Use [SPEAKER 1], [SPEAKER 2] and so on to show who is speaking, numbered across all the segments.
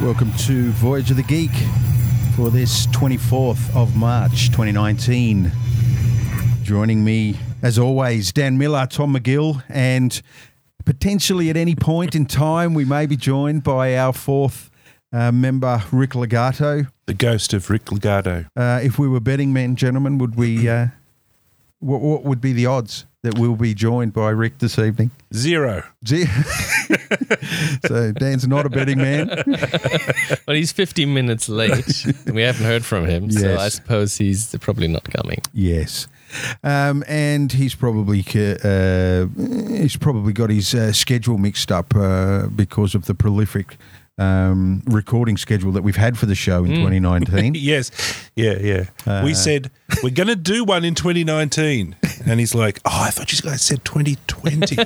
[SPEAKER 1] welcome to Voyage of the Geek for this 24th of March 2019. Joining me, as always, Dan Miller, Tom McGill, and potentially at any point in time, we may be joined by our fourth uh, member, Rick Legato.
[SPEAKER 2] The ghost of Rick Legato.
[SPEAKER 1] Uh, if we were betting men, gentlemen, would we? Uh, what, what would be the odds that we'll be joined by Rick this evening?
[SPEAKER 2] Zero.
[SPEAKER 1] Gee. so Dan's not a betting man.
[SPEAKER 3] But he's 50 minutes late. and we haven't heard from him, so
[SPEAKER 1] Yes.
[SPEAKER 3] I suppose he's probably not coming.
[SPEAKER 1] Yes. Um, and he's probably uh, he's probably got his uh, schedule mixed up uh, because of the prolific um, recording schedule that we've had for the show in
[SPEAKER 3] Mm.
[SPEAKER 1] 2019.
[SPEAKER 2] Yes. Yeah, yeah.
[SPEAKER 1] Uh.
[SPEAKER 2] we said, we're going to do one in 2019. And he's like, oh, I thought you guys said 2020.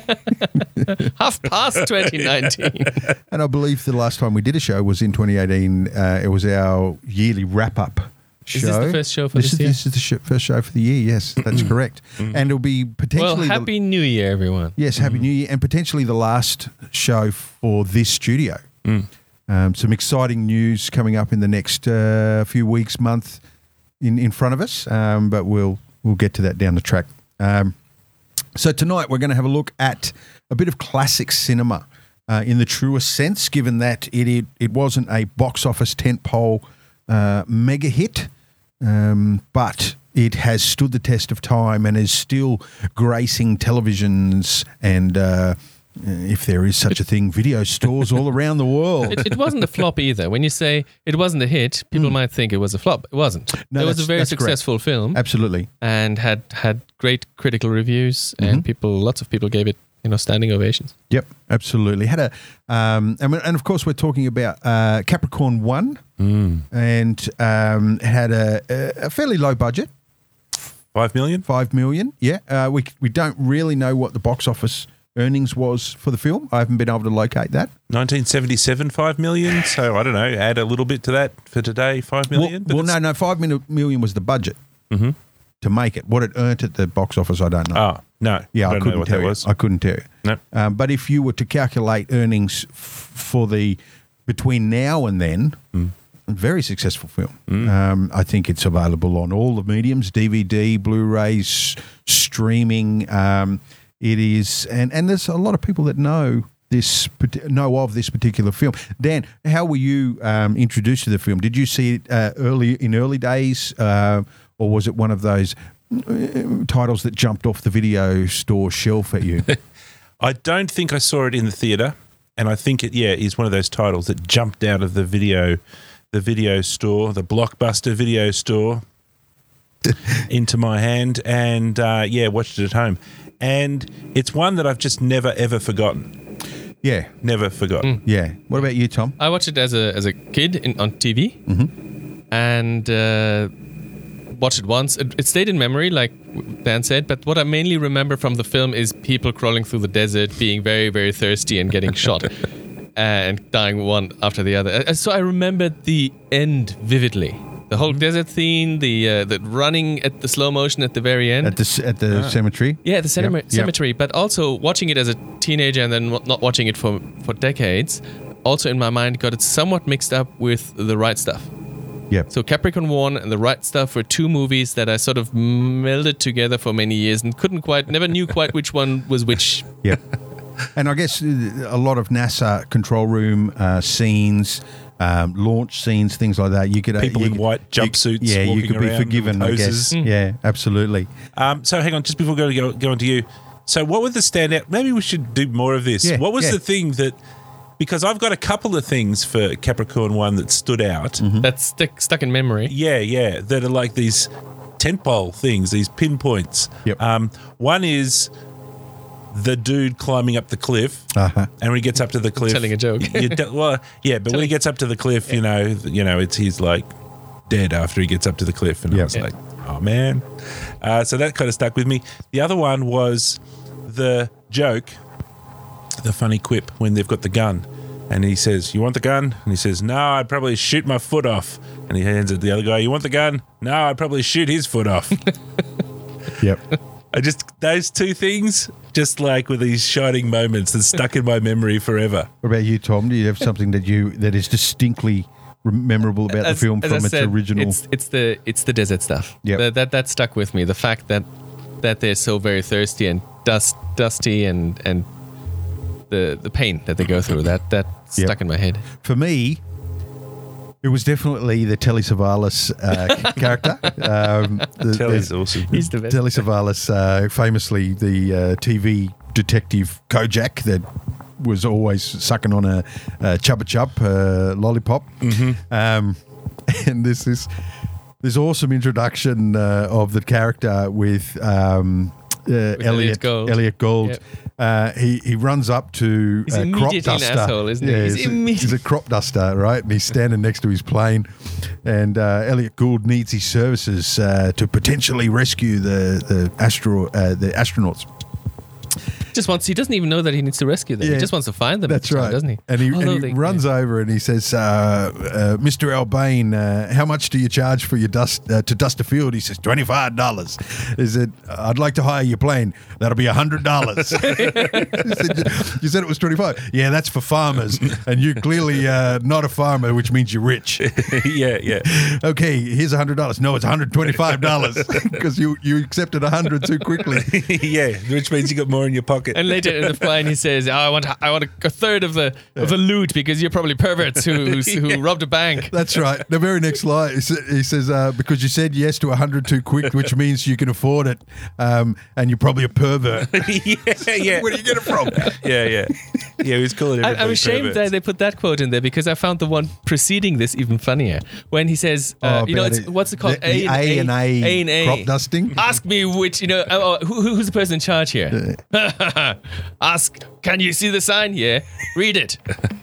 [SPEAKER 3] Half past 2019.
[SPEAKER 1] and I believe the last time we did a show was in 2018. Uh, it was our yearly wrap up. Show.
[SPEAKER 3] Is this the first show for
[SPEAKER 1] this
[SPEAKER 3] this
[SPEAKER 1] is,
[SPEAKER 3] year? Mm.
[SPEAKER 1] This is the sh- first show for the year. Yes, that's correct. And it'll be
[SPEAKER 3] well,
[SPEAKER 1] potentially the-
[SPEAKER 3] Happy Mm. New Year, everyone.
[SPEAKER 1] Yes, Happy New Year, and potentially the last show for this studio. Um, some exciting news coming up in the next uh, few weeks, month in, in front of us, um, but we'll we'll get to that down the track. Um, so tonight we're going to have a look at a bit of classic cinema uh, in the truest sense, given that it it, it wasn't a box office tentpole uh, mega hit, um, but it has stood the test of time and is still gracing televisions and. Uh, if there is such a thing, video stores all around the world.
[SPEAKER 3] It, it wasn't a flop either. When you say it wasn't a hit, people might think it was a flop. It wasn't.
[SPEAKER 1] Hmm. No,
[SPEAKER 3] it was a
[SPEAKER 1] that's-
[SPEAKER 3] very
[SPEAKER 1] that's correct.
[SPEAKER 3] successful
[SPEAKER 2] Hmm?
[SPEAKER 3] film
[SPEAKER 1] Absolutely.
[SPEAKER 3] and had had great critical reviews
[SPEAKER 1] Mm-hmm.
[SPEAKER 3] and people lots of people gave it, you know, standing ovations.
[SPEAKER 1] Yep, absolutely. Had a, um, and, we- and of course we're talking about uh, Capricorn One,
[SPEAKER 2] Hmm.
[SPEAKER 1] and um, had a, a- a fairly low budget,
[SPEAKER 2] Five million?
[SPEAKER 1] five million. Yeah, uh, we we don't really know what the box office earnings was for the film. I haven't been able to locate that.
[SPEAKER 2] 1977, five million. So I don't know, add a little bit to that for today, five million. But
[SPEAKER 1] well, well
[SPEAKER 2] it's- Mm-hmm.
[SPEAKER 1] no, no, five mil- million was the budget to make it. What it earned at the box office, I don't know.
[SPEAKER 2] Ah, no.
[SPEAKER 1] Yeah,
[SPEAKER 2] I
[SPEAKER 1] I,
[SPEAKER 2] don't know
[SPEAKER 1] couldn't
[SPEAKER 2] what
[SPEAKER 1] tell
[SPEAKER 2] that
[SPEAKER 1] you.
[SPEAKER 2] was.
[SPEAKER 1] I couldn't tell you.
[SPEAKER 2] No.
[SPEAKER 1] Um, but if you were to calculate earnings f- for the between now and then,
[SPEAKER 2] Mm.
[SPEAKER 1] a very successful film. Um, I think it's available on all the mediums: DVD, Blu-rays, streaming. Um, it is, and and there's a lot of people that know this parti- know of this particular film. Dan, how were you um, introduced to the film? Did you see it uh, early in early days, uh, or was it one of those? uh, Titles that jumped off the video store shelf at you.
[SPEAKER 2] I don't think I saw it in the theater, and I think it yeah is one of those titles that jumped out of the video, the video store, the blockbuster video store, into my hand, and uh, yeah, watched it at home, and it's one that I've just never ever forgotten,
[SPEAKER 1] yeah,
[SPEAKER 2] never forgotten.
[SPEAKER 1] yeah. What about you, Tom?
[SPEAKER 3] I watched it as a as a kid in, on TV, and uh, watched it once. It, it stayed in memory, like Dan said. But what I mainly remember from the film is people crawling through the desert, being very very thirsty and getting shot, uh, and dying one after the other. Uh, So I remembered the end vividly. The whole desert scene, the uh, the running at the slow motion at the very end.
[SPEAKER 1] At the c- at the cemetery.
[SPEAKER 3] Ah. Yeah, the cemetery,
[SPEAKER 1] Yep, yep.
[SPEAKER 3] cemetery. But also watching it as a teenager and then wa- not watching it for for decades, also in my mind got it somewhat mixed up with the right stuff.
[SPEAKER 1] Yep.
[SPEAKER 3] So Capricorn One and the right stuff were two movies that I sort of melded together for many years and couldn't quite, never knew quite which one was which.
[SPEAKER 1] Yep. and I guess uh, a lot of NASA control room uh, scenes, um, launch scenes, things like that. You could uh,
[SPEAKER 2] People
[SPEAKER 1] you
[SPEAKER 2] in
[SPEAKER 1] could-
[SPEAKER 2] white
[SPEAKER 1] you-
[SPEAKER 2] jumpsuits
[SPEAKER 1] Yeah, you
[SPEAKER 2] walking
[SPEAKER 1] could be
[SPEAKER 2] around
[SPEAKER 1] forgiven.
[SPEAKER 2] with
[SPEAKER 1] I guess.
[SPEAKER 2] hoses.
[SPEAKER 3] Hmm.
[SPEAKER 1] Yeah, absolutely.
[SPEAKER 2] Um, so hang on, just before we go go, go on to you. So what were the standout? Maybe we should do more of this.
[SPEAKER 1] Yeah,
[SPEAKER 2] what was
[SPEAKER 1] yeah.
[SPEAKER 2] the thing that because I've got a couple of things for Capricorn One that stood out.
[SPEAKER 1] Mm-hmm.
[SPEAKER 3] That's stick, stuck in memory.
[SPEAKER 2] Yeah, yeah, that are like these tentpole things, these pinpoints.
[SPEAKER 1] Yep.
[SPEAKER 2] Um, one is the dude climbing up the cliff,
[SPEAKER 1] Uh-huh.
[SPEAKER 2] and when he gets up to the cliff,
[SPEAKER 3] Telling a joke.
[SPEAKER 2] you tell- well, yeah, but when he
[SPEAKER 3] Telling-
[SPEAKER 2] gets up to the cliff, you know, th- you know, it's he's like dead after he gets up to the cliff, and
[SPEAKER 1] Yep.
[SPEAKER 2] I was
[SPEAKER 1] Yeah.
[SPEAKER 2] like, oh man. Uh, so that kind of stuck with me. The other one was the joke, the funny quip when they've got the gun. And he says, You want the gun? And he says, No, I'd probably shoot my foot off. And he hands it to the other guy, You want the gun? No, I'd probably shoot his foot off.
[SPEAKER 1] Yep.
[SPEAKER 2] I just, those two things, just like with these shining moments that stuck in my memory forever.
[SPEAKER 1] What about you, Tom? Do you have something that you that is distinctly rem- memorable about the film
[SPEAKER 3] as
[SPEAKER 1] from
[SPEAKER 3] I
[SPEAKER 1] its
[SPEAKER 3] said,
[SPEAKER 1] original?
[SPEAKER 3] It's, it's the it's the desert stuff.
[SPEAKER 1] Yep.
[SPEAKER 3] That, that that stuck with me. The fact that that they're so very thirsty and dust dusty and and the the pain that they go through that that
[SPEAKER 1] Yep.
[SPEAKER 3] stuck in my head.
[SPEAKER 1] for me, it was definitely the Telly Savalas uh, character. Um, the,
[SPEAKER 2] Telly's
[SPEAKER 1] the-
[SPEAKER 2] awesome.
[SPEAKER 3] He's the best.
[SPEAKER 1] Telly Savalas, uh, famously the uh, TV detective Kojak that was always sucking on a, a chubba chub uh, lollipop. Um, and this is this awesome introduction uh, of the character with. Um, uh, Elliot,
[SPEAKER 3] Elliot Gold.
[SPEAKER 1] Elliot Gold.
[SPEAKER 3] Yep.
[SPEAKER 1] Uh, he he runs up to
[SPEAKER 3] He's
[SPEAKER 1] a crop
[SPEAKER 3] immediately an
[SPEAKER 1] duster.
[SPEAKER 3] asshole, isn't he? He's
[SPEAKER 1] he's, a-
[SPEAKER 3] immediate-
[SPEAKER 1] he's a crop duster, right? And he's standing next to his plane, and uh, Elliot Gould needs his services uh, to potentially rescue the the astro uh, the astronauts.
[SPEAKER 3] just wants he doesn't even know that he needs to rescue them.
[SPEAKER 1] Yeah.
[SPEAKER 3] He just wants to find them. at
[SPEAKER 1] That's
[SPEAKER 3] the time,
[SPEAKER 1] right,
[SPEAKER 3] doesn't he?
[SPEAKER 1] And he,
[SPEAKER 3] Although
[SPEAKER 1] and
[SPEAKER 3] they-
[SPEAKER 1] he runs over and he says, uh, uh, "Mr. Albane, uh, how much do you charge for your dust uh, to dust a field?" He says, 25 dollars." Is it? I'd like to hire your plane. That'll be hundred dollars. you said it was 25. Yeah, that's for farmers, and you're clearly uh, not a farmer, which means you're rich.
[SPEAKER 2] yeah, yeah.
[SPEAKER 1] okay, here's hundred dollars. No, it's hundred twenty-five dollars because you you accepted a hundred too quickly.
[SPEAKER 2] yeah, which means you got more in your pocket.
[SPEAKER 3] And later in the plane, he says, oh, "I want, I want a third of the of the loot because you're probably perverts who who robbed a bank."
[SPEAKER 1] That's right. The very next line, he sa- he says, uh, "Because you said yes to a hundred too quick, which means you can afford it, um, and you're probably a pervert."
[SPEAKER 2] yeah, yeah.
[SPEAKER 1] Where do you get it from?
[SPEAKER 2] yeah, yeah. Yeah, he's calling
[SPEAKER 3] I,
[SPEAKER 2] everybody
[SPEAKER 3] I'm ashamed that
[SPEAKER 2] perverts.
[SPEAKER 3] they put that quote in there because I found the one preceding this even funnier when he says, uh,
[SPEAKER 1] Oh,
[SPEAKER 3] "You know,
[SPEAKER 1] about
[SPEAKER 3] it's,
[SPEAKER 1] it.
[SPEAKER 3] what's it called?
[SPEAKER 1] The- the A and A
[SPEAKER 3] A and A.
[SPEAKER 1] crop dusting?
[SPEAKER 3] Ask me which you know. Oh, oh, who, who- who's the person in charge here? Ask. Can you see the sign? Yeah. Read it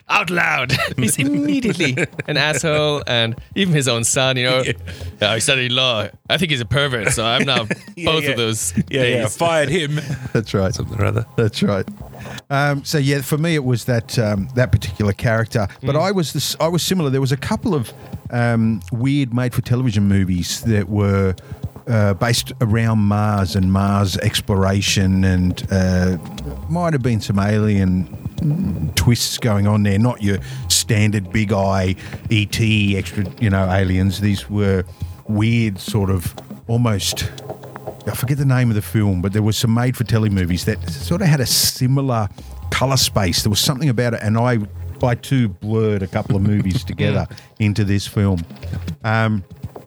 [SPEAKER 3] out loud. He's immediately an asshole, and even his own son. You know, "Oh, he studied law. I think he's a pervert. So I'm now
[SPEAKER 2] Yeah,
[SPEAKER 3] both
[SPEAKER 2] yeah.
[SPEAKER 3] of those.
[SPEAKER 2] Yeah, yeah.
[SPEAKER 3] days.
[SPEAKER 2] Fired him.
[SPEAKER 1] That's right.
[SPEAKER 2] Something or other.
[SPEAKER 1] That's right. Um, so yeah, for me it was that um, that particular character, but I was this, I was similar. There was a couple of um, weird made-for-television movies that were uh, based around Mars and Mars exploration, and uh, might have been some alien twists going on there. Not your standard big eye ET extra, you know, aliens. These were weird, sort of almost. I forget the name of the film, but there was some made for telly movies that sort of had a similar color space. There was something about it, and I, I too, blurred a couple of movies together into this film.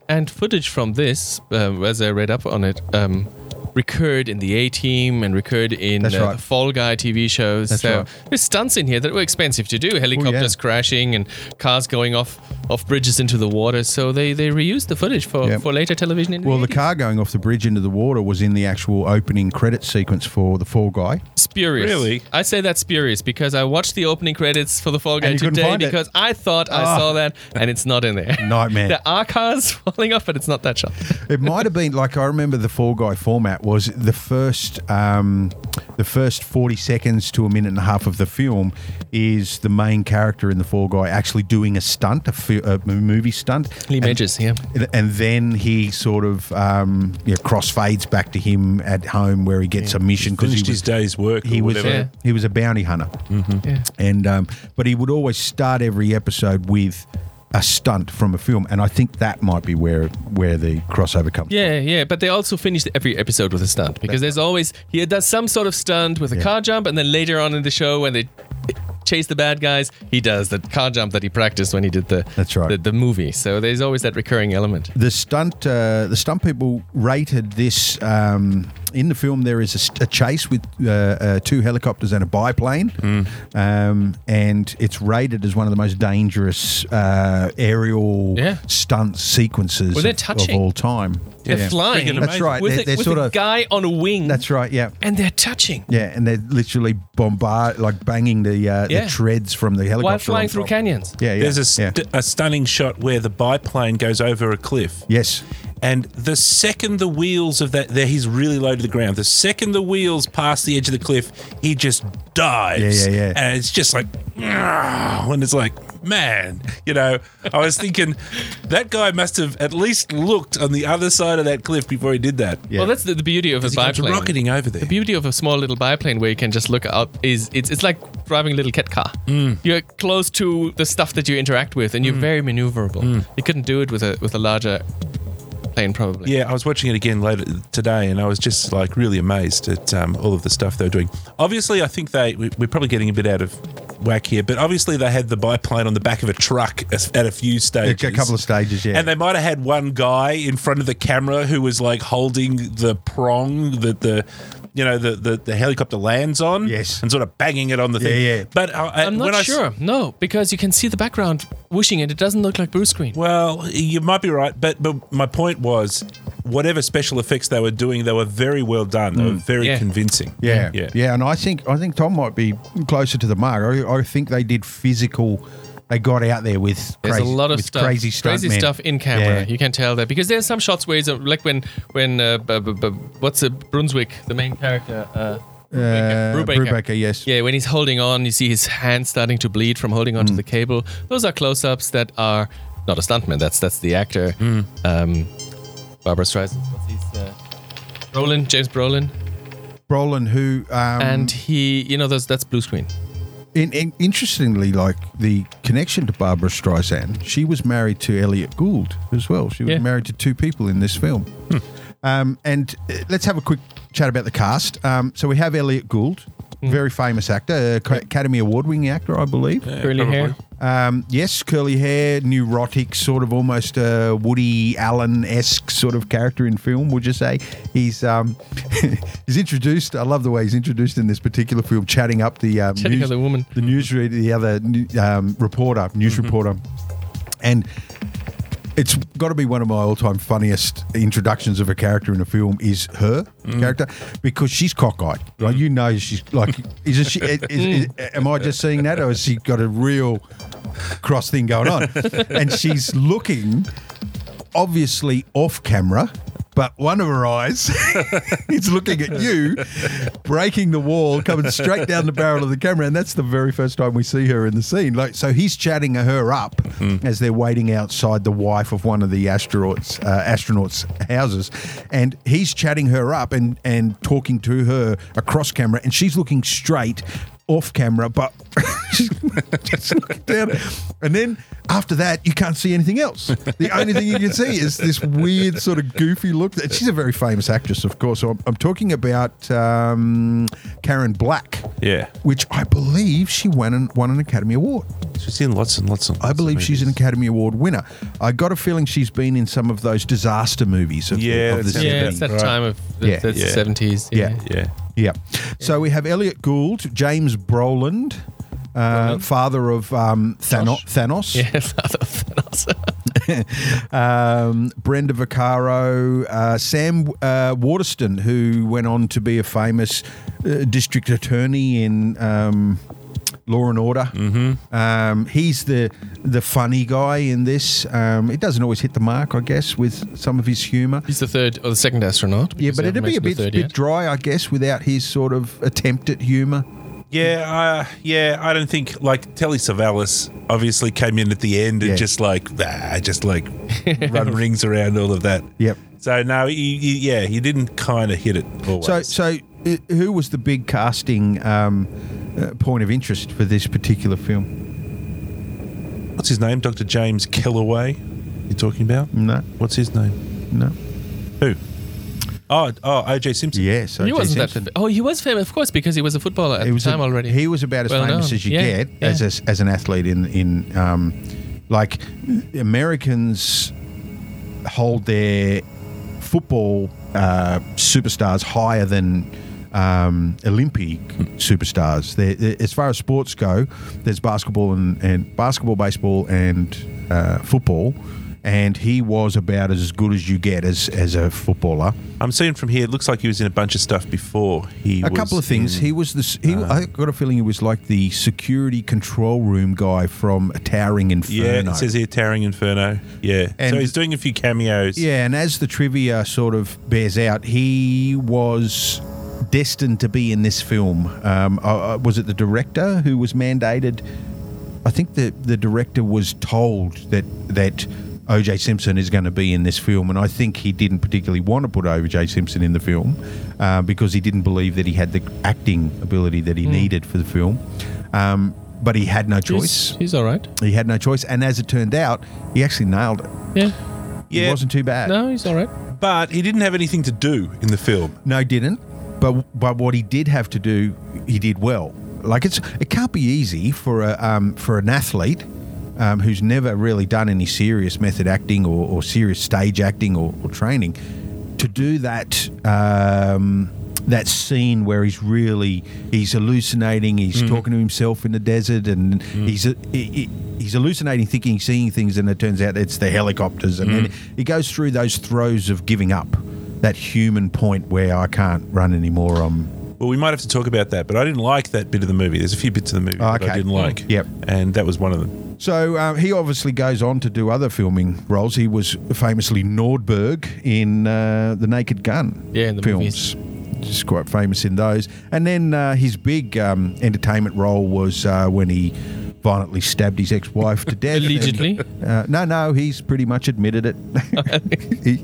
[SPEAKER 3] And footage from this, um, as I read up on it, um, recurred in the A Team and recurred in
[SPEAKER 1] That's
[SPEAKER 3] uh,
[SPEAKER 1] right.
[SPEAKER 3] the Fall Guy TV shows.
[SPEAKER 1] That's
[SPEAKER 3] so
[SPEAKER 1] right.
[SPEAKER 3] there's stunts in here that were expensive to do: helicopters crashing and cars going off off bridges into the water. So they they reused the footage for
[SPEAKER 1] Yep.
[SPEAKER 3] for later television. In
[SPEAKER 1] Well, the
[SPEAKER 3] 80s.
[SPEAKER 1] car going off the bridge into the water was in the actual opening credit sequence for The Fall Guy.
[SPEAKER 3] spurious.
[SPEAKER 2] Really?
[SPEAKER 3] I say that's spurious because I watched the opening credits for the Fall Guy
[SPEAKER 1] you couldn't
[SPEAKER 3] today
[SPEAKER 1] find it.
[SPEAKER 3] because I thought I
[SPEAKER 1] Ah.
[SPEAKER 3] saw that and it's not in there.
[SPEAKER 1] Nightmare.
[SPEAKER 3] there are cars falling off, but it's not that shot.
[SPEAKER 1] it might have been like I remember the Fall Guy format was the first um, the first forty seconds to a minute and a half of the film is the main character in the Fall Guy actually doing a stunt, a, fi- a movie stunt.
[SPEAKER 3] Lee
[SPEAKER 1] And-
[SPEAKER 3] Majors, yeah.
[SPEAKER 1] and- and then he sort of um, you know, crossfades back to him at home where he gets a mission because he
[SPEAKER 2] Finished
[SPEAKER 1] was
[SPEAKER 2] his day's work.
[SPEAKER 1] he
[SPEAKER 2] or
[SPEAKER 1] was
[SPEAKER 2] whatever. Mm-hmm.
[SPEAKER 3] Yeah.
[SPEAKER 1] a, he was a bounty hunter,
[SPEAKER 3] Yeah.
[SPEAKER 1] and um, but he would always start every episode with a stunt from a film, and I think that might be where where the crossover comes.
[SPEAKER 3] Yeah, yeah, but they also finished every episode with a stunt because there's always he does some sort of stunt with a
[SPEAKER 1] Yeah.
[SPEAKER 3] car jump, and then later on in the show when they chase the bad guys, he does the car jump that he practiced when he did the
[SPEAKER 1] That's right.
[SPEAKER 3] the, the movie. So there's always that recurring element.
[SPEAKER 1] the stunt uh, the stunt people rated this um, in the film, there is a, st- a chase with uh, uh, two helicopters and a biplane,
[SPEAKER 3] Hmm.
[SPEAKER 1] um, and it's rated as one of the most dangerous uh, aerial
[SPEAKER 3] Yeah.
[SPEAKER 1] stunt sequences
[SPEAKER 3] Well, they're
[SPEAKER 1] of- of,
[SPEAKER 3] touching.
[SPEAKER 1] all time.
[SPEAKER 3] They're
[SPEAKER 1] Yeah.
[SPEAKER 3] flying.
[SPEAKER 2] Friggin'
[SPEAKER 1] That's
[SPEAKER 2] amazing.
[SPEAKER 1] right.
[SPEAKER 3] With,
[SPEAKER 1] They're,
[SPEAKER 3] a,
[SPEAKER 1] they're
[SPEAKER 3] with
[SPEAKER 1] sort
[SPEAKER 3] a
[SPEAKER 1] of.
[SPEAKER 3] guy on a wing.
[SPEAKER 1] That's right. Yeah.
[SPEAKER 3] And they're touching
[SPEAKER 1] Yeah, and they're literally bombard, like banging the uh,
[SPEAKER 3] Yeah.
[SPEAKER 1] the treads from the helicopter.
[SPEAKER 3] while
[SPEAKER 1] on
[SPEAKER 3] flying through
[SPEAKER 1] top.
[SPEAKER 3] canyons.
[SPEAKER 1] Yeah, yeah.
[SPEAKER 2] There's a, st-
[SPEAKER 1] yeah.
[SPEAKER 2] a stunning shot where the biplane goes over a cliff.
[SPEAKER 1] Yes.
[SPEAKER 2] And the second the wheels of that, there he's really low to the ground. The second the wheels pass the edge of the cliff, he just dives.
[SPEAKER 1] Yeah, yeah, yeah.
[SPEAKER 2] And it's just like, "Nyah," and it's like, man, you know, I was thinking that guy must have at least looked on the other side of that cliff before he did that.
[SPEAKER 1] Yeah.
[SPEAKER 3] Well, that's the, the beauty of a
[SPEAKER 2] He comes
[SPEAKER 3] biplane.
[SPEAKER 2] rocketing over there.
[SPEAKER 3] The beauty of a small little biplane where you can just look up is it's, it's like driving a little cat car.
[SPEAKER 1] Mm.
[SPEAKER 3] You're close to the stuff that you interact with, and you're very maneuverable.
[SPEAKER 1] Mm.
[SPEAKER 3] You couldn't do it with a with a larger plane, probably.
[SPEAKER 2] Yeah, I was watching it again later today, and I was just like really amazed at um, all of the stuff they were doing. Obviously, I think they we- we're probably getting a bit out of whack here, but obviously they had the biplane on the back of a truck as- at a few
[SPEAKER 1] A,
[SPEAKER 2] stages,
[SPEAKER 1] a couple of stages, yeah.
[SPEAKER 2] and they might have had one guy in front of the camera who was like holding the prong that the. You know the, the the helicopter lands on,
[SPEAKER 1] Yes.
[SPEAKER 2] and sort of banging it on the
[SPEAKER 1] Yeah,
[SPEAKER 2] thing.
[SPEAKER 1] yeah.
[SPEAKER 2] But I, I-
[SPEAKER 3] I'm
[SPEAKER 2] when
[SPEAKER 3] not
[SPEAKER 2] I s-
[SPEAKER 3] sure. no, because you can see the background whooshing, and it doesn't look like blue screen.
[SPEAKER 2] Well, you might be right, but but my point was, whatever special effects they were doing, they were very well done. They were very
[SPEAKER 3] Yeah.
[SPEAKER 2] convincing.
[SPEAKER 1] Mm. Yeah,
[SPEAKER 2] yeah.
[SPEAKER 1] yeah, and I think I think Tom might be closer to the mark. I, I think they did physical. They got out there with
[SPEAKER 3] There's
[SPEAKER 1] crazy,
[SPEAKER 3] a lot of
[SPEAKER 1] with
[SPEAKER 3] stuff,
[SPEAKER 1] crazy, stuntmen.
[SPEAKER 3] stuff in camera.
[SPEAKER 1] Yeah.
[SPEAKER 3] You can tell that because there's some shots where it's uh, like when when uh, b- b- b- what's the Brunswick, the main character, uh, Brubaker,
[SPEAKER 1] Uh,
[SPEAKER 3] Brubaker.
[SPEAKER 1] Brubaker, yes.
[SPEAKER 3] Yeah, when he's holding on, you see his hand starting to bleed from holding
[SPEAKER 1] Mm.
[SPEAKER 3] onto the cable. Those are close-ups that are not a stuntman. That's that's the actor,
[SPEAKER 1] Mm.
[SPEAKER 3] um, Barbara Streisand. What's his? Uh, Brolin, James Brolin,
[SPEAKER 1] Brolin, who um,
[SPEAKER 3] and he, you know, those that's blue screen.
[SPEAKER 1] in, in, interestingly, like the connection to Barbara Streisand, she was married to Elliot Gould as well. She was
[SPEAKER 3] Yeah.
[SPEAKER 1] married to two people in this film. Um, and uh, let's have a quick chat about the cast. Um, so we have Elliot Gould, very famous actor, uh, Ca- Academy Award-winning actor, I believe.
[SPEAKER 3] Curly hair.
[SPEAKER 1] Um, yes, curly hair, neurotic, sort of almost a Woody Allen esque sort of character in film. Would you say he's um, he's introduced? I love the way he's introduced in this particular film, chatting up the um,
[SPEAKER 3] Chatting up the woman. Mm-hmm.
[SPEAKER 1] the newsreader, the other new- um, reporter, news reporter, and it's got to be one of my all-time funniest introductions of a character in a film is her character because she's cockeyed. Like you know, she's like, is it she? Is, is, am I just seeing that, or has she got a real cross thing going on? and she's looking, obviously off camera. But one of her eyes is looking at you, breaking the wall, coming straight down the barrel of the camera, and that's the very first time we see her in the scene. Like, so he's chatting her up as they're waiting outside the wife of one of the astronauts uh, astronauts houses, and he's chatting her up and and talking to her across camera, and she's looking straight off camera, but just looking down. And then after that, you can't see anything else. The only thing you can see is this weird sort of goofy look. That she's a very famous actress, of course. So I'm, I'm talking about um, Karen Black,
[SPEAKER 2] Yeah,
[SPEAKER 1] which I believe she won an, won an Academy Award.
[SPEAKER 2] she's in lots and lots and.
[SPEAKER 1] I
[SPEAKER 2] lots of
[SPEAKER 1] believe she's an
[SPEAKER 2] movies.
[SPEAKER 1] Academy Award winner. I got a feeling she's been in some of those disaster movies of, the-
[SPEAKER 2] Yeah,
[SPEAKER 1] of the
[SPEAKER 2] that sounds
[SPEAKER 3] Yeah,
[SPEAKER 1] 70s.
[SPEAKER 3] it's that
[SPEAKER 2] Right.
[SPEAKER 3] time of the,
[SPEAKER 1] Yeah.
[SPEAKER 3] that's
[SPEAKER 2] Yeah.
[SPEAKER 3] the 70s.
[SPEAKER 1] Yeah.
[SPEAKER 2] Yeah,
[SPEAKER 1] Yeah. So we have Elliot Gould, James Brolin, uh, father of um, Thano- Thanos,
[SPEAKER 3] Yeah, Father Thanos.
[SPEAKER 1] um, Brenda Vaccaro, uh, Sam uh, Waterston, who went on to be a famous uh, district attorney in. Um, Law and Order. Mm-hmm. Um, he's the the funny guy in this. Um, it doesn't always hit the mark, I guess, with some of his humour.
[SPEAKER 3] He's the third or the second astronaut.
[SPEAKER 1] Yeah,
[SPEAKER 3] because
[SPEAKER 1] but
[SPEAKER 3] I
[SPEAKER 1] it'd
[SPEAKER 3] haven't
[SPEAKER 1] be a bit,
[SPEAKER 3] mentioned the third
[SPEAKER 1] bit
[SPEAKER 3] yet.
[SPEAKER 1] dry, I guess, without his sort of attempt at humour.
[SPEAKER 2] yeah, uh, yeah. I don't think like Telly Savalas obviously came in at the end and
[SPEAKER 1] Yeah.
[SPEAKER 2] just like ah, just like run rings around all of that.
[SPEAKER 1] Yep.
[SPEAKER 2] So no, he, he, yeah, he didn't kind of hit it always.
[SPEAKER 1] So, so uh, who was the big casting um, uh, point of interest for this particular film?
[SPEAKER 2] what's his name? Doctor James Kellaway. You're talking about?
[SPEAKER 1] No,
[SPEAKER 2] What's his name?
[SPEAKER 1] no.
[SPEAKER 2] Who? Oh, oh, OJ Simpson.
[SPEAKER 1] Yes,
[SPEAKER 3] He
[SPEAKER 1] O.J.
[SPEAKER 3] wasn't
[SPEAKER 1] Simpson.
[SPEAKER 3] that. Oh, he was famous, of course, because he was a footballer at
[SPEAKER 1] He
[SPEAKER 3] the
[SPEAKER 1] was
[SPEAKER 3] time
[SPEAKER 1] a-
[SPEAKER 3] already.
[SPEAKER 1] He was about as
[SPEAKER 3] Well
[SPEAKER 1] famous
[SPEAKER 3] known.
[SPEAKER 1] as you
[SPEAKER 3] Yeah,
[SPEAKER 1] get as
[SPEAKER 3] yeah.
[SPEAKER 1] a, as an athlete in in um, like Americans hold their football uh, superstars higher than um, Olympic superstars. They're, they're- as far as sports go, there's basketball and, and basketball, baseball, and uh, football. And he was about as good as you get as, as a footballer.
[SPEAKER 2] I'm seeing from here. It looks like he was in a bunch of stuff before. He um,
[SPEAKER 1] a couple of things. he was the. s- He, I got a feeling he was like the security control room guy from a towering inferno.
[SPEAKER 2] yeah, it says here Towering Inferno. Yeah,
[SPEAKER 1] And-
[SPEAKER 2] so he's doing a few cameos.
[SPEAKER 1] Yeah, and as the trivia sort of bears out, he was destined to be in this film. Um, uh, uh, was it the director who was mandated? I think the the director was told that that O.J. Simpson is going to be in this film, and I think he didn't particularly want to put O.J. Simpson in the film uh, because he didn't believe that he had the acting ability that he needed for the film. Um, but he had no
[SPEAKER 3] He's,
[SPEAKER 1] choice.
[SPEAKER 3] he's all right.
[SPEAKER 1] He had no choice, and as it turned out, he actually nailed it.
[SPEAKER 3] Yeah.
[SPEAKER 1] It
[SPEAKER 2] yeah.
[SPEAKER 1] wasn't too bad.
[SPEAKER 3] No, he's all right.
[SPEAKER 2] But he didn't have anything to do in the film.
[SPEAKER 1] No, he didn't. But but what he did have to do, he did well. Like it's it can't be easy for a um, for an athlete um, who's never really done any serious method acting or, or serious stage acting or, or training to do that. Um, that scene where he's really he's hallucinating he's talking to himself in the desert and he's he, he's hallucinating thinking he's seeing things and it turns out it's the helicopters and then he goes through those throes of giving up that human point where I can't run anymore. um, I'm
[SPEAKER 2] Well, we might have to talk about that. But I didn't like that bit of the movie. There's a few bits of the movie
[SPEAKER 1] Oh,
[SPEAKER 2] that
[SPEAKER 1] okay.
[SPEAKER 2] I didn't like.
[SPEAKER 1] Yep.
[SPEAKER 2] And that was one of them.
[SPEAKER 1] so uh, he obviously goes on to do other filming roles. He was famously Nordberg in uh, the Naked Gun
[SPEAKER 3] Yeah, in the
[SPEAKER 1] films. Just quite famous in those. And then uh, his big um, entertainment role was uh, when he violently stabbed his ex-wife to death.
[SPEAKER 3] Allegedly.
[SPEAKER 1] Uh, no, no, he's pretty much admitted it. he,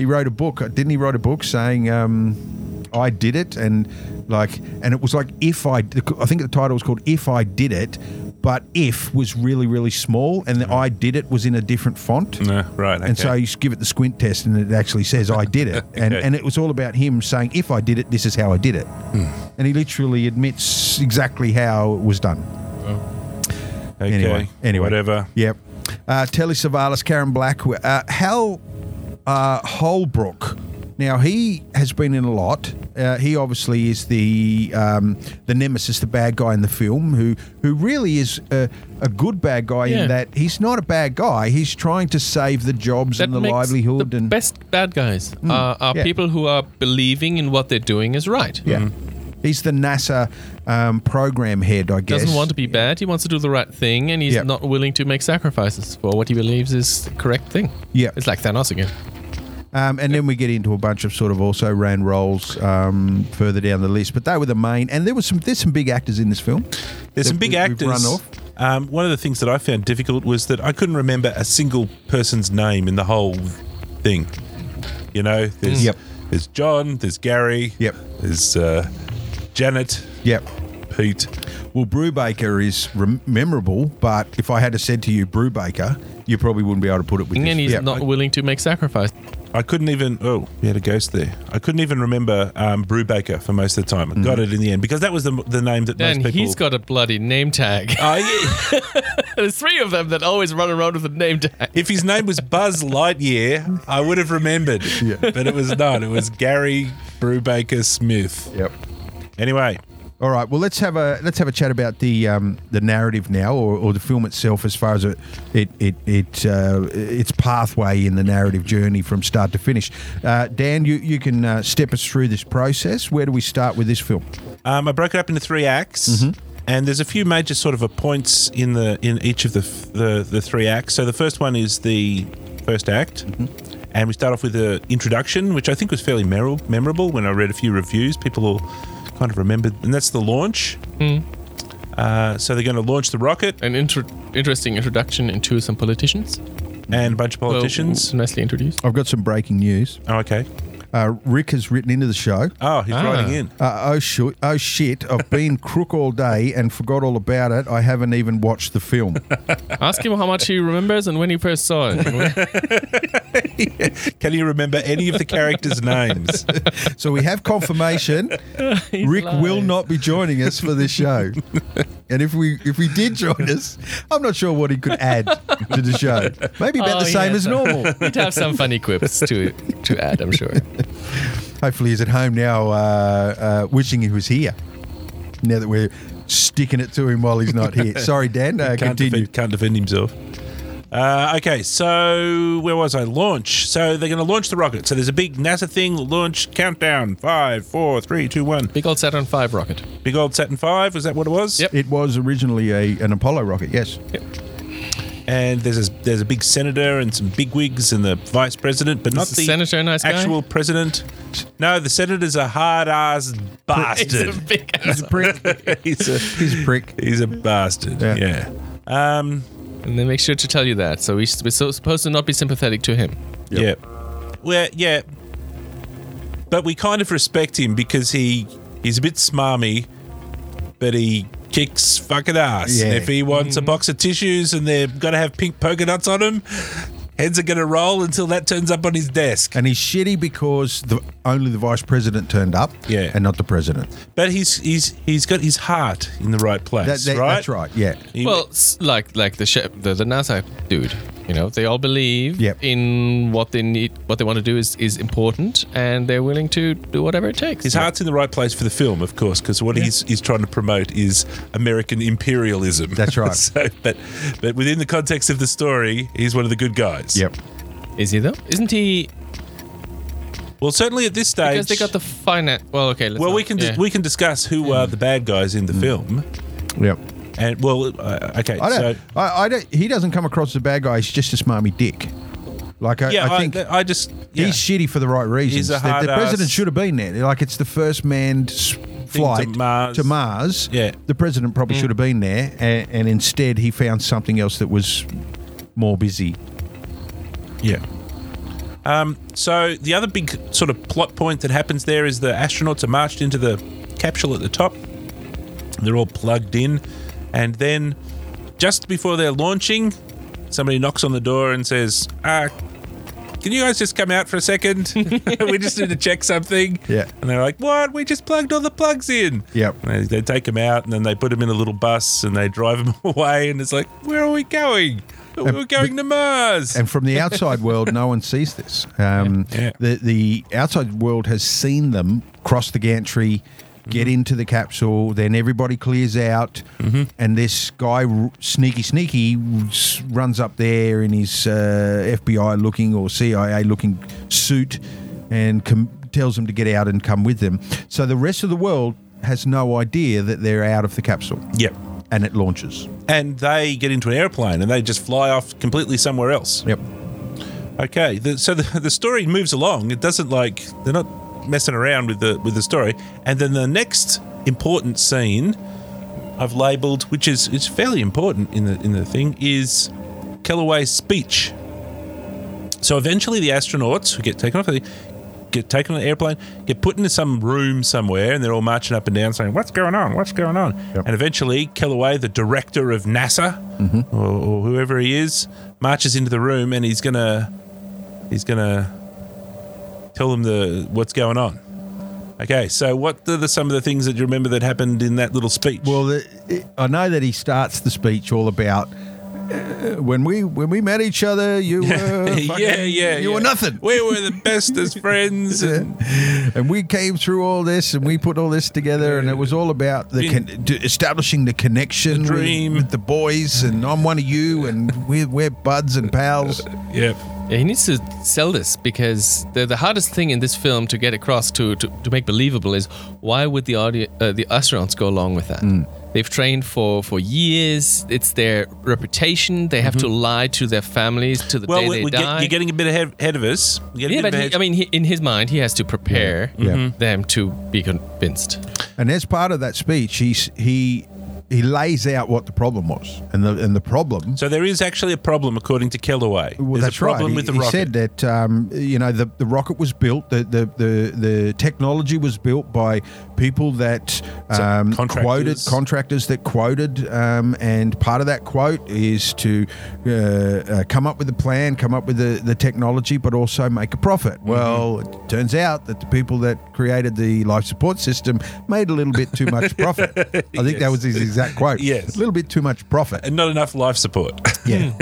[SPEAKER 1] he wrote a book, didn't he? Write a book saying, um, "I did it," and like, and it was like, "If I," I think the title was called "If I Did It," but "If" was really, really small, and the "I did it" was in a different font.
[SPEAKER 2] No, right.
[SPEAKER 1] And so
[SPEAKER 2] Mm, okay.
[SPEAKER 1] you give it the squint test, and it actually says "I did it," and
[SPEAKER 2] Okay.
[SPEAKER 1] and it was all about him saying, "If I did it, this is how I did it,"
[SPEAKER 2] Hmm.
[SPEAKER 1] and he literally admits exactly how it was done.
[SPEAKER 2] okay.
[SPEAKER 1] anyway, anyway.
[SPEAKER 2] whatever.
[SPEAKER 1] Yep. Uh, Telly Savalas, Karen Black, uh, Hal uh, Holbrook. Now he has been in a lot. Uh, he obviously is the um, the nemesis, the bad guy in the film, who who really is a, a good bad guy
[SPEAKER 3] Yeah.
[SPEAKER 1] in that he's not a bad guy. He's trying to save the jobs
[SPEAKER 3] That
[SPEAKER 1] and the
[SPEAKER 3] makes
[SPEAKER 1] livelihood
[SPEAKER 3] the
[SPEAKER 1] and Mm,
[SPEAKER 3] best bad guys are, are
[SPEAKER 1] yeah.
[SPEAKER 3] people who are believing in what they're doing is right.
[SPEAKER 1] yeah. He's the NASA um, program head, I guess.
[SPEAKER 3] Doesn't want to be bad. He wants to do the right thing, and he's
[SPEAKER 1] Yeah.
[SPEAKER 3] not willing to make sacrifices for what he believes is the correct thing.
[SPEAKER 1] Yeah.
[SPEAKER 3] it's like Thanos again.
[SPEAKER 1] Um, and then we get into a bunch of sort of also ran roles um, further down the list, but they were the main. And there was some there's some big actors in this film.
[SPEAKER 2] There's some
[SPEAKER 1] that
[SPEAKER 2] big
[SPEAKER 1] we- we've
[SPEAKER 2] actors.
[SPEAKER 1] Run off.
[SPEAKER 2] Um, one of the things that I found difficult was that I couldn't remember a single person's name in the whole thing. You know, there's
[SPEAKER 1] Mm. Yep.
[SPEAKER 2] there's John, there's Gary,
[SPEAKER 1] Yep.
[SPEAKER 2] there's uh, Janet,
[SPEAKER 1] Yep.
[SPEAKER 2] Pete.
[SPEAKER 1] Well, Brubaker is rem- memorable, but if I had to said to you Brubaker, you probably wouldn't be able to put it with.
[SPEAKER 3] And
[SPEAKER 1] this.
[SPEAKER 3] he's
[SPEAKER 1] Yeah.
[SPEAKER 3] not willing to make sacrifice.
[SPEAKER 2] I couldn't even. Oh, we had a ghost there. I couldn't even remember um, Brubaker for most of the time. I got
[SPEAKER 1] Mm.
[SPEAKER 2] it in the end because that was the, the name that
[SPEAKER 3] Then
[SPEAKER 2] most people.
[SPEAKER 3] he's got a bloody name tag.
[SPEAKER 2] Oh, yeah.
[SPEAKER 3] There's three of them that always run around with a name tag.
[SPEAKER 2] if his name was Buzz Lightyear, I would have remembered. But it was not. It was Gary Brubaker Smith.
[SPEAKER 1] Yep.
[SPEAKER 2] Anyway,
[SPEAKER 1] All right. Well, let's have a let's have a chat about the um, the narrative now, or, or the film itself, as far as it it it, it uh, its pathway in the narrative journey from start to finish. Uh, Dan, you you can uh, step us through this process. Where do we start with this film?
[SPEAKER 2] Um, I broke it up into three acts, and there's a few major sort of uh, points in the in each of the f- the, the three acts. So the first one is the first act, and we start off with the introduction, which I think was fairly memor- memorable. When I read a few reviews, people all kind of remembered, and that's the launch.
[SPEAKER 3] Hmm.
[SPEAKER 2] Uh, so they're going to launch the rocket
[SPEAKER 3] An inter- interesting introduction into some politicians.
[SPEAKER 2] and a bunch of
[SPEAKER 3] Well,
[SPEAKER 2] politicians.
[SPEAKER 3] nicely introduced.
[SPEAKER 1] I've got some breaking news.
[SPEAKER 2] oh, okay.
[SPEAKER 1] Uh, Rick has written into the show.
[SPEAKER 2] Oh, he's
[SPEAKER 3] Ah.
[SPEAKER 2] writing in.
[SPEAKER 1] Uh, oh, sh- oh shit! I've been crook all day and forgot all about it. I haven't even watched the film.
[SPEAKER 3] Ask him how much he remembers and when he first saw it.
[SPEAKER 2] Can you remember any of the characters' names?
[SPEAKER 1] so we have confirmation. Rick will not be joining us for this show. And if we if we did join us, I'm not sure what he could add to the show. Maybe about
[SPEAKER 3] Oh,
[SPEAKER 1] the same
[SPEAKER 3] yeah,
[SPEAKER 1] as
[SPEAKER 3] so-
[SPEAKER 1] normal.
[SPEAKER 3] We'd have some funny quips to to add, I'm sure.
[SPEAKER 1] Hopefully, he's at home now, uh, uh, wishing he was here. Now that we're sticking it to him while he's not here. Sorry, Dan. Uh,
[SPEAKER 2] can't
[SPEAKER 1] continue.
[SPEAKER 2] defend, can't defend himself. Uh, okay, so where was I? Launch. So they're going to launch the rocket. So there's a big NASA thing. Launch countdown. Five, four, three, two, one.
[SPEAKER 3] Big old Saturn V rocket.
[SPEAKER 2] Big old Saturn Five. Was that what it was?
[SPEAKER 3] Yep.
[SPEAKER 1] It was originally a, an Apollo rocket. Yes.
[SPEAKER 2] And there's a, there's a big senator and some bigwigs and the vice president, but not
[SPEAKER 3] the
[SPEAKER 2] the
[SPEAKER 3] senator a nice guy?
[SPEAKER 2] actual president. No, the senator's a hard ass bastard.
[SPEAKER 3] big
[SPEAKER 2] he's a
[SPEAKER 1] He's a prick.
[SPEAKER 2] he's a bastard.
[SPEAKER 1] Yeah.
[SPEAKER 2] Yeah. Um.
[SPEAKER 3] And they make sure to tell you that. So we, we're so supposed to not be sympathetic to him.
[SPEAKER 2] Yeah. Well, yeah. But we kind of respect him because he he's a bit smarmy, but he kicks fucking ass. And
[SPEAKER 1] Yeah.
[SPEAKER 2] if he wants a box of tissues and they've got to have pink polka dots on them, heads are going to roll until that turns up on his desk.
[SPEAKER 1] And he's shitty because the, only the vice president turned up,
[SPEAKER 2] Yeah.
[SPEAKER 1] and not the president.
[SPEAKER 2] But he's he's he's got his heart in the right place,
[SPEAKER 1] That, that-
[SPEAKER 2] right?
[SPEAKER 1] That's right. Yeah.
[SPEAKER 2] He-
[SPEAKER 3] Well, s- like like the, ship, the the NASA dude, you know, they all believe
[SPEAKER 1] Yep.
[SPEAKER 3] in what they need, what they want to do is is important, and they're willing to do whatever it takes.
[SPEAKER 2] His heart's in the right place for the film, of course, because what he's he's trying to promote is American imperialism.
[SPEAKER 1] That's right.
[SPEAKER 2] so, but but within the context of the story, he's one of the good guys.
[SPEAKER 1] Yep.
[SPEAKER 3] Is he though? Isn't he?
[SPEAKER 2] Well, certainly at this stage,
[SPEAKER 3] Because they got the finance. Well, okay. Let's
[SPEAKER 2] well,
[SPEAKER 3] not-
[SPEAKER 2] we can
[SPEAKER 3] yeah.
[SPEAKER 2] we can discuss who are the bad guys in the film,
[SPEAKER 1] Yep.
[SPEAKER 2] and well, uh, okay,
[SPEAKER 1] Mm. I
[SPEAKER 2] so
[SPEAKER 1] don't. I, I don't. He doesn't come across as a bad guy. He's just a smarmy dick. Like I,
[SPEAKER 2] yeah,
[SPEAKER 1] I
[SPEAKER 2] I,
[SPEAKER 1] think
[SPEAKER 2] I just yeah.
[SPEAKER 1] he's shitty for the right reasons.
[SPEAKER 2] He's a
[SPEAKER 1] the, the
[SPEAKER 2] hard-ass-
[SPEAKER 1] president should have been there. Like it's the first manned s- flight
[SPEAKER 2] Mars.
[SPEAKER 1] to Mars.
[SPEAKER 2] Yeah. Mm.
[SPEAKER 1] the president probably should have been there, and, and instead he found something else that was more busy.
[SPEAKER 2] yeah. Um, so the other big sort of plot point that happens there is the astronauts are marched into the capsule at the top. They're all plugged in, and then just before they're launching, somebody knocks on the door and says, "Ah, can you guys just come out for a second? we just need to check something."
[SPEAKER 1] Yeah.
[SPEAKER 2] And they're like, "What? We just plugged all the plugs in."
[SPEAKER 1] Yep.
[SPEAKER 2] And They, they take him out and then they put him in a little bus and they drive him away. And it's like, where are we going? We're
[SPEAKER 1] And-
[SPEAKER 2] going to Mars.
[SPEAKER 1] And from the outside world, no one sees this. Um,
[SPEAKER 2] Yeah.
[SPEAKER 1] The the outside world has seen them cross the gantry, get into the capsule. Then everybody clears out, and this guy r- sneaky sneaky s- runs up there in his uh, FBI looking or CIA looking suit, and com- tells them to get out and come with them. So the rest of the world has no idea that they're out of the capsule,
[SPEAKER 2] yep.
[SPEAKER 1] and it launches.
[SPEAKER 2] And they get into an airplane and they just fly off completely somewhere else.
[SPEAKER 1] Yep.
[SPEAKER 2] Okay. The, so the, the story moves along. It doesn't like they're not messing around with the with the story. And then the next important scene I've labeled, which is is fairly important in the in the thing, is Kellaway's speech. So eventually, the astronauts who get taken off, they get taken on the airplane, get put into some room somewhere, and they're all marching up and down, saying, "What's going on? What's going on?"
[SPEAKER 1] Yep.
[SPEAKER 2] And eventually, Kellaway, the director of NASA or, or whoever he is, marches into the room, and he's gonna he's gonna tell them the what's going on. Okay, so what are the, some of the things that you remember that happened in that little speech?
[SPEAKER 1] Well, the, it, I know that he starts the speech all about uh, when we when we met each other, you were fucking-
[SPEAKER 2] yeah, yeah,
[SPEAKER 1] Oh, you
[SPEAKER 2] yeah.
[SPEAKER 1] were nothing,
[SPEAKER 2] We were the best as friends. And
[SPEAKER 1] and we came through all this and we put all this together, and it was all about the
[SPEAKER 2] Been-
[SPEAKER 1] con- d- establishing the connection, with-
[SPEAKER 2] dream.
[SPEAKER 1] with, the boys, and I'm one of you, and we're, we're buds and pals.
[SPEAKER 2] yep.
[SPEAKER 3] Yeah, he needs to sell this because the the hardest thing in this film to get across to to, to make believable is why would the audio uh, the astronauts go along with that?
[SPEAKER 1] Mm.
[SPEAKER 3] They've trained for for years. It's their reputation. They have to
[SPEAKER 1] Mm-hmm.
[SPEAKER 3] lie to their families to the day
[SPEAKER 2] Well,
[SPEAKER 3] they
[SPEAKER 2] we, we
[SPEAKER 3] die.
[SPEAKER 2] get, you're getting a bit ahead, ahead of us. You're getting
[SPEAKER 3] yeah,
[SPEAKER 2] a bit
[SPEAKER 3] but
[SPEAKER 2] ahead-
[SPEAKER 3] he, I mean, he, in his mind, he has to prepare
[SPEAKER 1] Yeah.
[SPEAKER 2] Mm-hmm.
[SPEAKER 1] Mhm.
[SPEAKER 3] them to be convinced.
[SPEAKER 1] And as part of that speech, he's, he he lays out what the problem was, and the and the problem
[SPEAKER 2] so there is actually a problem, according to Kellaway.
[SPEAKER 1] Well,
[SPEAKER 2] There's
[SPEAKER 1] that's
[SPEAKER 2] a problem
[SPEAKER 1] right.
[SPEAKER 2] with
[SPEAKER 1] he,
[SPEAKER 2] the
[SPEAKER 1] he
[SPEAKER 2] rocket.
[SPEAKER 1] said that um, you know the, the rocket was built, the, the the the technology was built by people that um, quoted
[SPEAKER 2] contractors.
[SPEAKER 1] contractors that quoted, um, and part of that quote is to uh, uh, come up with a plan, come up with the, the technology, but also make a profit.
[SPEAKER 2] Mm-hmm.
[SPEAKER 1] Well, it turns out that the people that created the life support system made a little bit too much profit. I think that was his exact quote.
[SPEAKER 2] Yes.
[SPEAKER 1] A little bit too much profit.
[SPEAKER 2] and not enough life support.
[SPEAKER 1] Yeah.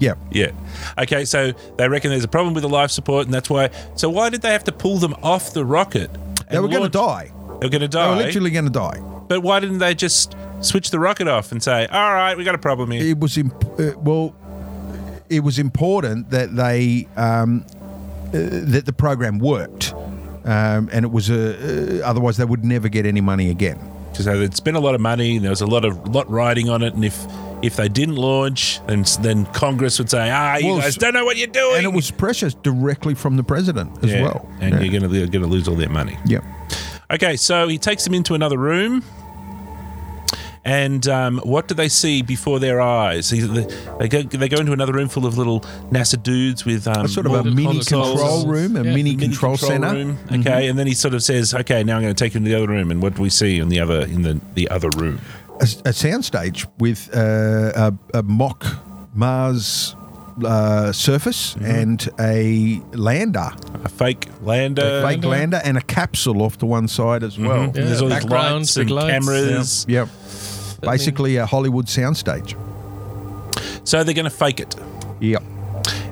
[SPEAKER 1] yeah.
[SPEAKER 2] yeah. Okay, so they reckon there's a problem with the life support, and that's why. So why did they have to pull them off the rocket?
[SPEAKER 1] They were going to
[SPEAKER 2] launch-
[SPEAKER 1] die.
[SPEAKER 2] They were going to
[SPEAKER 1] They were
[SPEAKER 2] die.
[SPEAKER 1] literally going to die.
[SPEAKER 2] but why didn't they just switch the rocket off and say, "All right, we got a problem here"?
[SPEAKER 1] It was imp- uh, well, it was important that they um, uh, that the program worked, um, and it was a. Uh, otherwise, they would never get any money again.
[SPEAKER 2] because they'd spent a lot of money and there was a lot of lot riding on it and if if they didn't launch then then congress would say ah you
[SPEAKER 1] Well,
[SPEAKER 2] guys
[SPEAKER 1] s-
[SPEAKER 2] don't know what you're doing
[SPEAKER 1] And it was pressure directly from the president as
[SPEAKER 2] Yeah,
[SPEAKER 1] well.
[SPEAKER 2] and
[SPEAKER 1] yeah.
[SPEAKER 2] you're gonna you're gonna lose all that money
[SPEAKER 1] yeah.
[SPEAKER 2] okay so he takes them into another room and um, what do they see before their eyes? He- They go, they go into another room full of little NASA dudes with um,
[SPEAKER 1] A sort of
[SPEAKER 2] more
[SPEAKER 1] a mini
[SPEAKER 3] consoles.
[SPEAKER 1] control room, a
[SPEAKER 3] Yeah,
[SPEAKER 1] mini,
[SPEAKER 2] mini
[SPEAKER 1] control, center. Mm-hmm.
[SPEAKER 2] room. Okay, and then he sort of says, "Okay, now I'm going to take you into the other room." And what do we see in the other in the, the other room?
[SPEAKER 1] a, a soundstage with uh, a, a mock Mars uh, surface and a lander,
[SPEAKER 2] A fake lander,
[SPEAKER 1] a fake lander, and a capsule off to one side as well.
[SPEAKER 2] And Mm-hmm. there's all these
[SPEAKER 3] Background,
[SPEAKER 2] lights
[SPEAKER 3] big
[SPEAKER 2] and
[SPEAKER 3] lights.
[SPEAKER 2] cameras.
[SPEAKER 1] Yep. Basically, a Hollywood soundstage.
[SPEAKER 2] So they're going to fake it.
[SPEAKER 1] Yep.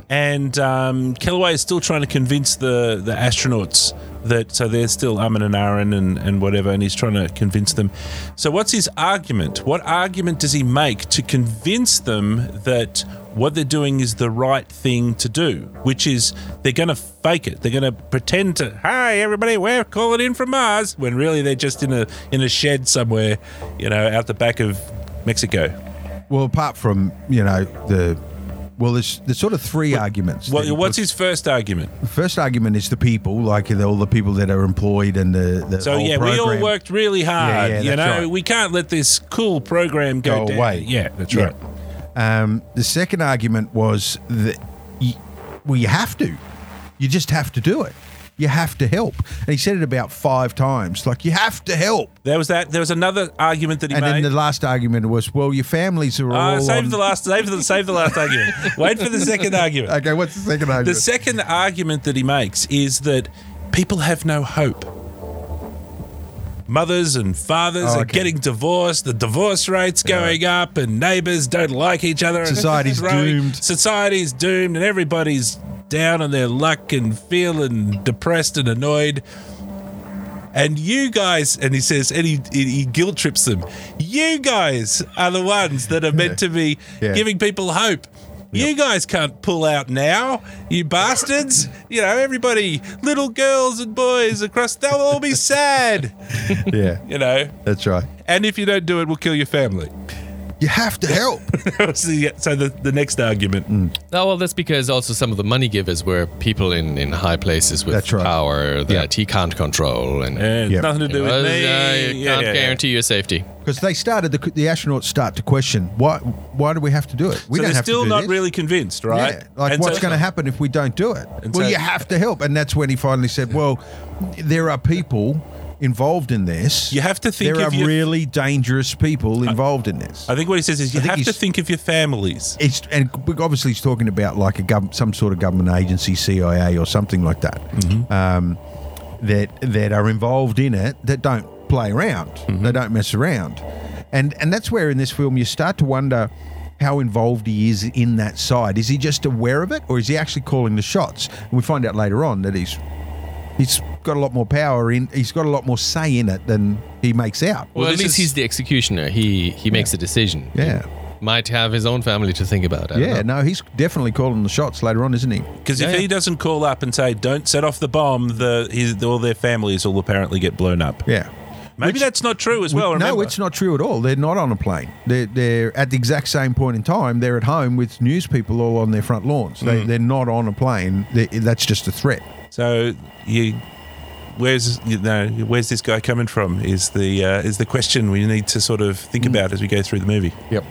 [SPEAKER 2] And um, Kellaway is still trying to convince the, the astronauts that, so they're still umming and ahhing and, and whatever, and he's trying to convince them. So, what's his argument? What argument does he make to convince them that what they're doing is the right thing to do, which is they're going to fake it. They're going to pretend to, hey, everybody, we're calling in from Mars, when really they're just in a, in a shed somewhere, you know, out the back of Mexico.
[SPEAKER 1] Well, apart from you know the. Well, there's, there's sort of three arguments. that he
[SPEAKER 2] What, what's
[SPEAKER 1] puts.
[SPEAKER 2] his first argument?
[SPEAKER 1] The first argument is the people, like the, all the people that are employed and the, the
[SPEAKER 2] So
[SPEAKER 1] whole
[SPEAKER 2] yeah, we all
[SPEAKER 1] program.
[SPEAKER 2] worked really hard.
[SPEAKER 1] Yeah, yeah,
[SPEAKER 2] you
[SPEAKER 1] that's
[SPEAKER 2] know,
[SPEAKER 1] right.
[SPEAKER 2] we can't let this cool program go,
[SPEAKER 1] Go
[SPEAKER 2] down.
[SPEAKER 1] away.
[SPEAKER 2] Yeah, that's
[SPEAKER 1] Yeah.
[SPEAKER 2] right.
[SPEAKER 1] Um, the second argument was that, y well, you have to. You just have to do it. You have to help. And he said it about five times. Like, you have to help.
[SPEAKER 2] There was that. There was another argument that he
[SPEAKER 1] And
[SPEAKER 2] made.
[SPEAKER 1] then the last argument was, well, your families are
[SPEAKER 2] Ah,
[SPEAKER 1] all.
[SPEAKER 2] save
[SPEAKER 1] on-
[SPEAKER 2] the last. Save the save the last argument. Wait for the second argument.
[SPEAKER 1] Okay, what's the second argument?
[SPEAKER 2] The second argument that he makes is that people have no hope. Mothers and fathers
[SPEAKER 1] Oh,
[SPEAKER 2] are
[SPEAKER 1] okay.
[SPEAKER 2] getting divorced. The divorce rate's going up, and neighbours don't like each other. and
[SPEAKER 1] Society's
[SPEAKER 2] throwing-
[SPEAKER 1] doomed.
[SPEAKER 2] Society's doomed, and everybody's down on their luck and feeling depressed and annoyed. And you guys, and he says, and he, he he guilt trips them. You guys are the ones that are meant to be
[SPEAKER 1] Yeah.
[SPEAKER 2] giving people hope. You guys can't pull out now, you bastards. You know, everybody, little girls and boys across, they'll all be sad,
[SPEAKER 1] yeah,
[SPEAKER 2] you know.
[SPEAKER 1] that's right.
[SPEAKER 2] And if you don't do it, we'll kill your family.
[SPEAKER 1] You have to help.
[SPEAKER 2] so yeah, so the, the next argument.
[SPEAKER 1] Mm.
[SPEAKER 3] Oh, well, that's because also some of the money givers were people in, in high places with
[SPEAKER 1] That's right.
[SPEAKER 3] power that he can't control. And
[SPEAKER 2] Eh, it's
[SPEAKER 1] Yep.
[SPEAKER 2] Nothing to
[SPEAKER 3] You
[SPEAKER 2] do
[SPEAKER 3] know,
[SPEAKER 2] with me.
[SPEAKER 3] uh, you
[SPEAKER 2] Yeah,
[SPEAKER 3] can't
[SPEAKER 2] yeah, yeah.
[SPEAKER 3] guarantee your safety.
[SPEAKER 1] Because they started, the, the astronauts start to question, why Why do we have to do it? We don't
[SPEAKER 2] so they're
[SPEAKER 1] have
[SPEAKER 2] still
[SPEAKER 1] to do
[SPEAKER 2] not
[SPEAKER 1] this.
[SPEAKER 2] really convinced, right?
[SPEAKER 1] Yeah, like
[SPEAKER 2] And
[SPEAKER 1] what's
[SPEAKER 2] so-
[SPEAKER 1] going to happen if we don't do it?
[SPEAKER 2] And
[SPEAKER 1] Well,
[SPEAKER 2] so-
[SPEAKER 1] you have to help, and that's when he finally said, "Well, there are people involved in this.
[SPEAKER 2] You have to think
[SPEAKER 1] there
[SPEAKER 2] if
[SPEAKER 1] are
[SPEAKER 2] you-
[SPEAKER 1] really dangerous people involved in this."
[SPEAKER 2] I think what he says is you
[SPEAKER 1] I think
[SPEAKER 2] have to
[SPEAKER 1] he's-
[SPEAKER 2] think of your families.
[SPEAKER 1] it's, and obviously, he's talking about like a gov- some sort of government agency, CIA or something like that, um, that that are involved in it that don't play around, they don't mess around, and and that's where in this film you start to wonder how involved he is in that side. Is he just aware of it, or is he actually calling the shots? And we find out later on that he's he's got a lot more power in, he's got a lot more say in it than he makes out.
[SPEAKER 3] Well, at
[SPEAKER 2] this
[SPEAKER 3] least
[SPEAKER 2] is-
[SPEAKER 3] he's the executioner. He he makes a decision.
[SPEAKER 1] Yeah.
[SPEAKER 3] He might have his own family to think about. I don't
[SPEAKER 1] yeah,
[SPEAKER 3] know.
[SPEAKER 1] no, he's definitely calling the shots later on, isn't he?
[SPEAKER 2] Because if
[SPEAKER 3] Yeah.
[SPEAKER 2] he doesn't call up and say, "Don't set off the bomb," the his, all their families will apparently get blown up.
[SPEAKER 1] Yeah.
[SPEAKER 2] Maybe that's not true as well.
[SPEAKER 1] no,
[SPEAKER 2] remember.
[SPEAKER 1] it's not true at all. They're not on a plane. They're, they're at the exact same point in time. They're at home with news people all on their front lawns.
[SPEAKER 2] Mm.
[SPEAKER 1] They, They're not on a plane. They, that's just a threat.
[SPEAKER 2] So you, where's you know, where's this guy coming from? Is the uh, is the question we need to sort of think about as we go through the movie.
[SPEAKER 1] Yep.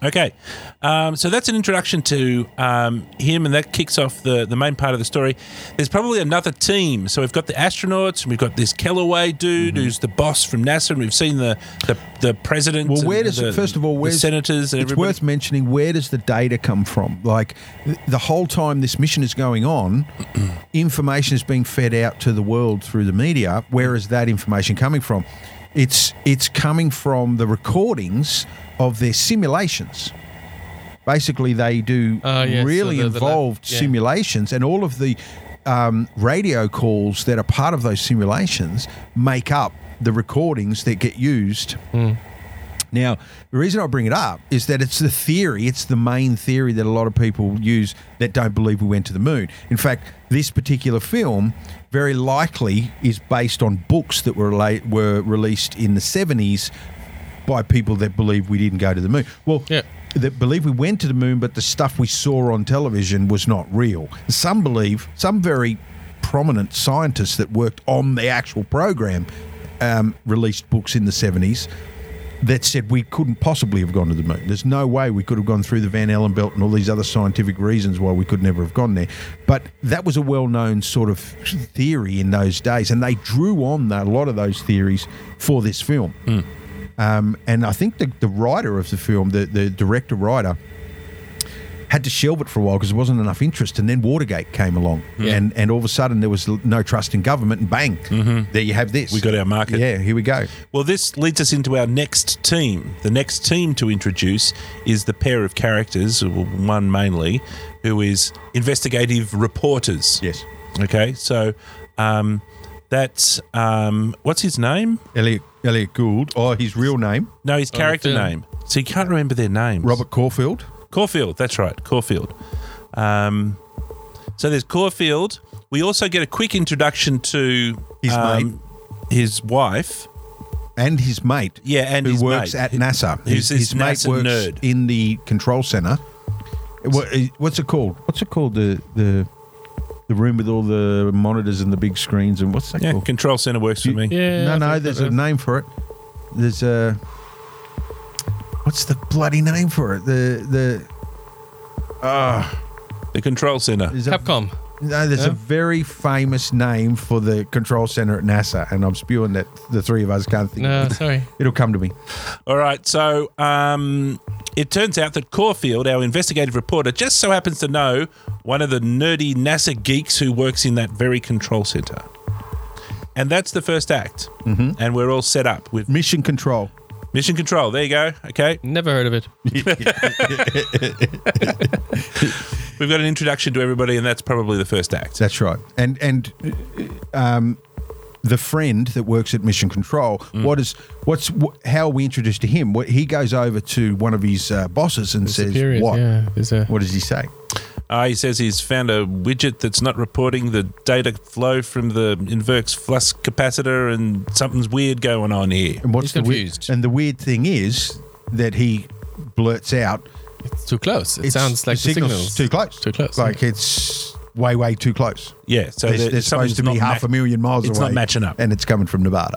[SPEAKER 2] Okay, um, so that's an introduction to um, him, and that kicks off the, the main part of the story. There's probably another team. So we've got the astronauts, and we've got this Kellaway dude
[SPEAKER 1] Mm-hmm.
[SPEAKER 2] who's the boss from NASA, and we've seen the the, the president.
[SPEAKER 1] Well,
[SPEAKER 2] and
[SPEAKER 1] where does
[SPEAKER 2] the,
[SPEAKER 1] it, first of all,
[SPEAKER 2] the
[SPEAKER 1] where's
[SPEAKER 2] senators? And
[SPEAKER 1] it's
[SPEAKER 2] everybody.
[SPEAKER 1] worth mentioning. Where does the data come from? Like th- the whole time this mission is going on, information is being fed out to the world through the media. Where is that information coming from? It's it's coming from the recordings of their simulations. Basically, they do
[SPEAKER 3] Ah, yes, so
[SPEAKER 1] really
[SPEAKER 3] the- the lab-
[SPEAKER 1] involved
[SPEAKER 3] yeah.
[SPEAKER 1] simulations, and all of the um, radio calls that are part of those simulations make up the recordings that get used
[SPEAKER 3] Hmm.
[SPEAKER 1] now, the reason I bring it up is that it's the theory, it's the main theory that a lot of people use that don't believe we went to the moon. In fact, this particular film very likely is based on books that were rela- were released in the 70s by people that believe we didn't go to the moon. Well,
[SPEAKER 3] Yeah.
[SPEAKER 1] that believe we went to the moon, but the stuff we saw on television was not real. Some believe, some very prominent scientists that worked on the actual program um, released books in the 70s that said we couldn't possibly have gone to the moon. There's no way we could have gone through the Van Allen belt and all these other scientific reasons why we could never have gone there. But that was a well known sort of theory in those days, and they drew on that, a lot of those theories for this film. Um, and I think the, the writer of the film, the, the director writer, had to shelve it for a while because there wasn't enough interest. And then Watergate came along,
[SPEAKER 3] Yeah.
[SPEAKER 1] and, and all of a sudden there was l- no trust in government, and bang, there you have this.
[SPEAKER 2] Mm-hmm. We got our market.
[SPEAKER 1] Yeah, here we go.
[SPEAKER 2] Well, this leads us into our next team. The next team to introduce is the pair of characters, one mainly, who is investigative reporters.
[SPEAKER 1] Yes.
[SPEAKER 2] Okay, so um, that's um, what's his name?
[SPEAKER 1] Elliot, Elliot Gould, or his real name,
[SPEAKER 2] No, his character
[SPEAKER 3] Oh, film.
[SPEAKER 2] name. So you can't remember their names.
[SPEAKER 1] Robert Caulfield.
[SPEAKER 2] Caulfield. That's right, Caulfield. Um, so there's Caulfield. We also get a quick introduction to
[SPEAKER 1] His
[SPEAKER 2] um, his wife.
[SPEAKER 1] And his mate,
[SPEAKER 2] Yeah, and
[SPEAKER 1] who
[SPEAKER 2] his
[SPEAKER 1] works
[SPEAKER 2] mate.
[SPEAKER 1] at NASA.
[SPEAKER 2] Who's
[SPEAKER 1] His,
[SPEAKER 2] this
[SPEAKER 1] his mate
[SPEAKER 2] NASA
[SPEAKER 1] works
[SPEAKER 2] nerd.
[SPEAKER 1] in the control center. What- what's it called? What's it called? The the the room with all the monitors and the big screens and what's that
[SPEAKER 2] Yeah,
[SPEAKER 1] called?
[SPEAKER 2] control center works for
[SPEAKER 1] You-
[SPEAKER 2] me.
[SPEAKER 3] Yeah.
[SPEAKER 1] no,
[SPEAKER 3] I
[SPEAKER 1] no.
[SPEAKER 3] think
[SPEAKER 1] There's
[SPEAKER 3] that-
[SPEAKER 1] a name for it. There's a. What's the bloody name for it? The the. Ah,
[SPEAKER 2] The control center.
[SPEAKER 1] there's a-
[SPEAKER 3] Capcom.
[SPEAKER 1] No, there's
[SPEAKER 3] Yeah.
[SPEAKER 1] a very famous name for the control center at NASA, and I'm spewing that the three of us can't think.
[SPEAKER 3] No,
[SPEAKER 1] of it.
[SPEAKER 3] sorry.
[SPEAKER 1] It'll come to me.
[SPEAKER 2] All right, so um, it turns out that Caulfield, our investigative reporter, just so happens to know one of the nerdy NASA geeks who works in that very control center. And that's the first act. Mm-hmm. And we're all set up with
[SPEAKER 1] Mission Control.
[SPEAKER 2] mission control. There you go. Okay.
[SPEAKER 3] Never heard of it.
[SPEAKER 2] We've got an introduction to everybody, and that's probably the first act.
[SPEAKER 1] That's right. And and um, the friend that works at Mission Control.
[SPEAKER 3] Mm.
[SPEAKER 1] What is what's wh- how are we introduced to him? What he goes over to one of his uh, bosses and says,
[SPEAKER 3] Superiors,
[SPEAKER 1] "What?
[SPEAKER 3] Yeah. There's a.
[SPEAKER 1] What does he say?"
[SPEAKER 2] Uh, he says he's found a widget that's not reporting the data flow from the Inverx flux capacitor, and something's weird going on here.
[SPEAKER 1] And what's
[SPEAKER 3] He's
[SPEAKER 1] the
[SPEAKER 3] confused.
[SPEAKER 1] weird? And the weird thing is that he blurts out.
[SPEAKER 3] It's too close. It
[SPEAKER 1] "It's-
[SPEAKER 3] sounds like the signals.
[SPEAKER 1] too close.
[SPEAKER 3] Too close,
[SPEAKER 1] Like it's way way too close.
[SPEAKER 2] Yeah, so
[SPEAKER 1] There's
[SPEAKER 2] there-
[SPEAKER 1] there's supposed
[SPEAKER 2] something's
[SPEAKER 1] to be
[SPEAKER 2] not
[SPEAKER 1] half
[SPEAKER 2] ma-
[SPEAKER 1] a million miles
[SPEAKER 2] it's
[SPEAKER 1] away.
[SPEAKER 2] not matching up.
[SPEAKER 1] and it's coming from Nevada.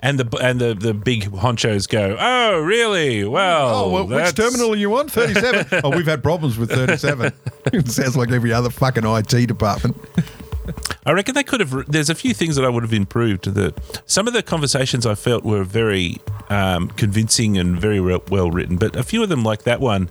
[SPEAKER 2] And the and the, the big honchos go, oh really? Well,
[SPEAKER 1] Oh,
[SPEAKER 2] that's-
[SPEAKER 1] are you on? 37. oh, we've had problems with 37. it sounds like every other fucking IT department.
[SPEAKER 2] I reckon they could have. re- There's a few things that I would have improved. That some of the conversations I felt were very um, convincing and very re- well written, but a few of them, like that one,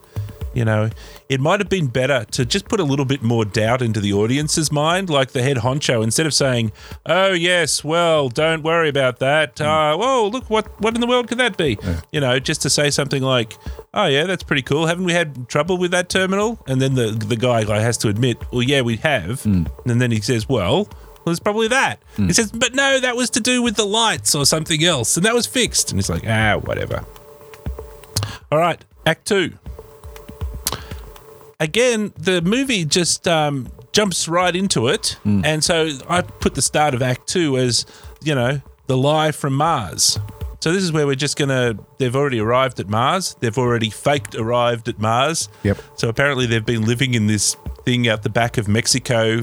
[SPEAKER 2] you know, it might have been better to just put a little bit more doubt into the audience's mind. Like the head honcho, instead of saying, "Oh yes, well, don't worry about that." Uh, whoa, look what what in the world could that be? You know, just to say something like, "Oh yeah, that's pretty cool. Haven't we had trouble with that terminal?" And then the the guy like, has to admit, "Well, yeah, we have." And then he says, "Well." Well, it's probably that. He says, but no, that was to do with the lights or something else, and that was fixed. And he's like, ah, whatever. All right, Act Two. Again, the movie just um, jumps right into it,
[SPEAKER 1] Hmm.
[SPEAKER 2] and so I put the start of Act Two as you know the lie from Mars. So this is where we're just gonna. They've already arrived at Mars. They've already faked arrived at Mars.
[SPEAKER 1] Yep.
[SPEAKER 2] So apparently they've been living in this thing out the back of Mexico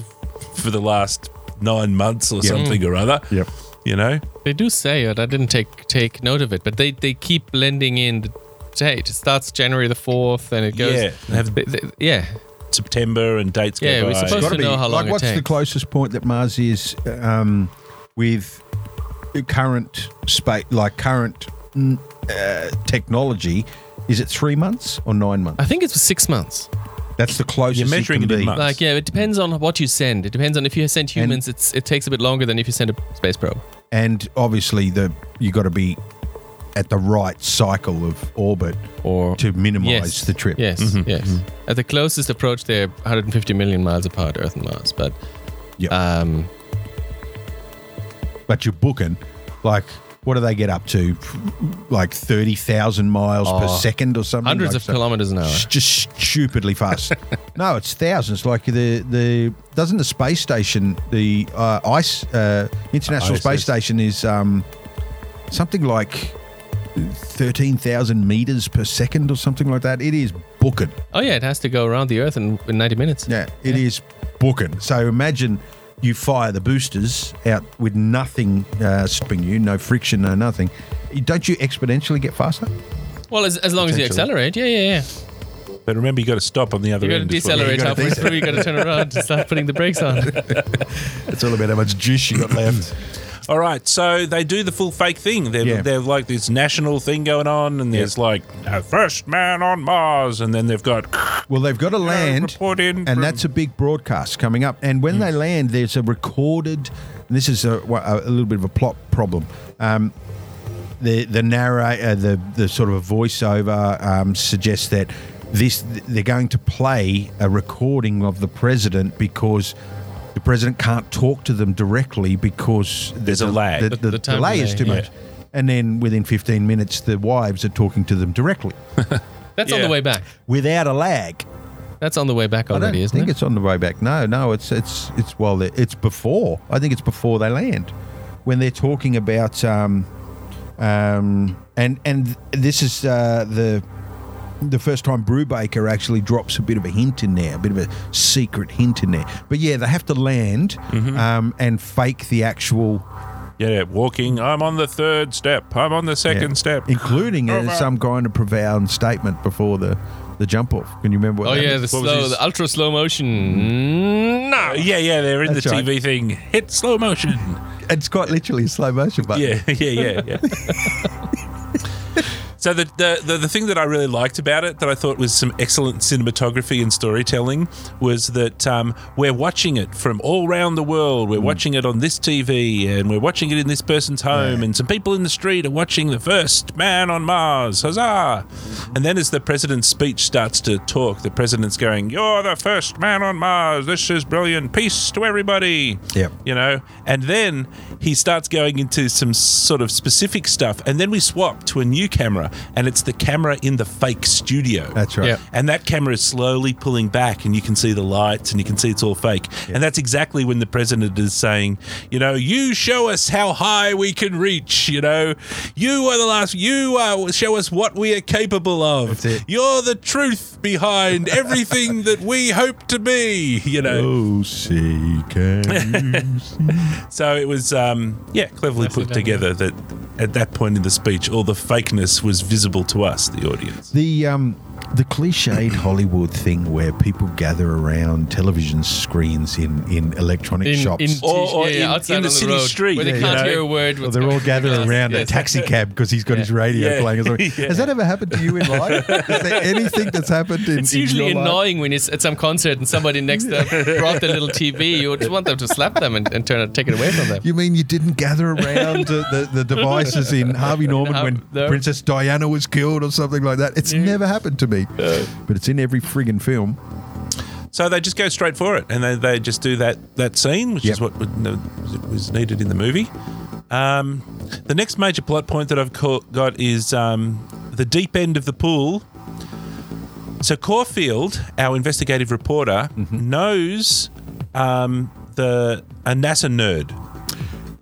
[SPEAKER 2] for the last nine months or something or other.
[SPEAKER 1] Yep.
[SPEAKER 2] You know.
[SPEAKER 3] They do say it. I didn't take take note of it, but they they keep blending in the date. It starts January the fourth, and it goes.
[SPEAKER 2] Yeah. They have
[SPEAKER 3] They- they- yeah.
[SPEAKER 2] September and dates. go
[SPEAKER 3] Yeah, we're
[SPEAKER 2] by.
[SPEAKER 3] supposed
[SPEAKER 1] Gotta
[SPEAKER 3] to know how long
[SPEAKER 1] like,
[SPEAKER 3] it
[SPEAKER 1] what's the
[SPEAKER 3] takes.
[SPEAKER 1] closest point that Mars is um, with the current space, like current mm, uh, technology? Is it three months or nine months?
[SPEAKER 3] I think it's six months.
[SPEAKER 1] That's the closest
[SPEAKER 2] You're measuring
[SPEAKER 1] it
[SPEAKER 2] it
[SPEAKER 1] can
[SPEAKER 2] in
[SPEAKER 1] be.
[SPEAKER 2] months.
[SPEAKER 3] Like yeah, it depends on what you send. It depends on if you send humans, it's it takes a bit longer than if you send a space probe.
[SPEAKER 1] and obviously the you got to be at the right cycle of orbit
[SPEAKER 3] Or
[SPEAKER 1] to minimize
[SPEAKER 3] yes,
[SPEAKER 1] the trip. Mm, Mm-hmm.
[SPEAKER 3] Yes, yes. At the closest approach, they're 150 million miles apart, Earth and Mars. But
[SPEAKER 1] Mm, Yeah.
[SPEAKER 3] um,
[SPEAKER 1] but you're booking like what do they get up to like 30,000 miles per
[SPEAKER 3] Oh.
[SPEAKER 1] second or something
[SPEAKER 3] hundreds
[SPEAKER 1] like
[SPEAKER 3] of
[SPEAKER 1] so-
[SPEAKER 3] kilometers an hour.
[SPEAKER 1] It's just stupidly fast no it's thousands like the the doesn't the space station the uh, ice uh, international space
[SPEAKER 2] ISS.
[SPEAKER 1] station is um, something like 13,000 meters per second or something like that it is booking
[SPEAKER 3] Oh yeah, it has to go around the Earth in, in 90 minutes.
[SPEAKER 1] yeah, it is booking. So imagine you fire the boosters out with nothing uh, stopping you, no friction, no nothing. Don't you exponentially get faster?
[SPEAKER 3] Well, as, as long as you
[SPEAKER 1] Potentially.
[SPEAKER 3] accelerate, yeah, yeah, yeah.
[SPEAKER 2] But remember, you got to stop on the other
[SPEAKER 3] You got to
[SPEAKER 2] end. as well.
[SPEAKER 3] decelerate
[SPEAKER 1] gotta
[SPEAKER 3] halfway
[SPEAKER 1] decelerate.
[SPEAKER 3] through. You got to turn around and start putting the brakes on.
[SPEAKER 1] It's all about how much juice you got left.
[SPEAKER 2] All right, so they do the full fake thing. They're,
[SPEAKER 1] Yeah.
[SPEAKER 2] they're like this national thing going on, and there's like uh, first man on Mars, and then they've got
[SPEAKER 1] well, they've got to land,
[SPEAKER 2] report in
[SPEAKER 1] and
[SPEAKER 2] from- Hmm.
[SPEAKER 1] that's a big broadcast coming up. And when they land, there's a recorded. And this is a, a little bit of a plot problem. Um, the the narrator, the the sort of a voiceover um, suggests that this they're going to play a recording of the president because the president can't talk to them directly because the
[SPEAKER 2] There's a
[SPEAKER 1] del-
[SPEAKER 2] lag.
[SPEAKER 1] The,
[SPEAKER 2] The-
[SPEAKER 1] the
[SPEAKER 3] the time
[SPEAKER 1] delay is
[SPEAKER 3] delay,
[SPEAKER 1] too
[SPEAKER 3] yeah.
[SPEAKER 1] much, and then within 15 minutes, the wives are talking to them directly
[SPEAKER 3] That's on the
[SPEAKER 2] Yeah.
[SPEAKER 3] way back.
[SPEAKER 1] without a lag.
[SPEAKER 3] That's on the way back
[SPEAKER 1] I don't
[SPEAKER 3] already, isn't
[SPEAKER 1] think
[SPEAKER 3] it?
[SPEAKER 1] it's on the way back. No, no, it's it's it's well, it's before. I think it's before they land when they're talking about um, um, and and this is uh, the the first time Brubaker actually drops a bit of a hint in there, a bit of a secret hint in there. But yeah, they have to land
[SPEAKER 3] Mm-hmm.
[SPEAKER 1] um, and fake the actual,
[SPEAKER 2] yeah, yeah, walking. I'm on the third step. I'm on the second
[SPEAKER 1] Yeah.
[SPEAKER 2] step.
[SPEAKER 1] including uh,
[SPEAKER 3] Oh,
[SPEAKER 2] Over.
[SPEAKER 1] some kind of profound statement before the the jump off. Can you remember? What Mm-hmm.
[SPEAKER 3] Oh
[SPEAKER 1] that
[SPEAKER 3] yeah,
[SPEAKER 1] is?
[SPEAKER 3] the
[SPEAKER 2] What was
[SPEAKER 3] slow,
[SPEAKER 2] his-
[SPEAKER 3] the ultra slow motion. No.
[SPEAKER 2] Uh, yeah, yeah, they're in
[SPEAKER 1] That's
[SPEAKER 2] the
[SPEAKER 1] right.
[SPEAKER 2] TV thing. Hit slow motion.
[SPEAKER 1] it's quite literally a slow motion button.
[SPEAKER 2] yeah, yeah, yeah, yeah. So the, the, the the thing that I really liked about it, that I thought was some excellent cinematography and storytelling, was that um, we're watching it from all around the world.
[SPEAKER 1] Mm.
[SPEAKER 2] We're watching it on this TV, and we're watching it in this person's home, and some people in the street are watching the first man on Mars. Huzzah!
[SPEAKER 1] Mm-hmm.
[SPEAKER 2] And then as the president's speech starts to talk, the president's going, "You're the first man on Mars. This is brilliant. Peace to everybody."
[SPEAKER 1] Yep.
[SPEAKER 2] you know and then he starts going into some sort of specific stuff and then we swap to a new camera and it's the camera in the fake studio
[SPEAKER 1] that's right.
[SPEAKER 3] Yeah.
[SPEAKER 2] and that camera is slowly pulling back and you can see the lights and you can see it's all fake and that's exactly when the president is saying you know you show us how high we can reach you know you are the last you are, show us what we are capable of
[SPEAKER 1] That's it.
[SPEAKER 2] you're the truth behind everything that we hope to be you know
[SPEAKER 1] Oh, see, can
[SPEAKER 2] So it was, um, yeah, cleverly
[SPEAKER 3] Nicely
[SPEAKER 2] put
[SPEAKER 3] done, yeah.
[SPEAKER 2] together
[SPEAKER 1] uh,
[SPEAKER 2] that at that point in the speech, all the fakeness was visible to us, the audience.
[SPEAKER 1] the um, the cliched Hollywood thing where people gather around television screens in in electronic
[SPEAKER 3] In,
[SPEAKER 1] shops.
[SPEAKER 3] in,
[SPEAKER 2] Or- or
[SPEAKER 3] yeah,
[SPEAKER 2] in-
[SPEAKER 3] outside
[SPEAKER 2] in the
[SPEAKER 3] on
[SPEAKER 2] city
[SPEAKER 3] road,
[SPEAKER 2] street,
[SPEAKER 3] where they
[SPEAKER 2] you
[SPEAKER 3] can't
[SPEAKER 2] know.
[SPEAKER 3] hear a word.
[SPEAKER 1] Well, they're all gathered around a
[SPEAKER 3] Yes.
[SPEAKER 1] taxi cab because he's got his radio
[SPEAKER 2] Yeah.
[SPEAKER 1] playing. Or something.
[SPEAKER 2] Yeah.
[SPEAKER 1] Has that ever happened to you in life? Is there anything that's happened in,
[SPEAKER 3] It's
[SPEAKER 1] in
[SPEAKER 3] usually
[SPEAKER 1] your life?
[SPEAKER 3] annoying when it's at some concert and somebody next to them brought their little TV. You just want them to slap them and, and turn it, take it away from them.
[SPEAKER 1] You mean you didn't gather around the, the, the devices in Harvey Norman
[SPEAKER 3] Har-
[SPEAKER 1] when
[SPEAKER 3] no.
[SPEAKER 1] Princess Diana was killed or something like that? It's never happened to me, but it's in every friggin' film.
[SPEAKER 2] So they just go straight for it, and they, they just do that that scene, which
[SPEAKER 1] Yep.
[SPEAKER 2] is what would, no, was needed in the movie. Um, the next major plot point that I've ca- got is um, the deep end of the pool. So Caulfield, our investigative reporter, knows um, the a NASA nerd.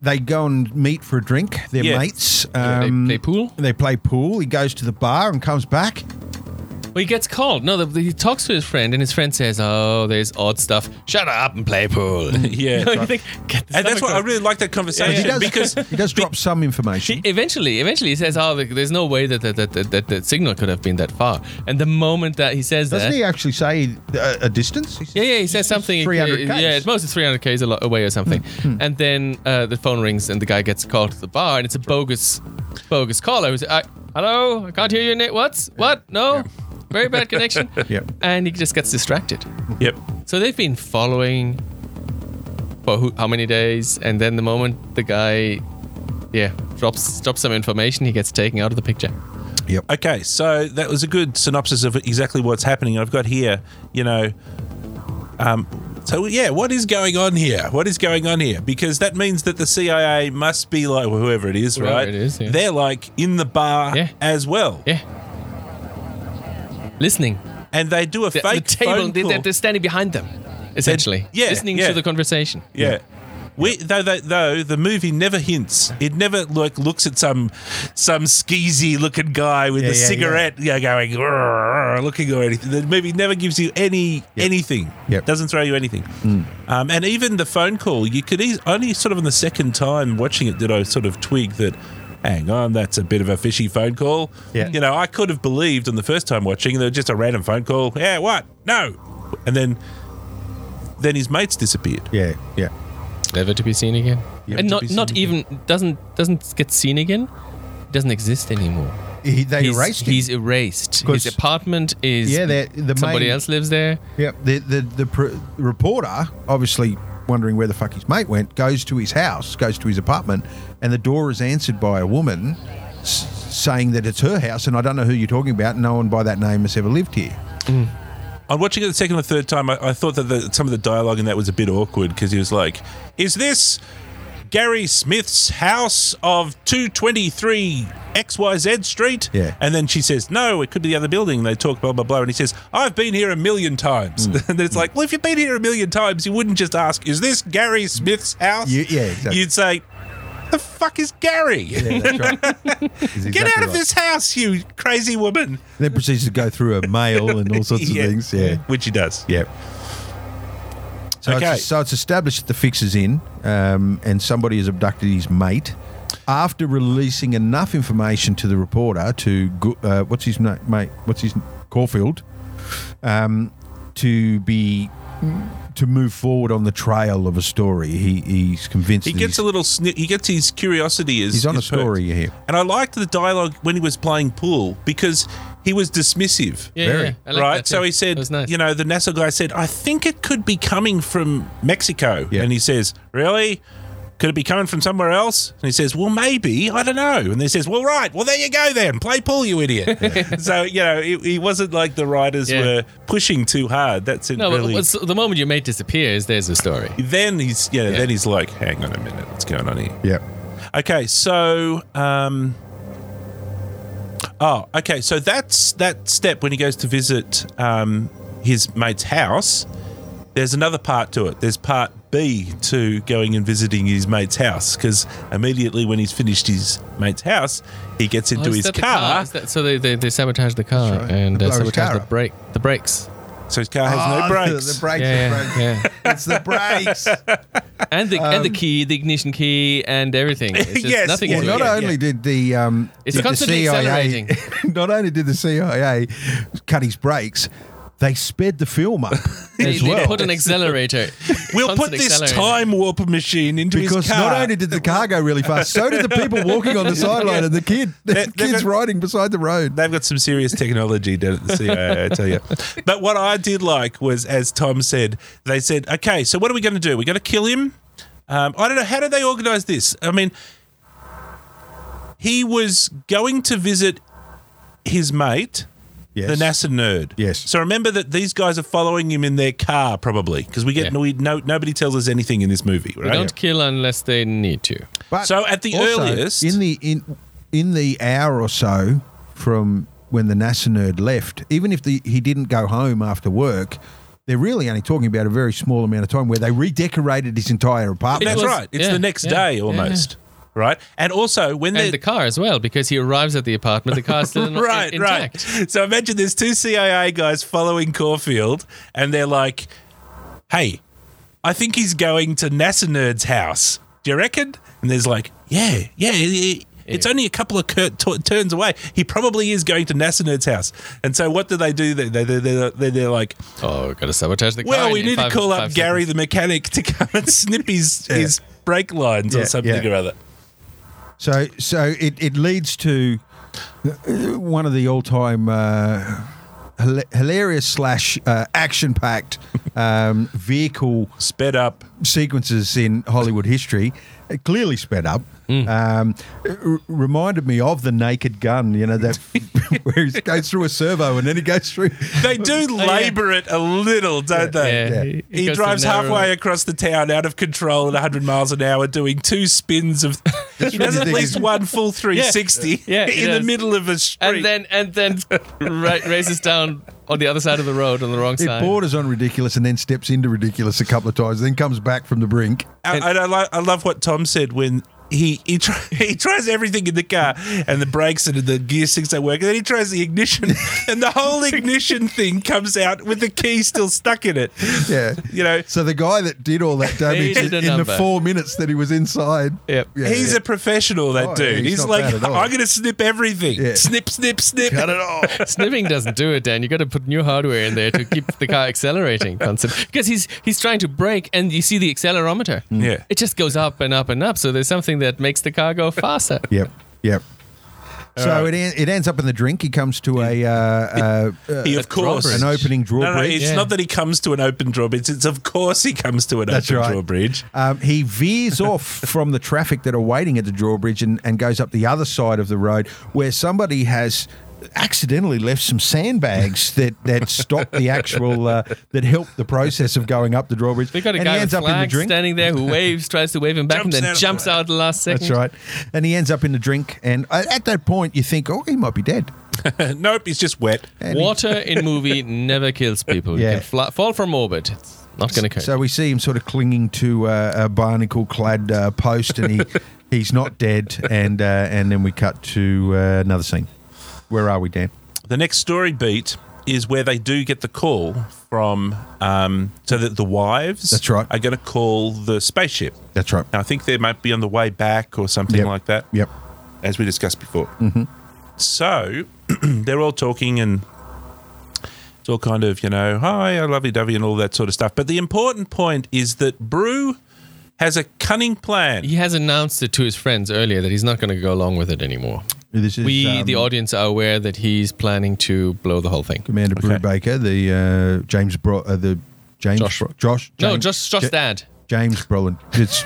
[SPEAKER 1] they go and meet for a drink. They're
[SPEAKER 2] Yeah.
[SPEAKER 1] mates.
[SPEAKER 3] they
[SPEAKER 1] Um,
[SPEAKER 3] play pool?
[SPEAKER 1] They play pool. He goes to the bar and comes back.
[SPEAKER 3] Well, he gets called. No, the, the- he talks to his friend, and his friend says, "Oh, there's odd stuff. Shut up and play pool."
[SPEAKER 2] Yeah,
[SPEAKER 3] you think, get the
[SPEAKER 2] and that's
[SPEAKER 3] stomach
[SPEAKER 2] what I
[SPEAKER 3] off.
[SPEAKER 2] really like that conversation
[SPEAKER 1] He does,
[SPEAKER 2] because
[SPEAKER 1] he does drop some information.
[SPEAKER 3] Eventually, eventually, he says, "Oh, there's no way that that, that, that, that the signal could have been that far." And the moment that he says
[SPEAKER 1] Doesn't
[SPEAKER 3] that,
[SPEAKER 1] he actually say uh, a, a distance? He says-
[SPEAKER 3] yeah, yeah, he says something.
[SPEAKER 1] 300
[SPEAKER 3] yeah,
[SPEAKER 1] Ks. Hmm,
[SPEAKER 3] yeah, at most it's 300 k's a lo- away or something. And then uh, the phone rings, and the guy gets called to the bar, and it's a bogus, bogus caller who's, I, "Hello, I can't hear you. Nick. What's what? No, very bad connection."
[SPEAKER 1] Yeah.
[SPEAKER 3] And he just gets distracted.
[SPEAKER 2] yep.
[SPEAKER 3] So they've been following for who, how many days, and then the moment the guy yeah, drops drops some information. He gets taken out of the picture.
[SPEAKER 1] Yep.
[SPEAKER 2] Okay, so that was a good synopsis of exactly what's happening. I've got here, you know, um, so yeah, what is going on here? What is going on here? Because that means that the CIA must be like well, whoever it is,
[SPEAKER 3] Whoever
[SPEAKER 2] right?
[SPEAKER 3] it is, yeah.
[SPEAKER 2] They're like in the bar
[SPEAKER 3] Yeah.
[SPEAKER 2] as well,
[SPEAKER 3] Yeah. Listening.
[SPEAKER 2] and they do a
[SPEAKER 3] The, the
[SPEAKER 2] fake
[SPEAKER 3] table.
[SPEAKER 2] phone
[SPEAKER 3] They,
[SPEAKER 2] call.
[SPEAKER 3] they're, they're standing behind them, essentially.
[SPEAKER 2] yeah,
[SPEAKER 3] Listening
[SPEAKER 2] yeah.
[SPEAKER 3] to the conversation.
[SPEAKER 2] Yeah. We, though, though, though the movie never hints. It never like looks at some some skeezy looking guy with
[SPEAKER 1] Yeah,
[SPEAKER 2] a
[SPEAKER 1] yeah, yeah.
[SPEAKER 2] cigarette yeah. going "Grrr," looking or anything. The movie never gives you any anything.
[SPEAKER 1] Yep. Mm.
[SPEAKER 2] Doesn't throw you anything. Um, and even the phone call, you could eas- only sort of on the second time watching it did I sort of twig that. Hang on, that's a bit of a fishy phone call.
[SPEAKER 1] Yeah.
[SPEAKER 2] You know, I could have believed on the first time watching there was just a random phone call. Yeah, what? No. And then then his mates disappeared.
[SPEAKER 1] Yeah, yeah.
[SPEAKER 3] Never to be seen again.
[SPEAKER 2] Yeah,
[SPEAKER 3] and
[SPEAKER 2] to
[SPEAKER 3] not
[SPEAKER 2] be
[SPEAKER 3] not
[SPEAKER 2] seen
[SPEAKER 3] even doesn't doesn't get seen again. Doesn't exist anymore.
[SPEAKER 1] He, they
[SPEAKER 3] he's,
[SPEAKER 1] erased him.
[SPEAKER 3] he's erased. His
[SPEAKER 1] 'Cause-
[SPEAKER 3] apartment is
[SPEAKER 1] Yeah, they're- the
[SPEAKER 3] somebody
[SPEAKER 1] main-
[SPEAKER 3] else lives there.
[SPEAKER 1] Yep. The the the pr- reporter, obviously wondering where the fuck his mate went, goes to his house, goes to his apartment, and the door is answered by a woman s- saying that it's her house, and I don't know who you're talking about. No one by that name has ever lived here.
[SPEAKER 2] On watching it the second or third time, I, I thought that the, some of the dialogue in that was a bit awkward because he was like, "Is this Gary Smith's house of two twenty three X Y Z Street?"
[SPEAKER 1] Yeah.
[SPEAKER 2] and then she says, "No, it could be the other building." And they talk blah blah blah, and he says, "I've been here a million times."
[SPEAKER 1] Mm.
[SPEAKER 2] and then it's like, "Well, if you've been here a million times, you wouldn't just ask, is this Gary Smith's house?'
[SPEAKER 1] You- yeah, exactly.
[SPEAKER 2] You'd say, "The fuck is Gary?"
[SPEAKER 1] Yeah, that's right. He's
[SPEAKER 2] Get
[SPEAKER 1] exactly
[SPEAKER 2] out of
[SPEAKER 1] right.
[SPEAKER 2] this house, you crazy woman!
[SPEAKER 1] Then proceeds to go through a mail and all sorts
[SPEAKER 2] Yeah.
[SPEAKER 1] of things. Yeah.
[SPEAKER 2] which he does.
[SPEAKER 1] Yep. So,
[SPEAKER 2] Okay.
[SPEAKER 1] it's, so it's established that the fix is in, um, and somebody has abducted his mate. After releasing enough information to the reporter to go, uh, what's his name, mate? What's his Caulfield? Um, to be to move forward on the trail of a story, he, he's convinced
[SPEAKER 2] He
[SPEAKER 1] that
[SPEAKER 2] gets
[SPEAKER 1] he's,
[SPEAKER 2] a little snip. He gets his curiosity is.
[SPEAKER 1] he's on a
[SPEAKER 2] is perked.
[SPEAKER 1] story here.
[SPEAKER 2] and I liked the dialogue when he was playing pool because he was dismissive.
[SPEAKER 3] Yeah,
[SPEAKER 1] Very.
[SPEAKER 3] yeah. I like
[SPEAKER 2] right,
[SPEAKER 3] that
[SPEAKER 2] so
[SPEAKER 3] too.
[SPEAKER 2] he said,
[SPEAKER 3] That was nice.
[SPEAKER 2] you know, the NASA guy said, I think it could be coming from Mexico.
[SPEAKER 1] Yeah.
[SPEAKER 2] And he says, Really? Could it be coming from somewhere else? And he says, Well, maybe. I don't know. And he says, Well, right. Well, there you go then. Play pool, you idiot. so, you know, it, it wasn't like the writers
[SPEAKER 3] Yeah.
[SPEAKER 2] were pushing too hard. That's it,
[SPEAKER 3] no, but
[SPEAKER 2] really.
[SPEAKER 3] what's- the moment your mate disappears, there's a story.
[SPEAKER 2] Then he's, yeah, then he's like, Hang on a minute. What's going on here?
[SPEAKER 1] Yep.
[SPEAKER 2] Okay, so um Oh, okay, so that's that step when he goes to visit um his mate's house. There's another part to it. There's part B to going and visiting his mate's house because immediately when he's finished his mate's house, he gets into
[SPEAKER 3] Oh, is
[SPEAKER 2] his
[SPEAKER 3] that the
[SPEAKER 2] car,
[SPEAKER 3] Is that- so they, they, they sabotage the car
[SPEAKER 1] right.
[SPEAKER 3] and
[SPEAKER 1] They
[SPEAKER 3] uh,
[SPEAKER 1] blow his
[SPEAKER 3] sabotage
[SPEAKER 1] car
[SPEAKER 3] the
[SPEAKER 1] up.
[SPEAKER 3] brake the brakes.
[SPEAKER 2] so his car has no
[SPEAKER 1] Ah,
[SPEAKER 2] brakes.
[SPEAKER 1] The, the brakes.
[SPEAKER 3] Yeah,
[SPEAKER 1] the brakes.
[SPEAKER 3] yeah,
[SPEAKER 1] It's the brakes.
[SPEAKER 3] yeah. and the and the key, the ignition key, and everything. It's just
[SPEAKER 2] Yes,
[SPEAKER 3] nothing.
[SPEAKER 2] yeah,
[SPEAKER 1] Um, Well,
[SPEAKER 3] to
[SPEAKER 1] not
[SPEAKER 3] it.
[SPEAKER 2] yeah,
[SPEAKER 1] only
[SPEAKER 2] yeah.
[SPEAKER 1] did the um,
[SPEAKER 3] It's
[SPEAKER 1] did the
[SPEAKER 3] constantly
[SPEAKER 1] CIA,
[SPEAKER 3] accelerating.
[SPEAKER 1] not only did the CIA cut his brakes, they sped the film up
[SPEAKER 3] They,
[SPEAKER 1] as
[SPEAKER 3] they
[SPEAKER 1] well.
[SPEAKER 3] put an accelerator.
[SPEAKER 2] We'll put
[SPEAKER 3] constant
[SPEAKER 2] this
[SPEAKER 3] accelerator.
[SPEAKER 2] time warp machine into
[SPEAKER 1] because
[SPEAKER 2] his car.
[SPEAKER 1] not only did the car go really fast, so did the people walking on the sideline and the kid, the
[SPEAKER 2] They- they
[SPEAKER 1] kids
[SPEAKER 2] got-
[SPEAKER 1] riding beside the road.
[SPEAKER 2] They've got some serious technology down at the CIA, I tell you. But what I did like was, as Tom said, they said, okay, so what are we going to do? We're going to kill him? Um, I don't know. How did they organize this? I mean, he was going to visit his mate,
[SPEAKER 1] Yes.
[SPEAKER 2] the NASA nerd.
[SPEAKER 1] Yes.
[SPEAKER 2] So remember that these guys are following him in their car, probably, because we get
[SPEAKER 3] Yeah.
[SPEAKER 2] we, no, nobody tells us anything in this movie,
[SPEAKER 3] They
[SPEAKER 2] right?
[SPEAKER 3] Don't kill unless they need to.
[SPEAKER 1] But
[SPEAKER 2] So at the
[SPEAKER 1] also,
[SPEAKER 2] earliest-
[SPEAKER 1] in the in in the hour or so from when the NASA nerd left, even if the, he didn't go home after work. They're really only talking about a very small amount of time where they redecorated his entire apartment.
[SPEAKER 2] That's
[SPEAKER 3] was-
[SPEAKER 2] right. It's
[SPEAKER 3] yeah,
[SPEAKER 2] the next
[SPEAKER 3] yeah,
[SPEAKER 2] day
[SPEAKER 3] yeah.
[SPEAKER 2] almost, right? And also when they
[SPEAKER 3] And the car as well, because he arrives at the apartment, the car's still in,
[SPEAKER 2] right,
[SPEAKER 3] intact.
[SPEAKER 2] right. So imagine there's two CIA guys following Caulfield, and they're like, "Hey, I think he's going to NASA Nerd's house. Do you reckon?" And there's like, "Yeah, yeah." i- i- It's
[SPEAKER 3] Yeah.
[SPEAKER 2] only a couple of cur- t- turns away. He probably is going to NASA Nerd's house. And so, what do they do? They, they, they, they, they, they're like,
[SPEAKER 3] Oh, gotta sabotage the car.
[SPEAKER 2] well,
[SPEAKER 3] in-
[SPEAKER 2] we
[SPEAKER 3] in
[SPEAKER 2] need
[SPEAKER 3] five-
[SPEAKER 2] to call up
[SPEAKER 3] five
[SPEAKER 2] Gary the mechanic to come and snip his,
[SPEAKER 1] Yeah.
[SPEAKER 2] his brake lines
[SPEAKER 1] Yeah,
[SPEAKER 2] or something
[SPEAKER 1] yeah.
[SPEAKER 2] or other.
[SPEAKER 1] So, so it, it leads to uh, one of the all time uh, hila- hilarious slash uh, action packed um, vehicle
[SPEAKER 2] Sped up.
[SPEAKER 1] sequences in Hollywood history. uh, clearly sped up. Um, it r- reminded me of the Naked Gun, you know, that where he goes through a servo and then he goes through.
[SPEAKER 2] They do labour it a little, don't they?
[SPEAKER 1] Oh, Yeah.
[SPEAKER 3] It
[SPEAKER 2] He
[SPEAKER 3] goes to
[SPEAKER 2] drives
[SPEAKER 3] narrow-
[SPEAKER 2] halfway across the town, out of control at 100 miles an hour, doing two spins of. he does at
[SPEAKER 1] thing
[SPEAKER 2] least
[SPEAKER 1] is-
[SPEAKER 2] one full 360
[SPEAKER 3] Yeah, he
[SPEAKER 2] in the
[SPEAKER 3] does.
[SPEAKER 2] middle of a street.
[SPEAKER 3] and then and then ra- races down on the other side of the road on the wrong
[SPEAKER 1] It
[SPEAKER 3] side.
[SPEAKER 1] borders on ridiculous and then steps into ridiculous a couple of times, then comes back from the brink.
[SPEAKER 2] And, and I, lo- I love what Tom said when he he, try, he tries everything in the car and the brakes and the gear sticks don't work. And then he tries the ignition and the whole ignition thing comes out with the key still stuck in it.
[SPEAKER 1] Yeah.
[SPEAKER 2] You know,
[SPEAKER 1] So the guy that did all that damage
[SPEAKER 3] did
[SPEAKER 1] in
[SPEAKER 3] a
[SPEAKER 1] the
[SPEAKER 3] number.
[SPEAKER 1] four minutes that he was inside.
[SPEAKER 3] Yep.
[SPEAKER 1] Yeah,
[SPEAKER 2] he's
[SPEAKER 1] yeah.
[SPEAKER 2] a professional, that
[SPEAKER 1] Oh,
[SPEAKER 2] dude.
[SPEAKER 1] yeah,
[SPEAKER 2] he's
[SPEAKER 1] he's not
[SPEAKER 2] like,
[SPEAKER 1] bad at all.
[SPEAKER 2] I'm going to snip everything.
[SPEAKER 1] Yeah.
[SPEAKER 2] Snip, snip, snip.
[SPEAKER 1] Cut it off.
[SPEAKER 3] Snipping doesn't do it, Dan. You got to put new hardware in there to keep the car accelerating constantly. Because he's he's trying to brake, and you see the accelerometer.
[SPEAKER 2] Mm. Yeah.
[SPEAKER 3] it just goes up and up and up. So there's something that makes the car go faster.
[SPEAKER 1] Yep. Yep. So it it, en- it ends up in the drink. He comes to a, uh, uh, uh,
[SPEAKER 2] He, of course.
[SPEAKER 3] drawbridge.
[SPEAKER 1] an opening
[SPEAKER 2] No, no,
[SPEAKER 1] drawbridge.
[SPEAKER 2] it's
[SPEAKER 3] Yeah.
[SPEAKER 2] not that he comes to an open drawbridge. It's of course he comes to an
[SPEAKER 1] That's
[SPEAKER 2] open
[SPEAKER 1] right.
[SPEAKER 2] drawbridge.
[SPEAKER 1] Um, he veers off from the traffic that are waiting at the drawbridge and, and goes up the other side of the road where somebody has accidentally left some sandbags that, that stopped the actual uh, that helped the process of going up the drawbridge.
[SPEAKER 3] They got a
[SPEAKER 1] and
[SPEAKER 3] guy
[SPEAKER 1] he
[SPEAKER 3] with
[SPEAKER 1] ends up in the
[SPEAKER 3] flag
[SPEAKER 1] drink.
[SPEAKER 3] standing there who waves, tries to wave him back,
[SPEAKER 2] Jumps out
[SPEAKER 3] and then
[SPEAKER 2] of the
[SPEAKER 3] jumps
[SPEAKER 2] way.
[SPEAKER 3] out at the last second.
[SPEAKER 1] That's right. And he ends up in the drink. And a- at that point, you think, oh, he might be dead.
[SPEAKER 2] nope, he's just wet.
[SPEAKER 3] Water in movie never kills people. You
[SPEAKER 1] Yeah.
[SPEAKER 3] can fly, fall from orbit. It's not going to hurt.
[SPEAKER 1] So we see him sort of clinging to uh, a barnacle clad uh, post, and he he's not dead. And uh, and then we cut to uh, another scene. Where are we, Dan?
[SPEAKER 2] The next story beat is where they do get the call from, um, so that the wives.
[SPEAKER 1] That's right.
[SPEAKER 2] Are going to call the spaceship.
[SPEAKER 1] That's right.
[SPEAKER 2] Now I think they might be on the way back or something
[SPEAKER 1] Yep.
[SPEAKER 2] like that,
[SPEAKER 1] Yep.
[SPEAKER 2] as we discussed before. Mm-hmm. So they're all talking and. It's all kind of, you know, hi, I lovey dovey and all that sort of stuff. But the important point is that Brew has a cunning plan.
[SPEAKER 3] He has announced it to his friends earlier that he's not going to go along with it anymore.
[SPEAKER 1] This is
[SPEAKER 3] we,
[SPEAKER 1] um,
[SPEAKER 3] the audience, are aware that he's planning to blow the whole thing.
[SPEAKER 1] Commander
[SPEAKER 2] Okay.
[SPEAKER 1] Brubaker, the uh, James Bro, uh, the James
[SPEAKER 3] Josh.
[SPEAKER 1] Bro- Josh,
[SPEAKER 3] No,
[SPEAKER 1] James-
[SPEAKER 3] just just
[SPEAKER 1] Ja-
[SPEAKER 3] dad,
[SPEAKER 1] James Brolin. It's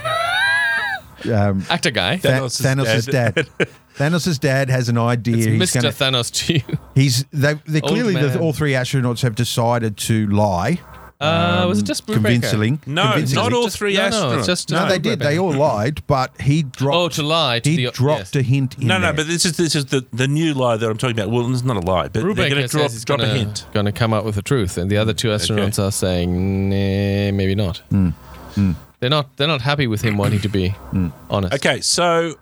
[SPEAKER 1] um,
[SPEAKER 3] actor guy.
[SPEAKER 1] Tha-
[SPEAKER 2] Thanos'
[SPEAKER 1] Thanos'
[SPEAKER 2] dad.
[SPEAKER 1] dad. Thanos' dad has an idea. he's
[SPEAKER 3] Mr.
[SPEAKER 1] gonna-
[SPEAKER 3] Thanos to you.
[SPEAKER 1] He's they they clearly
[SPEAKER 3] man.
[SPEAKER 1] the, all three astronauts have decided to lie.
[SPEAKER 3] Uh, was it
[SPEAKER 1] Um,
[SPEAKER 3] just Brubaker?
[SPEAKER 1] convincingly?
[SPEAKER 2] No,
[SPEAKER 1] convincingly.
[SPEAKER 2] not all
[SPEAKER 3] Just-
[SPEAKER 2] three
[SPEAKER 3] no,
[SPEAKER 2] astronauts.
[SPEAKER 3] no, it's just-
[SPEAKER 1] No,
[SPEAKER 3] No,
[SPEAKER 1] they did. They all lied, but he dropped.
[SPEAKER 3] Oh, to lie to
[SPEAKER 1] he
[SPEAKER 3] the-
[SPEAKER 1] dropped
[SPEAKER 3] yes.
[SPEAKER 1] a hint. In
[SPEAKER 2] No, no,
[SPEAKER 1] there.
[SPEAKER 2] but this is this is the, the new lie that I'm talking about. Well, it's not a lie, but they're going to
[SPEAKER 3] Brubaker
[SPEAKER 2] drop,
[SPEAKER 3] says he's
[SPEAKER 2] drop
[SPEAKER 3] gonna,
[SPEAKER 2] a hint.
[SPEAKER 3] gonna come up with the truth, and the other two astronauts are saying, nah, maybe not.
[SPEAKER 1] Hmm.
[SPEAKER 3] They're not. They're not happy with him wanting to be honest.
[SPEAKER 2] Okay, so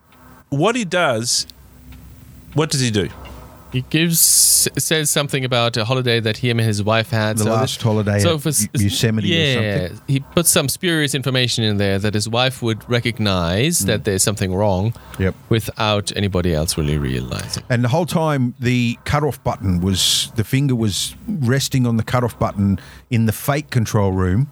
[SPEAKER 2] what he does, what does he do?
[SPEAKER 3] He gives says something about a holiday that he and his wife had.
[SPEAKER 1] The last holiday at
[SPEAKER 3] s-
[SPEAKER 1] U- Yosemite or
[SPEAKER 3] yeah, he puts some spurious information in there that his wife would recognize that there's something wrong.
[SPEAKER 1] Hmm. Yep. Hmm.
[SPEAKER 3] Without anybody else really realizing.
[SPEAKER 1] and the whole time the cutoff button was the finger was resting on the cutoff button in the fake control room,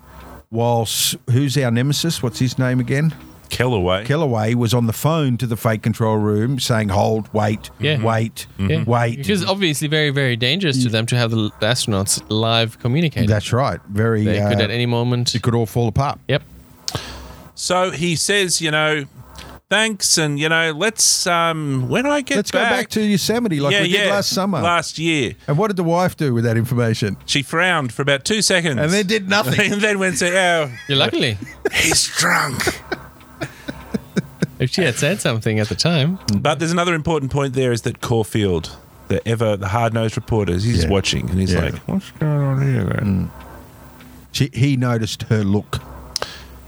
[SPEAKER 1] whilst who's our nemesis? What's his name again?
[SPEAKER 2] Kellaway.
[SPEAKER 1] Kellaway was on the phone to the fake control room saying, "Hold, wait,
[SPEAKER 3] Yeah.
[SPEAKER 1] wait,
[SPEAKER 3] Yeah.
[SPEAKER 1] wait." Hmm.
[SPEAKER 3] Because obviously, very, very dangerous to them to have the the astronauts live communicating.
[SPEAKER 1] That's right. Very.
[SPEAKER 3] they could
[SPEAKER 1] uh,
[SPEAKER 3] at any moment.
[SPEAKER 1] it could all fall apart.
[SPEAKER 3] Yep.
[SPEAKER 2] so he says, you know, thanks, and you know, let's um, when I get
[SPEAKER 1] Let's go back to Yosemite like we did last summer.
[SPEAKER 2] last year,
[SPEAKER 1] and what did the wife do with that information?
[SPEAKER 2] she frowned for about two seconds,
[SPEAKER 1] And they did nothing.
[SPEAKER 2] and then went, say, "Oh,
[SPEAKER 3] Yeah, luckily,
[SPEAKER 2] he's drunk."
[SPEAKER 3] if she had said something at the time,
[SPEAKER 2] But there's another important point there is that Caulfield, the ever the hard nosed reporter, he's
[SPEAKER 1] Yeah.
[SPEAKER 2] watching and he's
[SPEAKER 1] Yeah. Mm.
[SPEAKER 2] like, "What's going on here?" Then?
[SPEAKER 1] She, he noticed her look,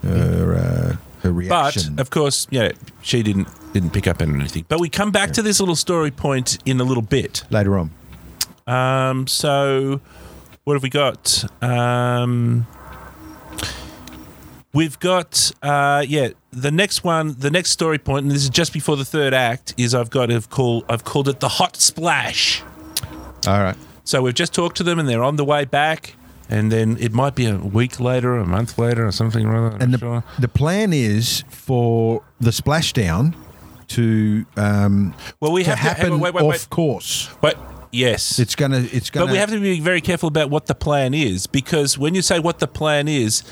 [SPEAKER 1] her uh, her
[SPEAKER 2] But
[SPEAKER 1] reaction.
[SPEAKER 2] of course, yeah, she didn't didn't pick up on anything. But we come back to this little story point in a little bit.
[SPEAKER 1] later on,
[SPEAKER 2] Um, so what have we got? Um, we've got uh, yeah. The next one, the next story point, and this is just before the third act, is I've got have call I've called it the hot splash.
[SPEAKER 1] all right.
[SPEAKER 2] So we've just talked to them, and they're on the way back. And then it might be a week later, a month later, or something or other. I'm
[SPEAKER 1] And
[SPEAKER 2] not
[SPEAKER 1] the
[SPEAKER 2] sure.
[SPEAKER 1] the plan is for the splashdown to um,
[SPEAKER 2] Well, we
[SPEAKER 1] to
[SPEAKER 2] have to-
[SPEAKER 1] happen
[SPEAKER 2] wait, wait, wait,
[SPEAKER 1] off
[SPEAKER 2] wait.
[SPEAKER 1] course.
[SPEAKER 2] But yes,
[SPEAKER 1] It's gonna it's gonna.
[SPEAKER 2] but we have to be very careful about what the plan is because when you say what the plan is,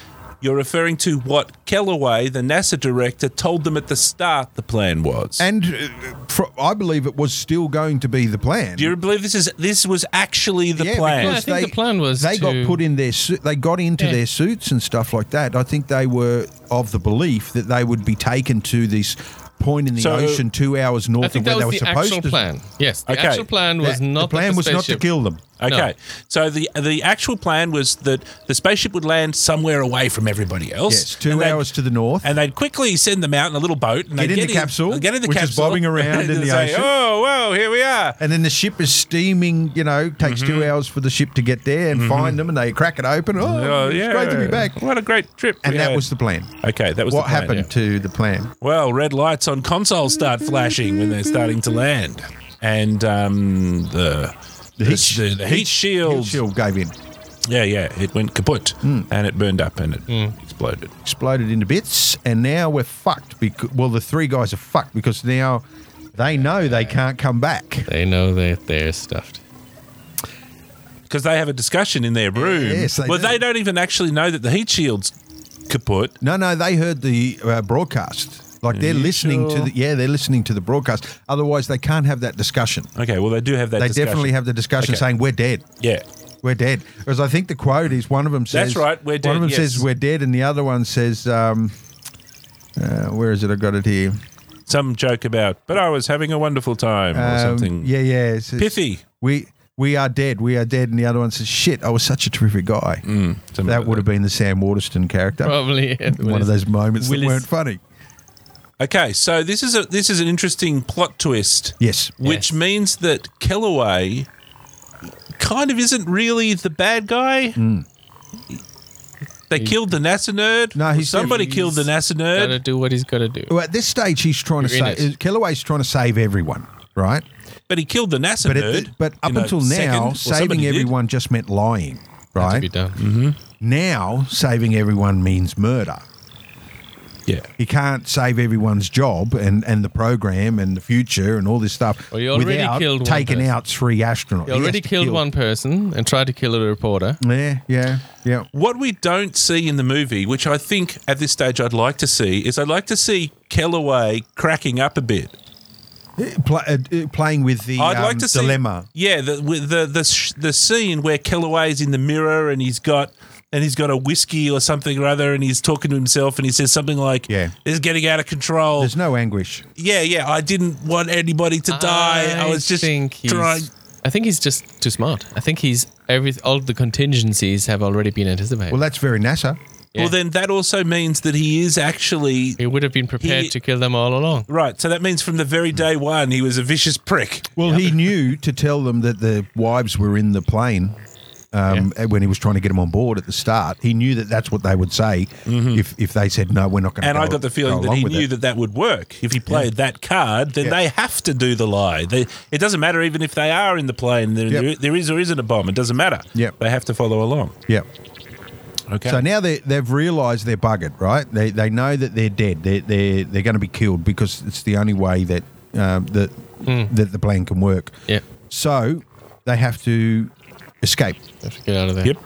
[SPEAKER 2] You're referring to what Kellaway, the NASA director, told them at the start the plan was.
[SPEAKER 1] And uh, fro- I believe it was still going to be the plan.
[SPEAKER 2] Do you believe this is this was actually the
[SPEAKER 1] Yeah,
[SPEAKER 2] plan?
[SPEAKER 3] Yeah, I
[SPEAKER 1] because
[SPEAKER 3] think
[SPEAKER 1] they-
[SPEAKER 3] the plan was
[SPEAKER 1] they
[SPEAKER 3] to-
[SPEAKER 1] got put in their su- they got into
[SPEAKER 3] Yeah.
[SPEAKER 1] their suits and stuff like that. I think they were of the belief that they would be taken to this point in the
[SPEAKER 2] So-
[SPEAKER 1] ocean 2 hours
[SPEAKER 3] I
[SPEAKER 1] north of
[SPEAKER 3] think
[SPEAKER 1] where
[SPEAKER 3] that
[SPEAKER 1] they were
[SPEAKER 3] was the
[SPEAKER 1] supposed
[SPEAKER 3] actual
[SPEAKER 1] to
[SPEAKER 3] plan. Yes, the
[SPEAKER 2] Okay.
[SPEAKER 3] actual plan was
[SPEAKER 1] That-
[SPEAKER 3] not
[SPEAKER 1] the plan
[SPEAKER 3] the
[SPEAKER 1] was not to
[SPEAKER 3] spaceship.
[SPEAKER 1] kill them.
[SPEAKER 2] Okay. So the the actual plan was that the spaceship would land somewhere away from everybody else.
[SPEAKER 1] Yes, 2
[SPEAKER 2] and they'd-
[SPEAKER 1] hours to the north.
[SPEAKER 2] And they'd quickly send them out in a little boat and
[SPEAKER 1] Get
[SPEAKER 2] they'd
[SPEAKER 1] in the capsule,
[SPEAKER 2] Get in the
[SPEAKER 1] which is
[SPEAKER 2] capsule.
[SPEAKER 1] bobbing around in
[SPEAKER 2] and
[SPEAKER 1] the
[SPEAKER 2] say,
[SPEAKER 1] ocean.
[SPEAKER 2] Oh, whoa, here we are.
[SPEAKER 1] and then the ship is steaming, you know, takes
[SPEAKER 2] Mm-hmm.
[SPEAKER 1] 2 hours for the ship to get there and find them and they crack it open. Oh,
[SPEAKER 2] Oh,
[SPEAKER 1] it's
[SPEAKER 2] Mm-hmm. yeah.
[SPEAKER 1] great to be back.
[SPEAKER 2] What a great trip.
[SPEAKER 1] And
[SPEAKER 2] we
[SPEAKER 1] that
[SPEAKER 2] had.
[SPEAKER 1] was the plan.
[SPEAKER 2] Okay, that was
[SPEAKER 1] what
[SPEAKER 2] the plan,
[SPEAKER 1] happened
[SPEAKER 2] yeah.
[SPEAKER 1] to the plan?
[SPEAKER 2] Well, red lights on consoles start flashing when they're starting to land, and um, the the
[SPEAKER 1] heat
[SPEAKER 2] heat,
[SPEAKER 1] sh-
[SPEAKER 2] the, heat shield.
[SPEAKER 1] shield Hmm. gave in,
[SPEAKER 2] Yeah, yeah, it went kaput and it burned up and it exploded.
[SPEAKER 1] exploded into bits, and now we're fucked. Because well, the three guys are fucked because now they know they can't come back.
[SPEAKER 3] They know that they're stuffed.
[SPEAKER 2] Because they have a discussion in their room.
[SPEAKER 1] Yes, they
[SPEAKER 2] well,
[SPEAKER 1] do.
[SPEAKER 2] they don't even actually know that the heat shield's kaput.
[SPEAKER 1] No, no, they heard the uh, broadcast. Like they're
[SPEAKER 2] you
[SPEAKER 1] listening to
[SPEAKER 2] sure?
[SPEAKER 1] the yeah, they're listening to the broadcast. Otherwise, they can't have that discussion.
[SPEAKER 2] Okay, well, they do have that
[SPEAKER 1] They
[SPEAKER 2] discussion.
[SPEAKER 1] definitely have the discussion
[SPEAKER 2] Okay.
[SPEAKER 1] saying we're dead.
[SPEAKER 2] Yeah.
[SPEAKER 1] We're dead. Because I think the quote is one of them says,
[SPEAKER 2] That's right, we're
[SPEAKER 1] One of
[SPEAKER 2] dead,
[SPEAKER 1] them says
[SPEAKER 2] yes.
[SPEAKER 1] we're dead, and the other one says, um, uh, "Where is it? I got it here."
[SPEAKER 2] Some joke about, but I was having a wonderful time or
[SPEAKER 1] Um,
[SPEAKER 2] something.
[SPEAKER 1] Yeah, yeah. It's, it's-
[SPEAKER 2] Pithy.
[SPEAKER 1] We we are dead. We are dead. And the other one says, "Shit, I was such a terrific guy."
[SPEAKER 2] Something
[SPEAKER 1] That
[SPEAKER 2] like
[SPEAKER 1] would have been the Sam Waterston character.
[SPEAKER 3] Probably
[SPEAKER 1] One of those moments
[SPEAKER 3] Willis.
[SPEAKER 1] that weren't funny.
[SPEAKER 2] Okay, so this is a this is an interesting plot twist.
[SPEAKER 1] Yes.
[SPEAKER 2] which
[SPEAKER 3] Yes.
[SPEAKER 2] means that Kellaway kind of isn't really the bad guy.
[SPEAKER 1] Hmm.
[SPEAKER 2] They killed the NASA nerd.
[SPEAKER 1] No, he's-
[SPEAKER 2] somebody
[SPEAKER 1] he's
[SPEAKER 2] killed the NASA
[SPEAKER 3] Gotta
[SPEAKER 2] nerd.
[SPEAKER 3] do what he's gotta do.
[SPEAKER 1] Well, at this stage, he's trying
[SPEAKER 3] You're in
[SPEAKER 1] to save. Kellaway's trying to save everyone, right?
[SPEAKER 2] But he killed the NASA
[SPEAKER 1] But
[SPEAKER 2] nerd.
[SPEAKER 1] at the, but up
[SPEAKER 2] you know,
[SPEAKER 1] until
[SPEAKER 2] second,
[SPEAKER 1] now,
[SPEAKER 2] or somebody
[SPEAKER 1] saving
[SPEAKER 2] did.
[SPEAKER 1] everyone just meant lying,
[SPEAKER 3] To be
[SPEAKER 1] right? Mm-hmm.
[SPEAKER 3] done.
[SPEAKER 1] Now, saving everyone means murder.
[SPEAKER 2] Yeah.
[SPEAKER 1] He can't save everyone's job and, and the program and the future and all this stuff
[SPEAKER 3] Well, he already
[SPEAKER 1] without
[SPEAKER 3] killed one
[SPEAKER 1] taking
[SPEAKER 3] person.
[SPEAKER 1] out three astronauts.
[SPEAKER 3] He
[SPEAKER 1] has
[SPEAKER 3] already
[SPEAKER 1] to
[SPEAKER 3] killed
[SPEAKER 1] kill-
[SPEAKER 3] one person and tried to kill a reporter.
[SPEAKER 1] Yeah, yeah, yeah.
[SPEAKER 2] What we don't see in the movie, which I think at this stage I'd like to see, is I'd like to see Kellaway cracking up a bit.
[SPEAKER 1] Pla uh, uh, playing with the
[SPEAKER 2] I'd like
[SPEAKER 1] um,
[SPEAKER 2] to see
[SPEAKER 1] dilemma.
[SPEAKER 2] Yeah, the with the the sh- the scene where Kellaway's in the mirror and he's got and he's got a whiskey or something or other and he's talking to himself and he says something like,
[SPEAKER 1] Yeah.
[SPEAKER 2] this is getting out of control."
[SPEAKER 1] There's no anguish.
[SPEAKER 2] yeah, yeah, I didn't want anybody to die. I, was just
[SPEAKER 3] think he's,
[SPEAKER 2] trying.
[SPEAKER 3] I think he's just too smart. I think he's every all the contingencies have already been anticipated.
[SPEAKER 1] Well, that's very NASA.
[SPEAKER 2] Well,
[SPEAKER 3] yeah.
[SPEAKER 2] then that also means that he is actually
[SPEAKER 3] he would have been prepared
[SPEAKER 2] He-
[SPEAKER 3] to kill them all along.
[SPEAKER 2] right. So that means from the very day one he was a vicious prick.
[SPEAKER 1] Well, he knew to tell them that the wives were in the plane um, when he was trying to get them on board at the start. He knew that that's what they would say if, if they said, no, we're not going to
[SPEAKER 2] Mm-hmm. And I got the feeling that he knew that that would work. If he played that card, then
[SPEAKER 1] Yeah.
[SPEAKER 2] they have to do the lie. They, it doesn't matter even if they are in the plane. There,
[SPEAKER 1] Yep.
[SPEAKER 2] there- there is or isn't a bomb. It doesn't matter.
[SPEAKER 1] Yep.
[SPEAKER 2] They have to follow along.
[SPEAKER 1] Yeah.
[SPEAKER 2] Okay.
[SPEAKER 1] So now they, they've realised they're buggered, right? They, they know that they're dead. They're, they're, they're going to be killed because it's the only way that, um, that,
[SPEAKER 2] Hmm.
[SPEAKER 1] that the plan can work.
[SPEAKER 3] Yeah,
[SPEAKER 1] So they have to escape.
[SPEAKER 3] have to get out of there.
[SPEAKER 2] yep.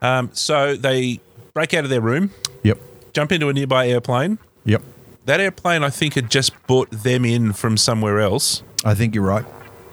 [SPEAKER 2] Um, so they break out of their room,
[SPEAKER 1] Yep.
[SPEAKER 2] jump into a nearby airplane.
[SPEAKER 1] Yep.
[SPEAKER 2] That airplane, I think, had just brought them in from somewhere else.
[SPEAKER 1] I think you're right.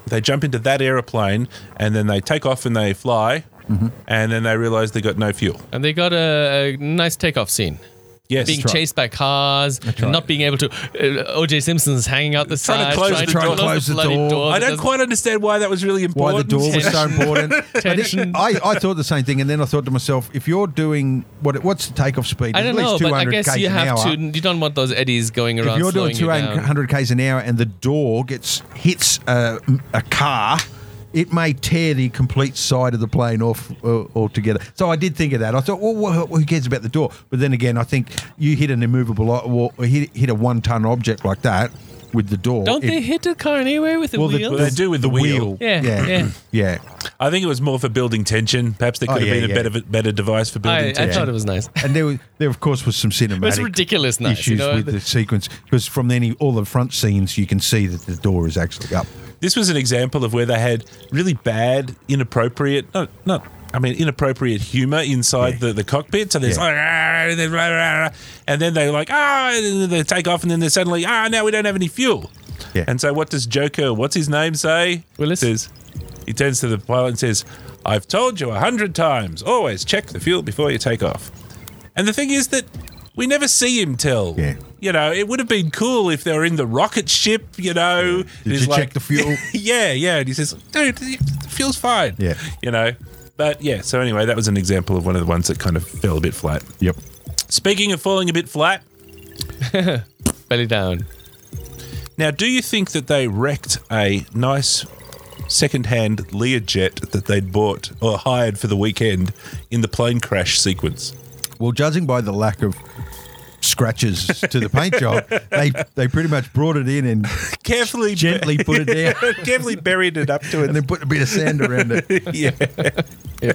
[SPEAKER 2] They jump into that airplane and then they take off and they fly.
[SPEAKER 1] Mm-hmm.
[SPEAKER 2] And then they realize they got no fuel.
[SPEAKER 3] And they got a, a nice takeoff scene.
[SPEAKER 2] Yes.
[SPEAKER 3] Being
[SPEAKER 1] right.
[SPEAKER 3] chased by cars, not being able to. Uh, OJ Simpson's hanging out the
[SPEAKER 2] Trying to
[SPEAKER 3] side,
[SPEAKER 2] close the door.
[SPEAKER 1] Close the
[SPEAKER 3] bloody
[SPEAKER 1] door.
[SPEAKER 2] I
[SPEAKER 3] that
[SPEAKER 2] don't
[SPEAKER 3] doesn't-
[SPEAKER 2] quite understand why that was really
[SPEAKER 1] why
[SPEAKER 2] important.
[SPEAKER 1] the door was so important. I,
[SPEAKER 3] Tension.
[SPEAKER 1] did- I, I thought the same thing, and then I thought to myself, if you're doing what what's the takeoff speed?
[SPEAKER 3] I don't
[SPEAKER 1] At
[SPEAKER 3] know,
[SPEAKER 1] least
[SPEAKER 3] but I
[SPEAKER 1] 200
[SPEAKER 3] guess
[SPEAKER 1] k's
[SPEAKER 3] you
[SPEAKER 1] an
[SPEAKER 3] have
[SPEAKER 1] hour.
[SPEAKER 3] to. You don't want those eddies going around.
[SPEAKER 1] If you're doing
[SPEAKER 3] slowing you down.
[SPEAKER 1] 200 k's an hour and the door gets hits a, a car, it may tear the complete side of the plane off uh, altogether. So I did think of that. I thought, well, wha- who cares about the door? But then again, I think you hit an immovable o- or hit, hit a one ton object like that with the door.
[SPEAKER 3] Don't
[SPEAKER 1] it-
[SPEAKER 3] they hit the car anyway with the
[SPEAKER 1] Well, the-
[SPEAKER 3] wheels?
[SPEAKER 2] Well, they do with the, wheel.
[SPEAKER 3] Yeah,
[SPEAKER 1] Yeah,
[SPEAKER 3] yeah.
[SPEAKER 1] yeah.
[SPEAKER 2] I think it was more for building tension. Perhaps there
[SPEAKER 1] Oh,
[SPEAKER 2] could have
[SPEAKER 1] yeah,
[SPEAKER 2] been a
[SPEAKER 1] yeah.
[SPEAKER 2] better better device for building
[SPEAKER 3] I, I
[SPEAKER 2] tension.
[SPEAKER 3] thought it was nice.
[SPEAKER 1] And there, was, there of course, was some cinematic.
[SPEAKER 3] It's ridiculous nice,
[SPEAKER 1] issues
[SPEAKER 3] you know?
[SPEAKER 1] with the sequence because from any all the front scenes, you can see that the door is actually up.
[SPEAKER 2] This was an example of where they had really bad, inappropriate, not not I mean, inappropriate humor inside the, the cockpit. So there's
[SPEAKER 1] Yeah.
[SPEAKER 2] like, "Ah," and then, "Rah, rah, rah," and then they like, ah, and then they take off, and then they're suddenly, ah, now we don't have any fuel.
[SPEAKER 1] Yeah.
[SPEAKER 2] And so what does Joker, what's his name, say?
[SPEAKER 3] Willis.
[SPEAKER 2] Says, he turns to the pilot and says, I've told you a hundred times, always check the fuel before you take off. And the thing is that we never see him tell.
[SPEAKER 1] Yeah.
[SPEAKER 2] You know, it would have been cool if they were in the rocket ship, you know. and
[SPEAKER 1] Did
[SPEAKER 2] he's
[SPEAKER 1] you
[SPEAKER 2] like-
[SPEAKER 1] check the fuel?
[SPEAKER 2] yeah, yeah. And he says, dude, the the fuel's fine.
[SPEAKER 1] Yeah.
[SPEAKER 2] You know, but yeah, so anyway, that was an example of one of the ones that kind of fell a bit flat.
[SPEAKER 1] yep.
[SPEAKER 2] Speaking of falling a bit flat,
[SPEAKER 3] Belly down.
[SPEAKER 2] now do you think that they wrecked a nice second-hand Learjet that they'd bought or hired for the weekend in the plane crash sequence?
[SPEAKER 1] Well, judging by the lack of scratches to the paint job, they they pretty much brought it in and
[SPEAKER 2] Carefully,
[SPEAKER 1] gently put it down
[SPEAKER 2] carefully buried it up to it.
[SPEAKER 1] and then put a bit of sand around it.
[SPEAKER 2] yeah.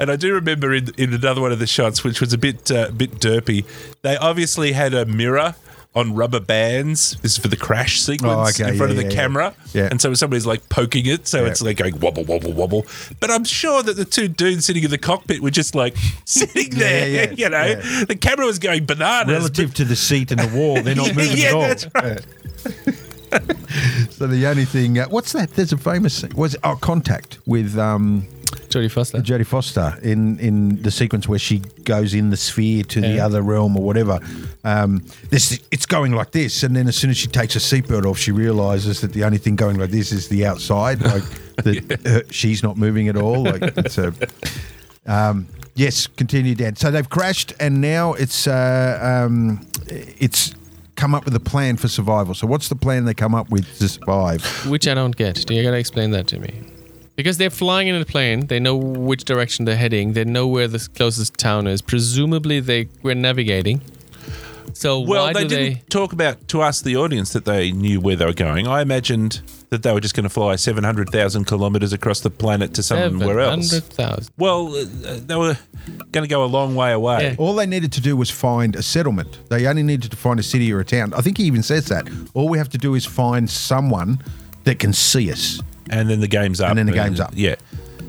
[SPEAKER 2] And I do remember in, in another one of the shots, which was a bit uh, bit derpy. They obviously had a mirror on rubber bands. This is for the crash sequence
[SPEAKER 1] Oh, okay,
[SPEAKER 2] in front
[SPEAKER 1] yeah,
[SPEAKER 2] of
[SPEAKER 1] yeah, yeah.
[SPEAKER 2] the camera.
[SPEAKER 1] Yeah.
[SPEAKER 2] And so somebody's like poking it, so
[SPEAKER 1] Yeah.
[SPEAKER 2] it's like going wobble wobble wobble. But I'm sure that the two dudes sitting in the cockpit were just like sitting there.
[SPEAKER 1] yeah,
[SPEAKER 2] you know,
[SPEAKER 1] yeah.
[SPEAKER 2] the camera was going bananas.
[SPEAKER 1] Relative to the seat and the wall, they're not moving
[SPEAKER 2] yeah,
[SPEAKER 1] at all.
[SPEAKER 2] that's right.
[SPEAKER 1] So the only thing, uh, what's that? There's a famous was it, oh, contact with um,
[SPEAKER 3] Jodie Foster.
[SPEAKER 1] Jodie Foster in in the sequence where she goes in the sphere to the
[SPEAKER 3] Yeah.
[SPEAKER 1] other realm or whatever. Um, this it's going like this, and then as soon as she takes her seatbelt off, she realizes that the only thing going like this is the outside. Like that, her, she's not moving at all. Like it's a. Um, yes, continue, Dan. So they've crashed, and now it's uh, um, it's come up with a plan for survival. So what's the plan they come up with to survive?
[SPEAKER 3] Which I don't get. You gotta explain that to me. Because they're flying in a plane, they know which direction they're heading, they know where the closest town is. Presumably, they were navigating. So
[SPEAKER 2] Well,
[SPEAKER 3] why
[SPEAKER 2] they
[SPEAKER 3] do
[SPEAKER 2] didn't
[SPEAKER 3] they?
[SPEAKER 2] talk about to us, the audience, that they knew where they were going. I imagined that they were just going to fly 700,000 kilometres across the planet to somewhere else.
[SPEAKER 3] 700,000.
[SPEAKER 2] Well, uh, they were going to go a long way away.
[SPEAKER 3] Yeah.
[SPEAKER 1] All they needed to do was find a settlement. They only needed to find a city or a town. I think he even says that. All we have to do is find someone that can see us.
[SPEAKER 2] And then the game's up.
[SPEAKER 1] And then the game's up.
[SPEAKER 2] Yeah.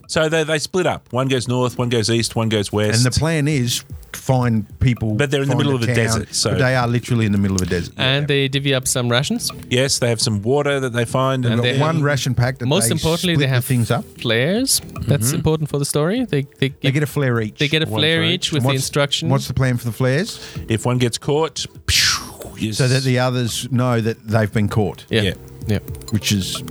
[SPEAKER 2] So they, they split up. One goes north, one goes east, one goes west.
[SPEAKER 1] And the plan is find people.
[SPEAKER 2] But they're in the
[SPEAKER 1] find
[SPEAKER 2] middle of a
[SPEAKER 1] town.
[SPEAKER 2] desert, so-
[SPEAKER 1] But they are literally in the middle of a desert.
[SPEAKER 3] And
[SPEAKER 1] Yeah.
[SPEAKER 3] they divvy up some rations.
[SPEAKER 2] yes, they have some water that they find. And,
[SPEAKER 3] And
[SPEAKER 1] Got
[SPEAKER 3] they-
[SPEAKER 1] one ration pack. That
[SPEAKER 3] Most
[SPEAKER 1] they
[SPEAKER 3] importantly,
[SPEAKER 1] split
[SPEAKER 3] they
[SPEAKER 1] the
[SPEAKER 3] have
[SPEAKER 1] things up. Mm-hmm.
[SPEAKER 3] flares. That's important for the story. They
[SPEAKER 1] They
[SPEAKER 3] they give,
[SPEAKER 1] get a flare each.
[SPEAKER 3] they get a
[SPEAKER 2] One
[SPEAKER 3] flare
[SPEAKER 2] for
[SPEAKER 3] each
[SPEAKER 2] each.
[SPEAKER 3] with the
[SPEAKER 1] What's-
[SPEAKER 3] instruction.
[SPEAKER 1] What's the plan for the flares?
[SPEAKER 2] if one gets caught, phew,
[SPEAKER 1] So that
[SPEAKER 2] yes.
[SPEAKER 1] the others know that they've been caught,
[SPEAKER 3] yeah.
[SPEAKER 2] yeah.
[SPEAKER 3] yeah.
[SPEAKER 1] which is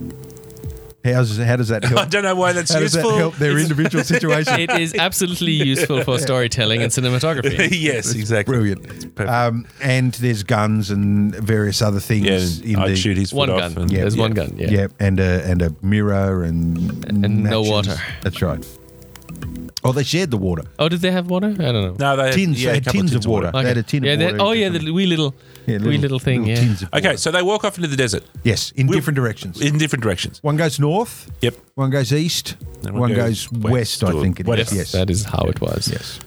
[SPEAKER 1] how's how does that help?
[SPEAKER 2] I don't know why that's
[SPEAKER 1] how does
[SPEAKER 2] useful.
[SPEAKER 1] that help their individual situation?
[SPEAKER 3] It is absolutely useful for storytelling and cinematography.
[SPEAKER 2] yes, exactly.
[SPEAKER 1] Brilliant.
[SPEAKER 2] perfect.
[SPEAKER 1] Um, and there's guns and various other
[SPEAKER 2] Yeah,
[SPEAKER 1] things in
[SPEAKER 2] I'd
[SPEAKER 1] the
[SPEAKER 2] shoot his foot
[SPEAKER 3] One
[SPEAKER 2] off.
[SPEAKER 3] gun.
[SPEAKER 2] and-
[SPEAKER 3] There's one gun. Yeah.
[SPEAKER 1] yeah. and a and a mirror and
[SPEAKER 3] And no
[SPEAKER 1] matches.
[SPEAKER 3] water.
[SPEAKER 1] That's right. Oh, they shared the water.
[SPEAKER 3] Oh, did they have water? I don't know.
[SPEAKER 2] No, they
[SPEAKER 1] Tins, they
[SPEAKER 2] yeah, a
[SPEAKER 1] had
[SPEAKER 2] couple
[SPEAKER 1] tins of water. They had a tin of
[SPEAKER 3] yeah, they-
[SPEAKER 1] water
[SPEAKER 3] Oh
[SPEAKER 1] in
[SPEAKER 3] yeah,
[SPEAKER 1] different-
[SPEAKER 3] the wee little,
[SPEAKER 1] Yeah,
[SPEAKER 3] wee little thing.
[SPEAKER 1] little
[SPEAKER 3] yeah.
[SPEAKER 1] tins of
[SPEAKER 2] Okay,
[SPEAKER 1] water.
[SPEAKER 2] so they walk off into the desert
[SPEAKER 1] yes, in
[SPEAKER 2] We'll-
[SPEAKER 1] different directions.
[SPEAKER 2] in different directions.
[SPEAKER 1] one goes north.
[SPEAKER 2] Yep.
[SPEAKER 1] One goes east.
[SPEAKER 2] And
[SPEAKER 1] one, goes, west. I
[SPEAKER 2] or
[SPEAKER 1] think it is.
[SPEAKER 2] whatever.
[SPEAKER 1] Yes.
[SPEAKER 3] That is how it was.
[SPEAKER 1] yes.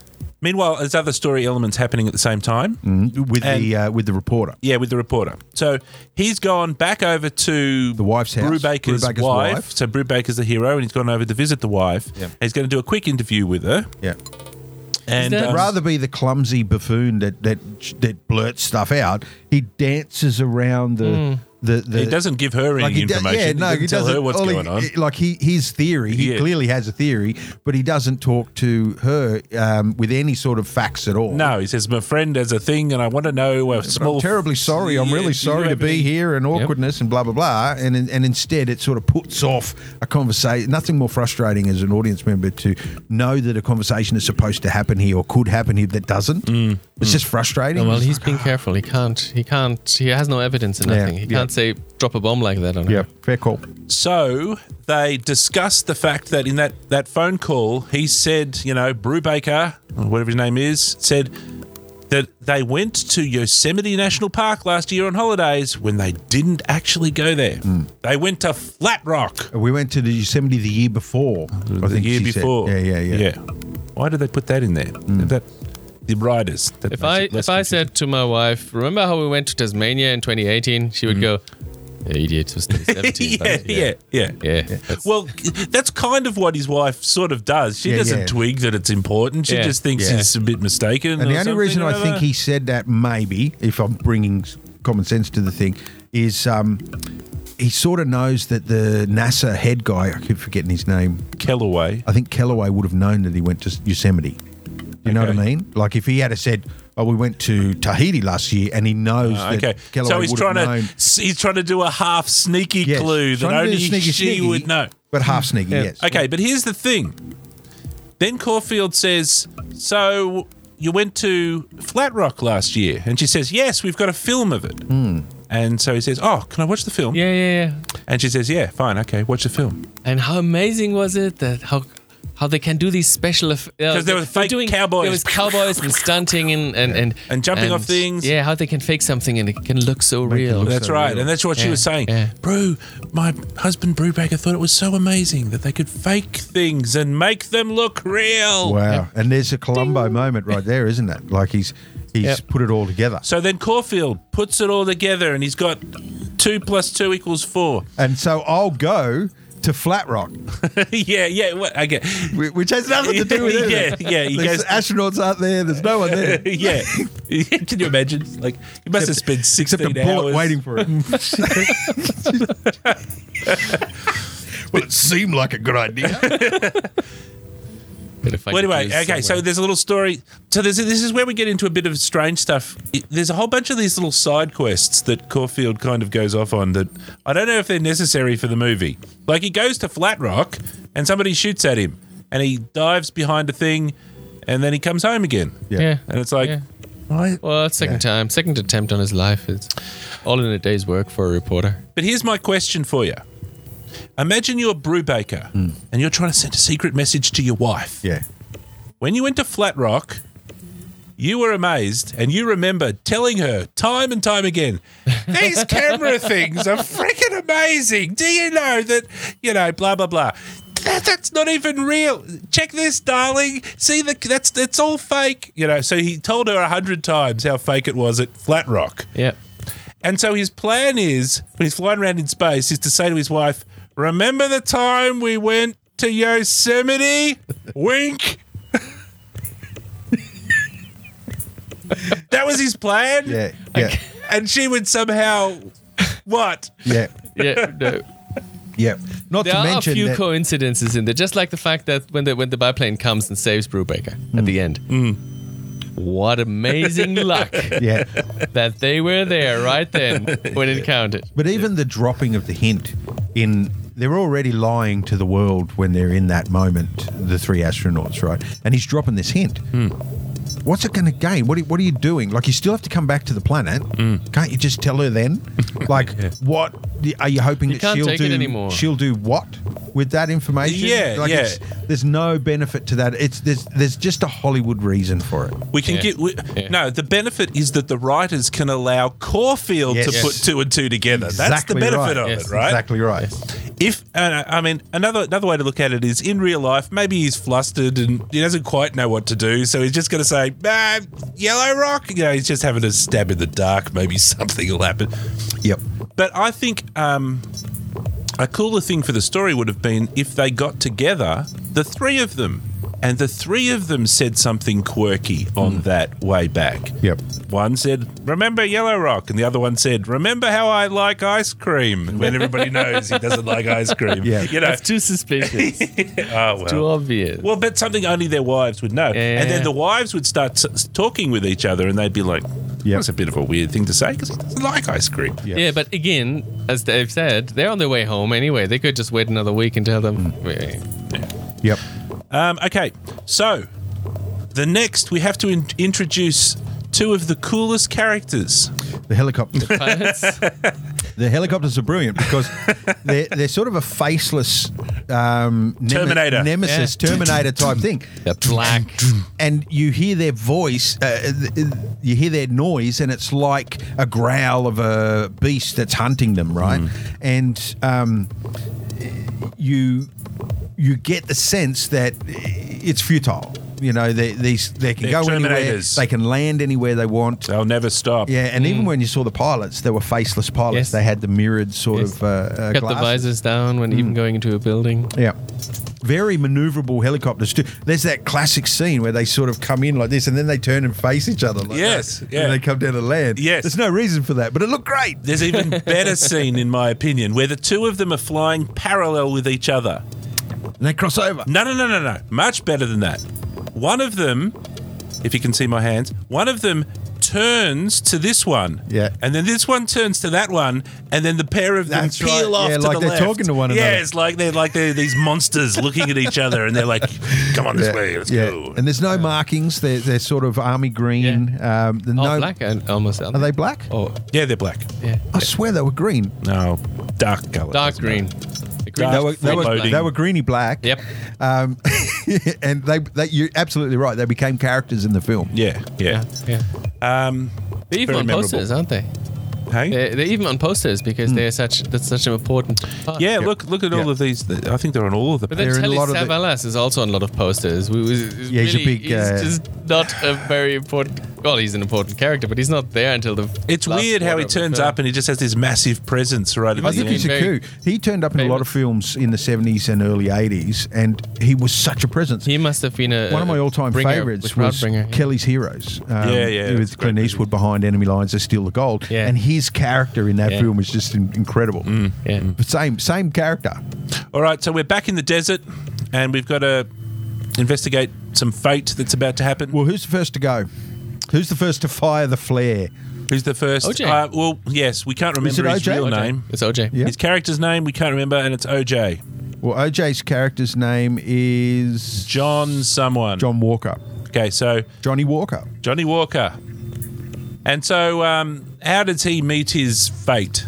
[SPEAKER 2] Meanwhile, there's other story elements happening at the same time.
[SPEAKER 1] Mm, With the
[SPEAKER 2] And-
[SPEAKER 1] uh, with the reporter.
[SPEAKER 2] Yeah, with the reporter. So he's gone back over to
[SPEAKER 1] The wife's house.
[SPEAKER 2] Brubaker's,
[SPEAKER 1] Brubaker's
[SPEAKER 2] wife.
[SPEAKER 1] wife.
[SPEAKER 2] So Brubaker's the hero, and he's gone over to visit the wife.
[SPEAKER 1] Yep.
[SPEAKER 2] He's going to do a quick interview with her.
[SPEAKER 1] Yeah.
[SPEAKER 2] And
[SPEAKER 3] that-
[SPEAKER 2] um,
[SPEAKER 1] rather be the clumsy buffoon that that that blurts stuff out. He dances around the the, the
[SPEAKER 2] he doesn't give her any
[SPEAKER 1] like he do-
[SPEAKER 2] information. he doesn't
[SPEAKER 1] he
[SPEAKER 2] tell her
[SPEAKER 1] doesn't-
[SPEAKER 2] what's
[SPEAKER 1] all he-
[SPEAKER 2] going on.
[SPEAKER 1] he- Like he, his theory, he
[SPEAKER 2] Yeah.
[SPEAKER 1] clearly has a theory, but he doesn't talk to her um, with any sort of facts at all.
[SPEAKER 2] no, he says my friend has a thing, and I want to know a
[SPEAKER 1] But
[SPEAKER 2] small.
[SPEAKER 1] I'm terribly sorry. I'm
[SPEAKER 2] Yeah,
[SPEAKER 1] really
[SPEAKER 2] you
[SPEAKER 1] sorry
[SPEAKER 2] know
[SPEAKER 1] to be
[SPEAKER 2] everything.
[SPEAKER 1] here and awkwardness and blah blah blah. And and instead, it sort of puts off a conversation. Nothing more frustrating as an audience member to know that a conversation is supposed to happen here or could happen here that doesn't.
[SPEAKER 2] Mm.
[SPEAKER 1] It's just frustrating.
[SPEAKER 3] Oh, well, he's being careful. He can't. He can't. He has no evidence and
[SPEAKER 1] Yeah,
[SPEAKER 3] nothing. He
[SPEAKER 1] yeah.
[SPEAKER 3] can't say drop a bomb like that on
[SPEAKER 1] yeah,
[SPEAKER 3] her.
[SPEAKER 1] fair call.
[SPEAKER 2] So they discussed the fact that in that, that phone call, he said, you know, Brubaker, or whatever his name is, said that they went to Yosemite National Park last year on holidays when they didn't actually go there.
[SPEAKER 1] Hmm.
[SPEAKER 2] They went to Flat Rock
[SPEAKER 1] We went to the Yosemite the year before. I
[SPEAKER 2] Oh, the
[SPEAKER 1] think
[SPEAKER 2] year
[SPEAKER 1] she said.
[SPEAKER 2] before.
[SPEAKER 1] Yeah, Hmm. yeah, yeah.
[SPEAKER 2] Why did they put that in there? That the riders. That
[SPEAKER 3] If
[SPEAKER 2] makes
[SPEAKER 3] I
[SPEAKER 2] it less
[SPEAKER 3] if I said to my wife, remember how we went to Tasmania in 2018? She would go, Yeah, Idiots was 2017.
[SPEAKER 2] Mm. yeah,
[SPEAKER 3] right?
[SPEAKER 2] yeah, yeah.
[SPEAKER 3] Yeah. that's-
[SPEAKER 2] Well, that's kind of what his wife sort of does. She
[SPEAKER 1] Yeah,
[SPEAKER 2] doesn't
[SPEAKER 1] yeah.
[SPEAKER 2] twig that it's important. She
[SPEAKER 3] Yeah.
[SPEAKER 2] just thinks
[SPEAKER 3] Yeah.
[SPEAKER 2] it's a bit mistaken.
[SPEAKER 1] And
[SPEAKER 2] or
[SPEAKER 1] the only
[SPEAKER 2] something
[SPEAKER 1] reason
[SPEAKER 2] or
[SPEAKER 1] I
[SPEAKER 2] other.
[SPEAKER 1] think he said that, maybe, if I'm bringing s- common sense to the thing, is um, he sort of knows that the NASA head guy, I keep forgetting his name,
[SPEAKER 2] Kellaway.
[SPEAKER 1] I think Kellaway would have known that he went to Yosemite. You know what I
[SPEAKER 2] Okay.
[SPEAKER 1] mean? Like if he had have said, "Oh, we went to Tahiti last year," and he knows
[SPEAKER 2] Uh,
[SPEAKER 1] that
[SPEAKER 2] okay,
[SPEAKER 1] Kellaway
[SPEAKER 2] so he's
[SPEAKER 1] would
[SPEAKER 2] trying
[SPEAKER 1] have
[SPEAKER 2] to
[SPEAKER 1] known.
[SPEAKER 2] s- he's trying to do a half sneaky
[SPEAKER 1] Yes,
[SPEAKER 2] clue that
[SPEAKER 1] trying to do
[SPEAKER 2] only
[SPEAKER 1] the sneaky
[SPEAKER 2] she
[SPEAKER 1] sneaky,
[SPEAKER 2] would know.
[SPEAKER 1] but half sneaky. Yes.
[SPEAKER 2] Okay, but here's the thing. Then Caulfield says, So you went to Flat Rock last year? And she says, Yes, we've got a film of it.
[SPEAKER 1] Hmm.
[SPEAKER 2] And so he says, Oh, can I watch the film?
[SPEAKER 3] yeah, yeah, yeah.
[SPEAKER 2] And she says, Yeah, fine, okay, watch the film.
[SPEAKER 3] And how amazing was it that how how they can do these special effects?
[SPEAKER 2] 'Cause there were fake cowboys.
[SPEAKER 3] There was cowboys and stunting and and and,
[SPEAKER 2] And jumping off things.
[SPEAKER 3] Yeah, how they can fake something and it can look so real.
[SPEAKER 1] look
[SPEAKER 2] That's
[SPEAKER 1] so
[SPEAKER 2] right.
[SPEAKER 1] real.
[SPEAKER 2] And that's what she
[SPEAKER 3] Yeah,
[SPEAKER 2] was saying.
[SPEAKER 3] yeah.
[SPEAKER 2] Brew, my husband Brewbaker thought it was so amazing that they could fake things and make them look real.
[SPEAKER 1] Wow. And there's a Columbo moment right there, isn't it? Like he's he's
[SPEAKER 3] Yep.
[SPEAKER 1] put it all together.
[SPEAKER 2] So then Caulfield puts it all together and he's got two plus two equals four.
[SPEAKER 1] And so I'll go to Flat Rock,
[SPEAKER 2] yeah, yeah. What, okay.
[SPEAKER 1] whi- which has nothing to do with it.
[SPEAKER 2] Yeah, yeah, he
[SPEAKER 1] There's
[SPEAKER 2] goes-
[SPEAKER 1] astronauts out there. There's no one there.
[SPEAKER 2] yeah. Can you imagine? Like, you must have spent
[SPEAKER 1] Except a
[SPEAKER 2] 16
[SPEAKER 1] bullet
[SPEAKER 2] hours.
[SPEAKER 1] waiting for it. well, it seemed like a good idea.
[SPEAKER 3] Bit of fake
[SPEAKER 2] Well, anyway,
[SPEAKER 3] news
[SPEAKER 2] okay. So
[SPEAKER 3] somewhere.
[SPEAKER 2] there's a little story. So there's this is where we get into a bit of strange stuff. It- There's a whole bunch of these little side quests that Caulfield kind of goes off on that I don't know if they're necessary for the movie. Like he goes to Flat Rock and somebody shoots at him, and he dives behind a thing, and then he comes home again.
[SPEAKER 1] Yeah.
[SPEAKER 3] yeah.
[SPEAKER 2] And it's like,
[SPEAKER 3] Yeah.
[SPEAKER 2] why?
[SPEAKER 3] Well, it's second time, second attempt on his life. It's all in a day's work for a reporter.
[SPEAKER 2] But here's my question for you. Imagine you're a brew baker and you're trying to send a secret message to your wife.
[SPEAKER 1] Yeah.
[SPEAKER 2] When you went to Flat Rock, you were amazed and you remember telling her time and time again, these camera things are freaking amazing. Do you know that, you know, blah, blah, blah. That, that's not even real. Check this, darling. See the that's that's all fake. You know, so he told her a hundred times how fake it was at Flat Rock.
[SPEAKER 3] Yeah.
[SPEAKER 2] And so his plan is, when he's flying around in space, is to say to his wife, Remember the time we went to Yosemite? Wink. that was his plan.
[SPEAKER 1] Yeah. Yeah.
[SPEAKER 2] And she would somehow. What?
[SPEAKER 1] Yeah.
[SPEAKER 3] Yeah. no.
[SPEAKER 1] Yeah. Not
[SPEAKER 3] There
[SPEAKER 1] to
[SPEAKER 3] are a
[SPEAKER 1] mention
[SPEAKER 3] few
[SPEAKER 1] that,
[SPEAKER 3] coincidences in there, just like the fact that when the when the biplane comes and saves Brubaker
[SPEAKER 1] Hmm.
[SPEAKER 3] at the end. What amazing luck
[SPEAKER 1] yeah.
[SPEAKER 3] that they were there right then when it counted.
[SPEAKER 1] But even the dropping of the hint in they're already lying to the world when they're in that moment, the three astronauts, right? And he's dropping this hint.
[SPEAKER 2] Hmm.
[SPEAKER 1] What's it going to gain? What are, what are you doing? Like, you still have to come back to the planet.
[SPEAKER 2] Hmm.
[SPEAKER 1] Can't you just tell her then? Like, what are you hoping that
[SPEAKER 3] can't
[SPEAKER 1] she'll
[SPEAKER 3] take
[SPEAKER 1] do?
[SPEAKER 3] it anymore.
[SPEAKER 1] She'll do what with that information?
[SPEAKER 2] Yeah,
[SPEAKER 1] like
[SPEAKER 2] yeah.
[SPEAKER 1] It's, there's no benefit to that. It's there's there's just a Hollywood reason for it.
[SPEAKER 2] We can
[SPEAKER 3] Yeah.
[SPEAKER 2] get. We,
[SPEAKER 3] Yeah.
[SPEAKER 2] No, the benefit is that the writers can allow Caulfield to
[SPEAKER 1] Yes.
[SPEAKER 2] put two and two together. That's the
[SPEAKER 1] Exactly
[SPEAKER 2] benefit
[SPEAKER 1] right.
[SPEAKER 2] of
[SPEAKER 3] Yes.
[SPEAKER 2] it, right?
[SPEAKER 1] Exactly right.
[SPEAKER 2] If uh, I mean another another way to look at it is in real life, maybe he's flustered and he doesn't quite know what to do, so he's just going to say ah, Yellow Rock. You know, he's just having a stab in the dark. Maybe something will happen.
[SPEAKER 1] Yep.
[SPEAKER 2] But I think um, a cooler thing for the story would have been if they got together, the three of them, and the three of them said something quirky
[SPEAKER 3] Hmm.
[SPEAKER 2] on that way back.
[SPEAKER 1] Yep.
[SPEAKER 2] One said, "Remember Yellow Rock," and the other one said, "Remember how I like ice cream." When everybody knows he doesn't like ice cream,
[SPEAKER 1] Yeah.
[SPEAKER 2] you know.
[SPEAKER 3] That's too suspicious.
[SPEAKER 2] Oh
[SPEAKER 3] too
[SPEAKER 2] well.
[SPEAKER 3] obvious.
[SPEAKER 2] Well, but something only their wives would know,
[SPEAKER 3] Yeah.
[SPEAKER 2] and then the wives would start s- s- talking with each other, and they'd be like,
[SPEAKER 1] Yep.
[SPEAKER 2] "That's a bit of a weird thing to say because he doesn't like ice cream."
[SPEAKER 1] Yeah.
[SPEAKER 3] Yeah, but again, as Dave said, they're on their way home anyway. They could just wait another week and tell them.
[SPEAKER 1] Hmm. Yep.
[SPEAKER 2] Um, okay, so the next we have to in- introduce two of the coolest characters.
[SPEAKER 1] The helicopter.
[SPEAKER 3] Pilots?
[SPEAKER 1] The helicopters are brilliant because they're, they're sort of a faceless um, neme-
[SPEAKER 2] Terminator.
[SPEAKER 1] nemesis,
[SPEAKER 3] Yeah.
[SPEAKER 1] Terminator type thing.
[SPEAKER 3] They're black.
[SPEAKER 1] And you hear their voice, uh, th- you hear their noise, and it's like a growl of a beast that's hunting them, right?
[SPEAKER 2] Mm.
[SPEAKER 1] And um, you you get the sense that it's futile. You know, they these they can
[SPEAKER 2] They're
[SPEAKER 1] go anywhere.
[SPEAKER 2] Terminators.
[SPEAKER 1] They can land anywhere they want.
[SPEAKER 2] They'll never stop.
[SPEAKER 1] Yeah, and even when you saw the pilots, they were faceless pilots.
[SPEAKER 3] Mm. Yes.
[SPEAKER 1] They had the mirrored sort
[SPEAKER 3] Yes.
[SPEAKER 1] of uh, uh,
[SPEAKER 3] Cut the
[SPEAKER 1] glasses. Hmm.
[SPEAKER 3] visors down when even going into a building.
[SPEAKER 1] Yeah. Very maneuverable helicopters too. There's that classic scene where they sort of come in like this and then they turn and face each other. Like
[SPEAKER 2] Yes,
[SPEAKER 1] that,
[SPEAKER 2] yeah.
[SPEAKER 1] And they come down to land.
[SPEAKER 2] Yes.
[SPEAKER 1] There's no reason for that, but it looked great.
[SPEAKER 2] There's even better scene, in my opinion, where the two of them are flying parallel with each other.
[SPEAKER 1] And they cross over.
[SPEAKER 2] No, no, no, no, no. Much better than that. One of them, if you can see my hands, one of them turns to this one.
[SPEAKER 1] Yeah.
[SPEAKER 2] And then this one turns to that one, and then the pair of them
[SPEAKER 1] That's
[SPEAKER 2] peel
[SPEAKER 1] right.
[SPEAKER 2] off
[SPEAKER 1] Yeah,
[SPEAKER 2] to
[SPEAKER 1] like
[SPEAKER 2] the
[SPEAKER 1] they're
[SPEAKER 2] left.
[SPEAKER 1] talking to one
[SPEAKER 2] Yeah,
[SPEAKER 1] another.
[SPEAKER 2] it's like they're like they're these monsters looking at each other, and they're like, "Come on this way, let's go."
[SPEAKER 1] And there's no markings. They're, they're sort of army green. Um, the
[SPEAKER 3] Oh,
[SPEAKER 1] no,
[SPEAKER 3] black and almost.
[SPEAKER 1] Are they black?
[SPEAKER 3] Oh,
[SPEAKER 2] yeah, they're black.
[SPEAKER 3] yeah.
[SPEAKER 1] I swear they were green.
[SPEAKER 2] No, dark color.
[SPEAKER 3] Dark
[SPEAKER 2] doesn't
[SPEAKER 3] green.
[SPEAKER 2] matter.
[SPEAKER 3] The green
[SPEAKER 1] They were, they,
[SPEAKER 2] Green
[SPEAKER 1] were,
[SPEAKER 2] lighting.
[SPEAKER 1] they were greeny black.
[SPEAKER 3] Yep.
[SPEAKER 1] Um, and they, they, you're absolutely right. They became characters in the film.
[SPEAKER 2] Yeah, yeah.
[SPEAKER 3] Yeah. yeah.
[SPEAKER 2] Um,
[SPEAKER 3] They're even
[SPEAKER 2] very
[SPEAKER 3] on
[SPEAKER 2] memorable.
[SPEAKER 3] posters, aren't they?
[SPEAKER 2] Hey.
[SPEAKER 3] They're, they're even on posters because they're such that's such an important part.
[SPEAKER 2] Yeah, look look at all
[SPEAKER 1] Yeah.
[SPEAKER 2] of these. I think they're on all of the.
[SPEAKER 3] But then
[SPEAKER 1] They're in a
[SPEAKER 3] Telly
[SPEAKER 1] lot of the-
[SPEAKER 3] Savalas is also on a lot of posters. We, we, it's
[SPEAKER 1] Yeah, he's a
[SPEAKER 3] really-
[SPEAKER 1] big, uh,
[SPEAKER 3] He's just not a very important. Well, he's an important character, but he's not there until the.
[SPEAKER 2] it's
[SPEAKER 3] last
[SPEAKER 2] weird how
[SPEAKER 3] quarter uh,
[SPEAKER 2] he
[SPEAKER 3] of the
[SPEAKER 2] turns
[SPEAKER 3] film.
[SPEAKER 2] up and he just has this massive presence right at
[SPEAKER 1] I
[SPEAKER 2] the
[SPEAKER 1] think
[SPEAKER 2] end.
[SPEAKER 1] he's a coup.
[SPEAKER 3] Very
[SPEAKER 1] He turned up in a lot of films in the 70s and early 80s, and he was such a presence.
[SPEAKER 3] He must have been a
[SPEAKER 1] One of my all-time
[SPEAKER 3] bringer, the
[SPEAKER 1] favorites
[SPEAKER 3] crowd
[SPEAKER 1] was
[SPEAKER 3] bringer, yeah.
[SPEAKER 1] Kelly's Heroes. Um,
[SPEAKER 2] Yeah, yeah, that's a
[SPEAKER 1] With
[SPEAKER 2] great
[SPEAKER 1] Clint
[SPEAKER 2] movie.
[SPEAKER 1] Eastwood behind Enemy Lines, They Steal the Gold.
[SPEAKER 3] Yeah.
[SPEAKER 1] And his character in that
[SPEAKER 3] Yeah.
[SPEAKER 1] film was just in- incredible.
[SPEAKER 2] Mm.
[SPEAKER 3] Yeah.
[SPEAKER 1] But Same, same character.
[SPEAKER 2] All right, so we're back in the desert, and we've got to investigate some fate that's about to happen.
[SPEAKER 1] Well, who's the first to go? Who's the first to fire the flare?
[SPEAKER 2] Who's the first?
[SPEAKER 3] OJ.
[SPEAKER 2] Uh, well, yes, we can't remember
[SPEAKER 1] it
[SPEAKER 2] his
[SPEAKER 1] OJ?
[SPEAKER 2] real
[SPEAKER 1] OJ.
[SPEAKER 2] name.
[SPEAKER 3] It's OJ.
[SPEAKER 1] Yeah.
[SPEAKER 2] His character's name we can't remember, and it's OJ
[SPEAKER 1] Well, OJ's character's name is
[SPEAKER 2] John someone.
[SPEAKER 1] John Walker.
[SPEAKER 2] Okay, so
[SPEAKER 1] Johnny Walker.
[SPEAKER 2] Johnny Walker. And so, um, how does he meet his fate?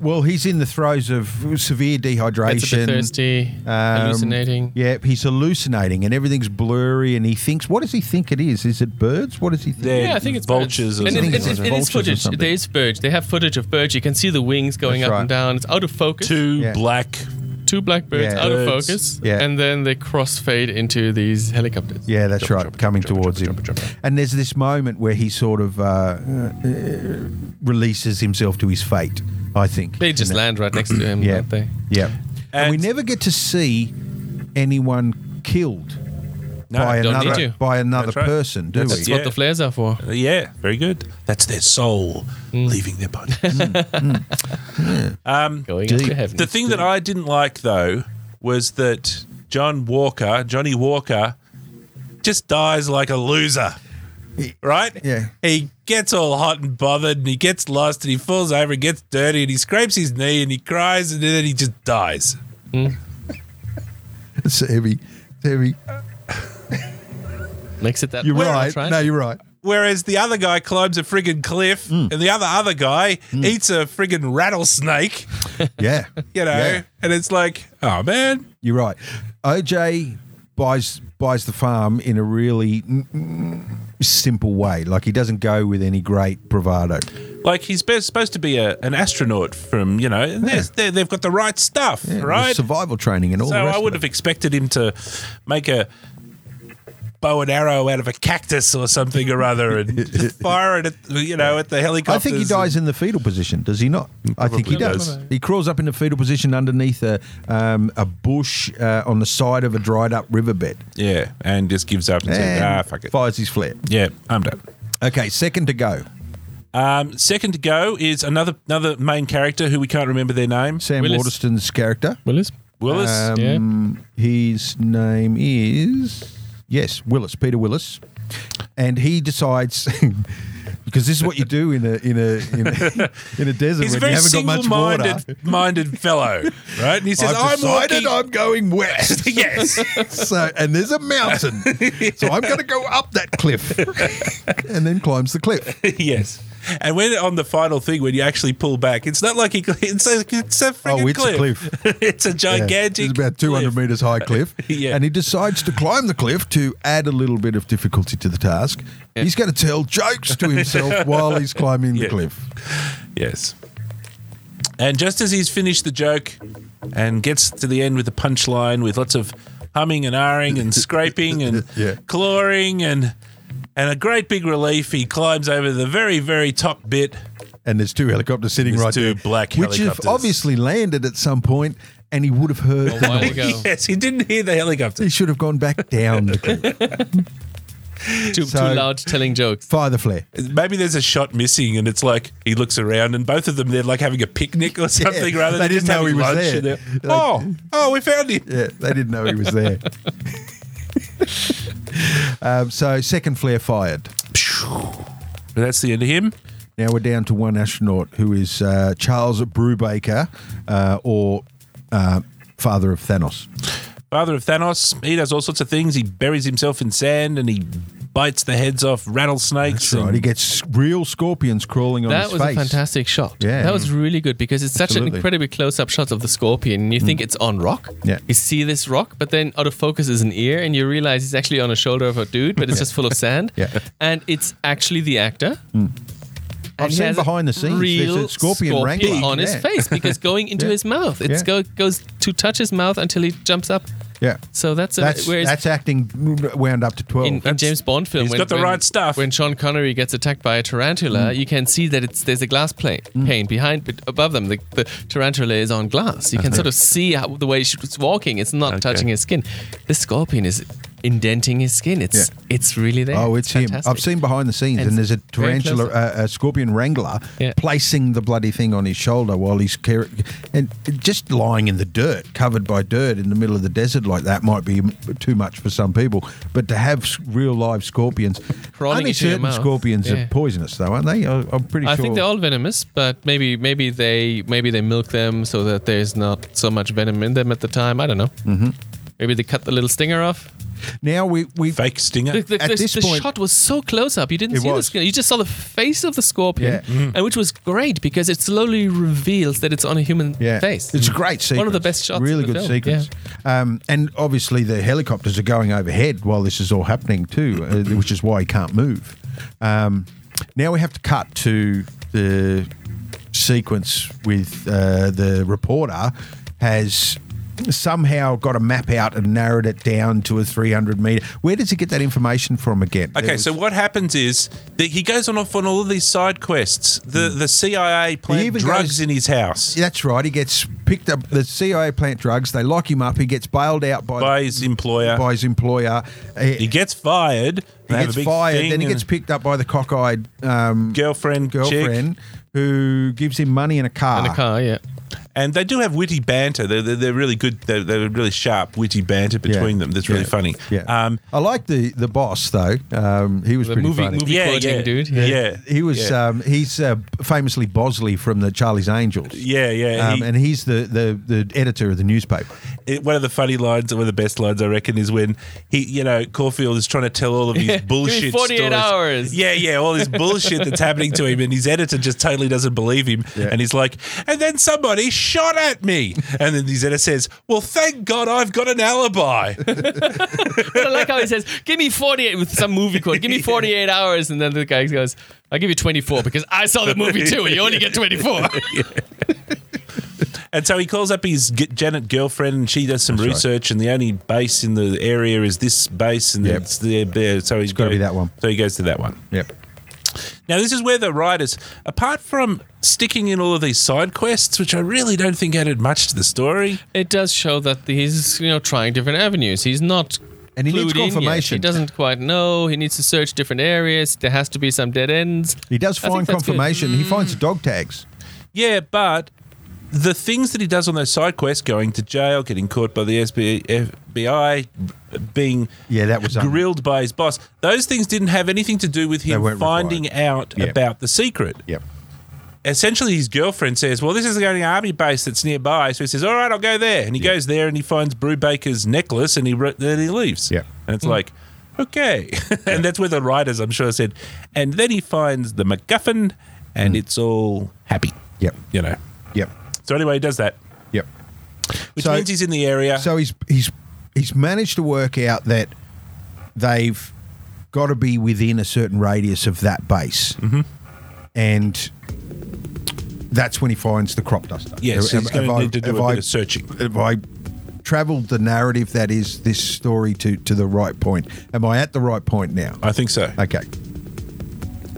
[SPEAKER 1] Well, he's in the throes of severe
[SPEAKER 3] Gets a
[SPEAKER 1] dehydration.
[SPEAKER 3] bit thirsty,
[SPEAKER 1] Um,
[SPEAKER 3] hallucinating.
[SPEAKER 1] Yeah, he's hallucinating, and everything's blurry, and he thinks. What does he think it is? Is it birds? What does he think?
[SPEAKER 2] They're
[SPEAKER 3] Yeah, I think it's
[SPEAKER 2] vultures
[SPEAKER 3] Birch.
[SPEAKER 2] or
[SPEAKER 3] And
[SPEAKER 2] something.
[SPEAKER 3] it- it-
[SPEAKER 1] like that.
[SPEAKER 3] it
[SPEAKER 1] Vultures
[SPEAKER 3] is
[SPEAKER 1] or
[SPEAKER 3] footage.
[SPEAKER 1] something.
[SPEAKER 3] There is Birch. They have footage of Birch. You can see the wings going
[SPEAKER 1] That's
[SPEAKER 3] up
[SPEAKER 1] right.
[SPEAKER 3] and down. It's out of focus.
[SPEAKER 2] Two
[SPEAKER 1] Yeah.
[SPEAKER 2] black.
[SPEAKER 3] Two black birds
[SPEAKER 1] Yeah.
[SPEAKER 3] out of
[SPEAKER 2] Birds.
[SPEAKER 3] focus.
[SPEAKER 1] Yeah.
[SPEAKER 3] And then they crossfade into these helicopters.
[SPEAKER 1] Yeah, that's right. coming towards him, and there's this moment where he sort of uh, uh, releases himself to his fate. I think
[SPEAKER 3] They just
[SPEAKER 1] And-
[SPEAKER 3] land right next to him,
[SPEAKER 1] Yeah,
[SPEAKER 3] don't they?
[SPEAKER 1] yeah. And, we
[SPEAKER 2] And-
[SPEAKER 1] never get to see anyone killed
[SPEAKER 2] No,
[SPEAKER 1] by
[SPEAKER 3] don't need
[SPEAKER 1] another
[SPEAKER 3] to.
[SPEAKER 1] by another
[SPEAKER 2] That's right.
[SPEAKER 1] person, do
[SPEAKER 2] That's
[SPEAKER 1] we?
[SPEAKER 3] That's
[SPEAKER 2] Yeah.
[SPEAKER 3] what the flares are for.
[SPEAKER 2] Yeah, very good. That's their soul
[SPEAKER 3] Hmm.
[SPEAKER 2] leaving their body.
[SPEAKER 3] Going up
[SPEAKER 1] Deep.
[SPEAKER 3] to heaven.
[SPEAKER 2] the thing that I didn't like though was that John Walker, Johnny Walker, just dies like a loser. Right?
[SPEAKER 1] Yeah.
[SPEAKER 2] He gets all hot and bothered and he gets lost and he falls over and gets dirty and he scrapes his knee and he cries and then he just dies.
[SPEAKER 1] It's heavy, it's heavy.
[SPEAKER 3] makes it that
[SPEAKER 1] You're
[SPEAKER 3] way.
[SPEAKER 1] right. No, you're right.
[SPEAKER 2] Whereas the other guy climbs a friggin' cliff
[SPEAKER 1] Mm.
[SPEAKER 2] and the other other guy eats a friggin' rattlesnake,
[SPEAKER 1] Yeah,
[SPEAKER 2] you know,
[SPEAKER 1] Yeah.
[SPEAKER 2] and it's like, oh man,
[SPEAKER 1] You're right. OJ buys buys the farm in a really mm, mm, simple way. Like he doesn't go with any great bravado.
[SPEAKER 2] Like he's be- supposed to be a, an astronaut from you know, and they're, they're, they've got the right stuff,
[SPEAKER 1] Yeah,
[SPEAKER 2] right?
[SPEAKER 1] with Survival training and all
[SPEAKER 2] So
[SPEAKER 1] the rest.
[SPEAKER 2] I
[SPEAKER 1] of
[SPEAKER 2] would
[SPEAKER 1] it.
[SPEAKER 2] have expected him to make a bow and arrow out of a cactus or something or other, and fire it, at, you know, at the helicopter.
[SPEAKER 1] I think he dies in the fetal position. Does he not? I think he
[SPEAKER 2] probably
[SPEAKER 1] does.
[SPEAKER 3] does.
[SPEAKER 1] He crawls up in the fetal position underneath a um, a bush uh, on the side of a dried up riverbed.
[SPEAKER 2] yeah, and just gives up and, says,
[SPEAKER 1] And
[SPEAKER 2] "Ah, fuck it."
[SPEAKER 1] Fires his flare.
[SPEAKER 2] Yeah, I'm done.
[SPEAKER 1] Okay, second to go.
[SPEAKER 2] Um, second to go is another another main character who we can't remember their name.
[SPEAKER 1] Sam
[SPEAKER 3] Willis.
[SPEAKER 1] Waterston's character.
[SPEAKER 3] Willis?
[SPEAKER 2] Willis.
[SPEAKER 1] Um, His name is yes, Willis, Peter Willis, and he decides because this is what you do in a in a in a, in a desert when
[SPEAKER 2] He's a
[SPEAKER 1] you
[SPEAKER 2] very
[SPEAKER 1] haven't got much water.
[SPEAKER 2] single-minded minded fellow, right? And he says,
[SPEAKER 1] I've
[SPEAKER 2] "I'm
[SPEAKER 1] decided
[SPEAKER 2] walking."
[SPEAKER 1] I'm going west.
[SPEAKER 2] yes.
[SPEAKER 1] so and there's a mountain, so I'm going to go up that cliff, and then climbs the cliff.
[SPEAKER 2] yes. And when on the final thing, when you actually pull back, it's not like he, it's a, it's a friggin'
[SPEAKER 1] Oh, it's a
[SPEAKER 2] cliff. it's a
[SPEAKER 1] Yeah,
[SPEAKER 2] gigantic.
[SPEAKER 1] It's about 200
[SPEAKER 2] cliff.
[SPEAKER 1] meters high cliff.
[SPEAKER 2] Yeah.
[SPEAKER 1] And he decides to climb the cliff to add a little bit of difficulty to the task. He's going to tell jokes to himself while he's climbing
[SPEAKER 2] Yeah.
[SPEAKER 1] the cliff.
[SPEAKER 2] Yes. And just as he's finished the joke and gets to the end with a punchline with lots of humming and ahhing and scraping and
[SPEAKER 1] Yeah.
[SPEAKER 2] clawing and and a great big relief. He climbs over the very very top bit.
[SPEAKER 1] and there's two helicopters sitting
[SPEAKER 2] There's
[SPEAKER 1] right there,
[SPEAKER 2] two black
[SPEAKER 1] which have
[SPEAKER 2] helicopters.
[SPEAKER 1] obviously landed at some point, and he would have heard.
[SPEAKER 3] A
[SPEAKER 1] the
[SPEAKER 3] while
[SPEAKER 1] noise.
[SPEAKER 3] ago. Go.
[SPEAKER 2] Yes, he didn't hear the helicopter.
[SPEAKER 1] He should have gone back down. the cliff.
[SPEAKER 3] Too,
[SPEAKER 1] So-
[SPEAKER 3] too loud telling jokes.
[SPEAKER 1] Fire the flare.
[SPEAKER 2] Maybe there's a shot missing, and it's like he looks around, and both of them they're like having a picnic or something rather
[SPEAKER 1] they
[SPEAKER 2] than just
[SPEAKER 1] didn't know
[SPEAKER 2] having
[SPEAKER 1] he was
[SPEAKER 2] lunch.
[SPEAKER 1] there.
[SPEAKER 2] and they're,
[SPEAKER 1] Like-
[SPEAKER 2] oh, oh, we found him.
[SPEAKER 1] Yeah, they didn't know he was there. um, so second flare fired.
[SPEAKER 2] That's the end of him.
[SPEAKER 1] Now we're down to one astronaut who is uh, Charles Brubaker, uh, or uh, father of Thanos.
[SPEAKER 2] Father of Thanos, he does all sorts of things. He buries himself in sand and he bites the heads off rattlesnakes.
[SPEAKER 1] That's right.
[SPEAKER 2] and-
[SPEAKER 1] He gets real scorpions crawling on
[SPEAKER 3] That
[SPEAKER 1] his
[SPEAKER 3] was a
[SPEAKER 1] face.
[SPEAKER 3] fantastic shot.
[SPEAKER 1] Yeah.
[SPEAKER 3] That was really good because it's such an
[SPEAKER 1] Absolutely.
[SPEAKER 3] incredibly close up shot of the scorpion and you think it's on rock.
[SPEAKER 1] Yeah.
[SPEAKER 3] You see this rock, but then out of focus is an ear and you realize it's actually on a shoulder of a dude, but it's just full of sand.
[SPEAKER 1] Yeah. Hmm.
[SPEAKER 3] And it's actually the actor. And
[SPEAKER 1] I've
[SPEAKER 3] he
[SPEAKER 1] seen
[SPEAKER 3] has
[SPEAKER 1] behind the scenes,
[SPEAKER 3] Real
[SPEAKER 1] there's a scorpion wrangler.
[SPEAKER 3] on his
[SPEAKER 1] Yeah.
[SPEAKER 3] face because going into
[SPEAKER 1] Yeah.
[SPEAKER 3] his mouth, it
[SPEAKER 1] Yeah.
[SPEAKER 3] go, goes to touch his mouth until he jumps up.
[SPEAKER 1] Yeah.
[SPEAKER 3] So that's, a,
[SPEAKER 1] That's,
[SPEAKER 3] whereas
[SPEAKER 1] that's acting wound up to 12.
[SPEAKER 3] in, in James Bond film,
[SPEAKER 2] he's got the right stuff.
[SPEAKER 3] When Sean Connery gets attacked by a tarantula, you can see that it's there's a glass plane, pane behind, but above them. The, the tarantula is on glass. You can sort of see how, the way she's walking. It's not
[SPEAKER 2] Okay.
[SPEAKER 3] touching his skin. The scorpion is indenting his skin. It's it's really there.
[SPEAKER 1] Oh, it's, him.
[SPEAKER 3] fantastic.
[SPEAKER 1] I've seen behind the scenes, and,
[SPEAKER 3] And
[SPEAKER 1] there's a
[SPEAKER 3] very
[SPEAKER 1] tarantula,
[SPEAKER 3] close
[SPEAKER 1] uh, a scorpion wrangler,
[SPEAKER 3] Yeah.
[SPEAKER 1] placing the bloody thing on his shoulder while he's car- and just lying in the dirt, covered by dirt in the middle of the desert like that might be m- too much for some people. But to have s- real live scorpions,
[SPEAKER 3] Crawling
[SPEAKER 1] only
[SPEAKER 3] into your
[SPEAKER 1] certain
[SPEAKER 3] mouth.
[SPEAKER 1] scorpions
[SPEAKER 3] Yeah.
[SPEAKER 1] are poisonous, though, aren't they? I, I'm pretty
[SPEAKER 3] I
[SPEAKER 1] sure.
[SPEAKER 3] think they're all venomous, but maybe maybe they maybe they milk them so that there's not so much venom in them at the time. I don't know. Mm-hmm. Maybe they cut the little stinger off.
[SPEAKER 1] now we we
[SPEAKER 2] Fake stinger.
[SPEAKER 3] The, the,
[SPEAKER 1] At
[SPEAKER 3] the-
[SPEAKER 1] this
[SPEAKER 3] the
[SPEAKER 1] point-
[SPEAKER 3] shot was so close up. You didn't
[SPEAKER 1] It
[SPEAKER 3] see the
[SPEAKER 1] was.
[SPEAKER 3] skin. You just saw the face of the scorpion,
[SPEAKER 1] Yeah. Mm-hmm.
[SPEAKER 3] and which was great because it slowly reveals that it's on a human
[SPEAKER 1] yeah,
[SPEAKER 3] face.
[SPEAKER 1] It's a great sequence.
[SPEAKER 3] One of the best shots.
[SPEAKER 1] Really
[SPEAKER 3] in the
[SPEAKER 1] good
[SPEAKER 3] film.
[SPEAKER 1] sequence.
[SPEAKER 3] Yeah.
[SPEAKER 1] Um, and obviously the helicopters are going overhead while this is all happening too, uh, which is why he can't move. Um, now we have to cut to the sequence with uh, the reporter has somehow got a map out and narrowed it down to a 300 meter. Where does he get that information from again? Uh, There
[SPEAKER 2] Okay,
[SPEAKER 1] was-
[SPEAKER 2] so what happens is that he goes on off on all of these side quests. The the CIA
[SPEAKER 1] Hmm. He
[SPEAKER 2] plant
[SPEAKER 1] even
[SPEAKER 2] drugs
[SPEAKER 1] goes-
[SPEAKER 2] in his house
[SPEAKER 1] That's right. He gets picked up. The CIA plant drugs. They lock him up. He gets bailed out by,
[SPEAKER 2] by his employer.
[SPEAKER 1] by his employer. Uh, He-
[SPEAKER 2] he gets fired.
[SPEAKER 1] He gets fired, then he gets picked up by the cockeyed um,
[SPEAKER 2] girlfriend, girlfriend.
[SPEAKER 1] girlfriend who gives him money and a car.
[SPEAKER 3] In a car, yeah.
[SPEAKER 2] and they do have witty banter. They're, they're, they're really good. They're, they're really sharp, witty banter
[SPEAKER 1] Yeah.
[SPEAKER 2] between them. That's really
[SPEAKER 1] Yeah.
[SPEAKER 2] funny.
[SPEAKER 1] Yeah.
[SPEAKER 2] Um,
[SPEAKER 1] I like the the boss though. Um, he was
[SPEAKER 3] The
[SPEAKER 1] pretty
[SPEAKER 3] movie-
[SPEAKER 1] funny.
[SPEAKER 3] movie-
[SPEAKER 2] yeah,
[SPEAKER 3] quoting
[SPEAKER 2] yeah,
[SPEAKER 3] dude.
[SPEAKER 2] Yeah.
[SPEAKER 3] Yeah.
[SPEAKER 1] He was.
[SPEAKER 2] Yeah.
[SPEAKER 1] Um, he's uh, famously Bosley from the Charlie's Angels.
[SPEAKER 2] Yeah, yeah.
[SPEAKER 1] Um,
[SPEAKER 2] he-
[SPEAKER 1] and he's the, the, the editor of the newspaper.
[SPEAKER 2] it, one of the funny lines, one of the best lines, I reckon, is when he, you know, Caulfield is trying to tell all of his bullshit.
[SPEAKER 3] Give me 48
[SPEAKER 2] stories.
[SPEAKER 3] hours.
[SPEAKER 2] Yeah, yeah, all this bullshit that's happening to him, and his editor just totally doesn't believe him,
[SPEAKER 1] Yeah.
[SPEAKER 2] and he's like, and then somebody shot at me, and then his editor says, "Well, thank God I've got an alibi."
[SPEAKER 3] But I like how he says, "Give me 48 with some movie quote. Give me 48 hours," and then the guy goes, "I'll give you 24 because I saw the movie too, and you only get 24."
[SPEAKER 2] And so he calls up his g- Janet girlfriend, and she does some
[SPEAKER 1] right.
[SPEAKER 2] research. And the only base in the area is this base, and
[SPEAKER 1] Yep.
[SPEAKER 2] it's there. there. So he's got
[SPEAKER 1] gotta be that one.
[SPEAKER 2] So he goes to that one.
[SPEAKER 1] Yep.
[SPEAKER 2] Now, this is where the writers, apart from sticking in all of these side quests, which I really don't think added much to the story,
[SPEAKER 3] it does show that he's you know trying different avenues. He's not.
[SPEAKER 1] And he needs
[SPEAKER 3] clued in yet.
[SPEAKER 1] confirmation.
[SPEAKER 3] He doesn't quite know. He needs to search different areas. There has to be some dead ends.
[SPEAKER 1] He does
[SPEAKER 3] I think
[SPEAKER 1] find
[SPEAKER 3] that's good. Mm.
[SPEAKER 1] confirmation. He finds dog tags.
[SPEAKER 2] yeah, but the things that he does on those side quests, going to jail, getting caught by the SB FBI, being
[SPEAKER 1] Yeah, that was um,
[SPEAKER 2] grilled by his boss, those things didn't have anything to do with him
[SPEAKER 1] weren't
[SPEAKER 2] finding out
[SPEAKER 1] Yeah.
[SPEAKER 2] about the secret.
[SPEAKER 1] Yep.
[SPEAKER 2] essentially his girlfriend says, "Well, this is the only army base that's nearby." So he says, "All right, I'll go there." And he goes there and he finds Brubaker's necklace and he re- then he leaves.
[SPEAKER 1] Yeah.
[SPEAKER 2] and it's like, okay, and that's where the writers, I'm sure, said. And then he finds the
[SPEAKER 1] Hmm.
[SPEAKER 2] MacGuffin, and it's all happy.
[SPEAKER 1] Yep.
[SPEAKER 2] You know.
[SPEAKER 1] Yep.
[SPEAKER 2] So anyway, he does that,
[SPEAKER 1] Yep.
[SPEAKER 2] which
[SPEAKER 1] So-
[SPEAKER 2] means he's in the area.
[SPEAKER 1] So he's he's he's managed to work out that they've got to be within a certain radius of that base,
[SPEAKER 2] Mm-hmm.
[SPEAKER 1] and that's when he finds the crop duster.
[SPEAKER 2] yes,
[SPEAKER 1] Have-
[SPEAKER 2] he's
[SPEAKER 1] have
[SPEAKER 2] going to
[SPEAKER 1] I-
[SPEAKER 2] need to do
[SPEAKER 1] have
[SPEAKER 2] a
[SPEAKER 1] I-
[SPEAKER 2] bit of searching.
[SPEAKER 1] Have I traveled the narrative that is this story to to the right point? Am I at the right point now?
[SPEAKER 2] I think so.
[SPEAKER 1] Okay.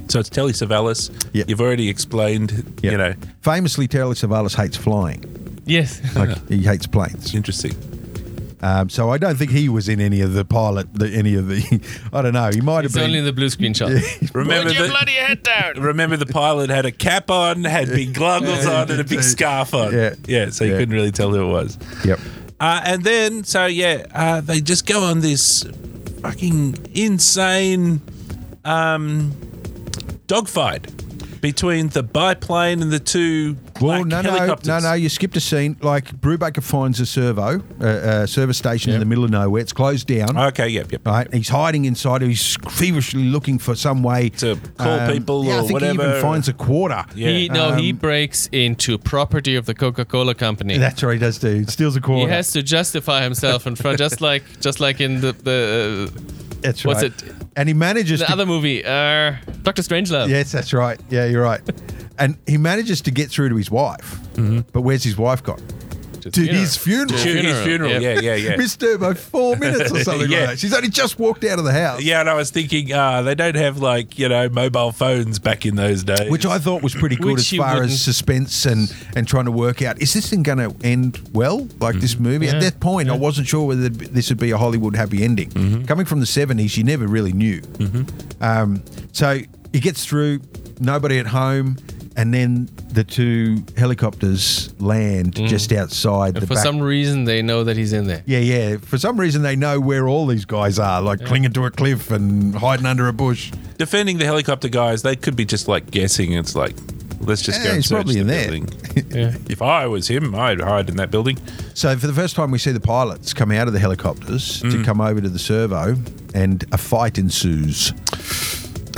[SPEAKER 2] So it's Telly Savalas.
[SPEAKER 1] Yep.
[SPEAKER 2] You've already explained,
[SPEAKER 1] Yeah.
[SPEAKER 2] you know,
[SPEAKER 1] famously, Telly Savalas hates flying.
[SPEAKER 3] Yes.
[SPEAKER 1] Like he hates planes.
[SPEAKER 2] interesting.
[SPEAKER 1] Um, so I don't think he was in any of the pilot, the, any of the. I don't know. He might have
[SPEAKER 3] It's
[SPEAKER 1] been.
[SPEAKER 3] only the blue screen shot.
[SPEAKER 2] Remember
[SPEAKER 3] Put your
[SPEAKER 2] the,
[SPEAKER 3] bloody head down.
[SPEAKER 2] remember the pilot had a cap on, had big goggles on, and a big scarf on.
[SPEAKER 1] Yeah.
[SPEAKER 2] Yeah, so you
[SPEAKER 1] Yeah.
[SPEAKER 2] couldn't really tell who it was.
[SPEAKER 1] yep.
[SPEAKER 2] Uh, and then, so yeah, uh, they just go on this fucking insane um, dogfight between the biplane and the two
[SPEAKER 1] Well,
[SPEAKER 2] black
[SPEAKER 1] no, no,
[SPEAKER 2] helicopters.
[SPEAKER 1] no, no. You skipped a scene. Like Brubaker finds a servo, uh, uh, service station in the middle of nowhere. It's closed down.
[SPEAKER 2] Okay, yep, yep.
[SPEAKER 1] Right, he's hiding inside. He's feverishly looking for some way
[SPEAKER 2] To call people
[SPEAKER 1] yeah, I
[SPEAKER 2] or
[SPEAKER 1] think He
[SPEAKER 2] whatever.
[SPEAKER 1] even finds a quarter.
[SPEAKER 2] Yeah.
[SPEAKER 3] He, no, he
[SPEAKER 1] Um,
[SPEAKER 3] breaks into property of the Coca-Cola company.
[SPEAKER 1] that's what he does do. Steals a
[SPEAKER 3] He
[SPEAKER 1] quarter.
[SPEAKER 3] has to justify himself in front, just like just like in the the, uh,
[SPEAKER 1] that's right.
[SPEAKER 3] what's it?
[SPEAKER 1] And he manages
[SPEAKER 3] the
[SPEAKER 1] to
[SPEAKER 3] other movie, uh, Doctor Strangelove.
[SPEAKER 1] Yes, that's right. Yeah, you're right. and he manages to get through to his wife.
[SPEAKER 2] Mm-hmm.
[SPEAKER 1] But where's his wife got?
[SPEAKER 3] Just,
[SPEAKER 1] To
[SPEAKER 3] you know.
[SPEAKER 1] his funeral.
[SPEAKER 3] To-
[SPEAKER 2] Fu- his
[SPEAKER 3] Funeral,
[SPEAKER 2] funeral.
[SPEAKER 3] yeah.
[SPEAKER 2] Yeah, yeah, yeah.
[SPEAKER 1] Missed her by four minutes or something
[SPEAKER 2] Yeah.
[SPEAKER 1] like that. She's only just walked out of the house.
[SPEAKER 2] Yeah, and I was thinking, uh, they don't have like you know mobile phones back in those days.
[SPEAKER 1] Which I thought was pretty good
[SPEAKER 3] Which
[SPEAKER 1] as
[SPEAKER 3] you
[SPEAKER 1] far
[SPEAKER 3] wouldn't-
[SPEAKER 1] as suspense and, and trying to work out is this thing going to end well, like this movie? At
[SPEAKER 3] Yeah. Mm-hmm.
[SPEAKER 1] that point, I wasn't sure whether th- this would be a Hollywood happy ending. Coming from the 70s, you never really knew. Um, so he gets through, nobody at home, and then the two helicopters land just outside the
[SPEAKER 3] Mm. For
[SPEAKER 1] back.
[SPEAKER 3] some reason, they know that he's in there.
[SPEAKER 1] yeah, yeah. For some reason, they know where all these guys are, like clinging to a cliff and hiding under a bush.
[SPEAKER 2] defending the helicopter guys, they could be just like guessing. It's like let's just
[SPEAKER 1] Eh,
[SPEAKER 2] go. And
[SPEAKER 1] he's
[SPEAKER 2] search
[SPEAKER 1] probably
[SPEAKER 2] the
[SPEAKER 1] in there.
[SPEAKER 2] building.
[SPEAKER 3] Yeah.
[SPEAKER 2] if I was him, I'd hide in that building.
[SPEAKER 1] So for the first time, we see the pilots come out of the helicopters to
[SPEAKER 3] Mm.
[SPEAKER 1] come over to the servo, and a fight ensues.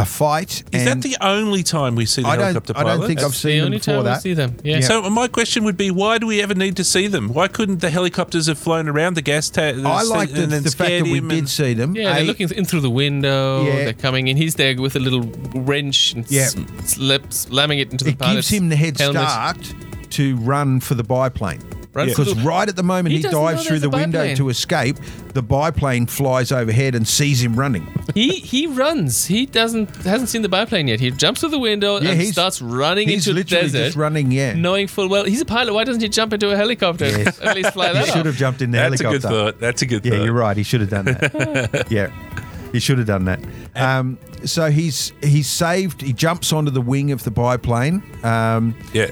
[SPEAKER 1] A fight.
[SPEAKER 2] Is
[SPEAKER 1] and
[SPEAKER 2] that the only time we see the
[SPEAKER 1] I don't-
[SPEAKER 2] helicopter
[SPEAKER 1] I don't
[SPEAKER 2] pilot?
[SPEAKER 1] think I've
[SPEAKER 3] It's
[SPEAKER 1] seen
[SPEAKER 3] the
[SPEAKER 1] them
[SPEAKER 3] only
[SPEAKER 1] before
[SPEAKER 3] time we
[SPEAKER 1] that.
[SPEAKER 3] see them. Yeah.
[SPEAKER 1] Yeah.
[SPEAKER 2] So my question would be, why do we ever need to see them? Why couldn't the helicopters have flown around the gas tank?
[SPEAKER 1] I like the, the fact that we did see them.
[SPEAKER 3] Yeah,
[SPEAKER 1] A,
[SPEAKER 3] they're looking in through the window.
[SPEAKER 1] Yeah.
[SPEAKER 3] They're coming in. He's there with a little wrench and
[SPEAKER 1] Yeah.
[SPEAKER 3] s- slap, slamming it into the
[SPEAKER 1] It gives
[SPEAKER 3] pilot's
[SPEAKER 1] him the head
[SPEAKER 3] helmet.
[SPEAKER 1] start to run for the biplane.
[SPEAKER 3] Run for
[SPEAKER 1] Because
[SPEAKER 3] the-
[SPEAKER 1] right at the moment
[SPEAKER 3] He
[SPEAKER 1] he,
[SPEAKER 3] doesn't
[SPEAKER 1] dives
[SPEAKER 3] know
[SPEAKER 1] through
[SPEAKER 3] there's a
[SPEAKER 1] the window
[SPEAKER 3] biplane.
[SPEAKER 1] to escape, the biplane flies overhead and sees him running.
[SPEAKER 3] He he runs. He doesn't hasn't seen the biplane yet. He jumps through the window
[SPEAKER 1] Yeah,
[SPEAKER 3] and
[SPEAKER 1] he's-
[SPEAKER 3] starts running
[SPEAKER 1] He's
[SPEAKER 3] into the
[SPEAKER 1] literally
[SPEAKER 3] desert,
[SPEAKER 1] just running, yeah.
[SPEAKER 3] knowing full well he's a pilot. Why doesn't he jump into a helicopter? and
[SPEAKER 1] Yes.
[SPEAKER 3] At least fly
[SPEAKER 1] he
[SPEAKER 3] that
[SPEAKER 1] should
[SPEAKER 3] up.
[SPEAKER 1] have jumped in the
[SPEAKER 2] That's a
[SPEAKER 1] helicopter.
[SPEAKER 2] good thought. That's a good
[SPEAKER 1] Yeah,
[SPEAKER 2] thought.
[SPEAKER 1] you're right. He should have done that. yeah, he should have done that. Um, so he's he's saved. He jumps onto the wing of the biplane. Um,
[SPEAKER 2] Yeah.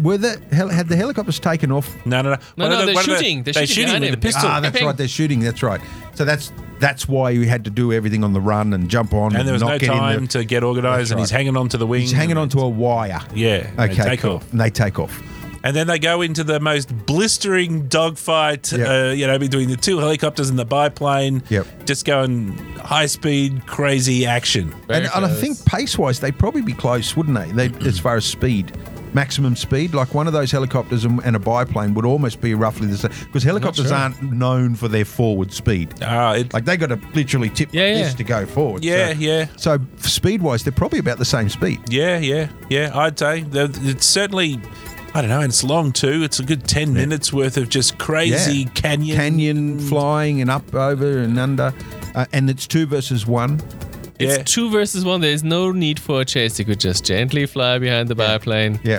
[SPEAKER 1] were the hel- had the helicopters taken off?
[SPEAKER 2] No, no, no.
[SPEAKER 3] No,
[SPEAKER 2] One
[SPEAKER 3] no,
[SPEAKER 2] of the-
[SPEAKER 3] they're
[SPEAKER 2] one of the-
[SPEAKER 3] shooting. They're
[SPEAKER 2] They
[SPEAKER 3] shooting
[SPEAKER 2] shoot him
[SPEAKER 3] at
[SPEAKER 2] with a
[SPEAKER 3] him.
[SPEAKER 2] pistol.
[SPEAKER 1] Ah,
[SPEAKER 3] Ping,
[SPEAKER 1] that's
[SPEAKER 3] ping.
[SPEAKER 1] right. They're shooting. That's right. So that's that's why you had to do everything on the run and jump on and,
[SPEAKER 2] and there was
[SPEAKER 1] not
[SPEAKER 2] no
[SPEAKER 1] get in the-
[SPEAKER 2] time to get
[SPEAKER 1] That's
[SPEAKER 2] organised, and
[SPEAKER 1] right.
[SPEAKER 2] he's hanging on to the wing.
[SPEAKER 1] He's hanging onto a wire.
[SPEAKER 2] Yeah. and
[SPEAKER 1] Okay.
[SPEAKER 2] Take
[SPEAKER 1] cool.
[SPEAKER 2] off.
[SPEAKER 1] And they take off.
[SPEAKER 2] And then they go into the most blistering dogfight,
[SPEAKER 1] Yeah.
[SPEAKER 2] uh, you know, between the two helicopters and the biplane.
[SPEAKER 1] Yep.
[SPEAKER 2] Just going high speed, crazy action.
[SPEAKER 1] And, and I
[SPEAKER 3] close.
[SPEAKER 1] think pace wise, they'd probably be close, wouldn't they? they as far as speed, maximum speed, like one of those helicopters and, and a biplane would almost be roughly the same. Because helicopters
[SPEAKER 3] sure.
[SPEAKER 1] aren't known for their forward speed.
[SPEAKER 2] Uh, it,
[SPEAKER 1] Like they got to literally tip
[SPEAKER 3] Yeah,
[SPEAKER 1] like
[SPEAKER 3] yeah.
[SPEAKER 1] this to go forward.
[SPEAKER 2] yeah,
[SPEAKER 1] So,
[SPEAKER 2] yeah.
[SPEAKER 1] so speed wise, they're probably about the same speed.
[SPEAKER 2] Yeah, yeah, yeah. I'd say that it's certainly, I don't know, and it's long too. It's a good 10 minutes worth of just crazy
[SPEAKER 1] Yeah.
[SPEAKER 2] canyon.
[SPEAKER 1] Canyon flying and up over and under, uh, and it's two versus one.
[SPEAKER 2] Yeah.
[SPEAKER 3] It's two versus one. There is no need for a chase. You could just gently fly behind the biplane,
[SPEAKER 1] Yeah,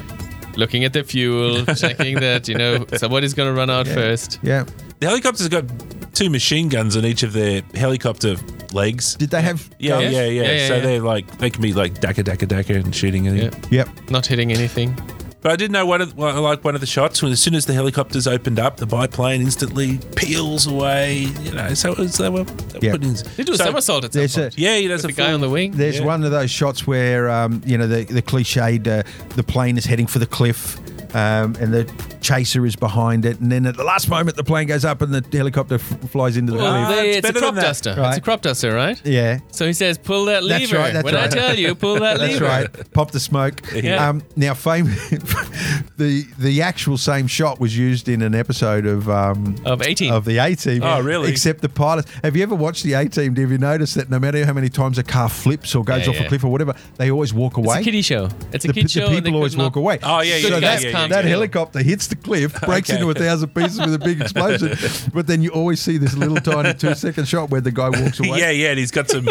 [SPEAKER 3] looking at the fuel, checking that you know somebody's going to run out first.
[SPEAKER 1] yeah.
[SPEAKER 2] the helicopters got two machine guns on each of their helicopter legs.
[SPEAKER 1] Did they have?
[SPEAKER 2] Yeah, yeah,
[SPEAKER 1] guns?
[SPEAKER 2] yeah.
[SPEAKER 3] Yeah, yeah,
[SPEAKER 2] so
[SPEAKER 3] yeah.
[SPEAKER 2] they're like, they can be like daka daka daka and shooting. at you.
[SPEAKER 3] Yeah.
[SPEAKER 1] Yep.
[SPEAKER 3] Not hitting anything.
[SPEAKER 2] But I did know one of well, I like one of the shots when as soon as the helicopters opened up, the biplane instantly peels away. You know, so it was they were, they were
[SPEAKER 1] Yeah.
[SPEAKER 2] putting.
[SPEAKER 3] They do a
[SPEAKER 2] so,
[SPEAKER 3] somersault at some
[SPEAKER 1] There's a,
[SPEAKER 3] point.
[SPEAKER 2] Yeah, he does a
[SPEAKER 3] the guy on the wing.
[SPEAKER 1] There's
[SPEAKER 2] Yeah.
[SPEAKER 1] one of those shots where um, you know the the cliched uh, the plane is heading for the cliff. Um, and the chaser is behind it, and then at the last moment, the plane goes up and the helicopter f- flies into the
[SPEAKER 3] Well,
[SPEAKER 2] Ah,
[SPEAKER 1] cliff.
[SPEAKER 3] they-
[SPEAKER 2] it's
[SPEAKER 3] it's a
[SPEAKER 2] better
[SPEAKER 3] crop
[SPEAKER 2] than that.
[SPEAKER 3] duster. It's a
[SPEAKER 1] Right.
[SPEAKER 3] crop duster, right?
[SPEAKER 1] Yeah,
[SPEAKER 3] So he says, "Pull that lever."
[SPEAKER 1] That's right, that's
[SPEAKER 3] when I
[SPEAKER 1] right.
[SPEAKER 3] tell you, pull that
[SPEAKER 1] that's
[SPEAKER 3] lever.
[SPEAKER 1] right. Pop the smoke.
[SPEAKER 3] Yeah.
[SPEAKER 1] Um, now, fame. the the actual same shot was used in an episode of um,
[SPEAKER 3] Of 18.
[SPEAKER 1] of the A Team.
[SPEAKER 2] Oh, really?
[SPEAKER 1] Except the pilots. Have you ever watched the A Team? Have you noticed that no matter how many times a car flips or goes
[SPEAKER 3] Yeah,
[SPEAKER 1] off a
[SPEAKER 3] yeah.
[SPEAKER 1] cliff or whatever, they always walk away.
[SPEAKER 3] It's a kiddie show. It's a
[SPEAKER 1] the,
[SPEAKER 3] kid
[SPEAKER 1] the
[SPEAKER 3] show. and they
[SPEAKER 1] people
[SPEAKER 3] could
[SPEAKER 1] always
[SPEAKER 3] not-
[SPEAKER 1] walk away.
[SPEAKER 2] Oh, yeah,
[SPEAKER 1] so
[SPEAKER 2] yeah,
[SPEAKER 1] that
[SPEAKER 2] yeah,
[SPEAKER 3] can't
[SPEAKER 1] that
[SPEAKER 3] tell.
[SPEAKER 1] helicopter hits the cliff, breaks
[SPEAKER 2] Okay.
[SPEAKER 1] into a thousand pieces with a big explosion. But then you always see this little tiny two second shot where the guy walks away.
[SPEAKER 2] Yeah, yeah, and he's got some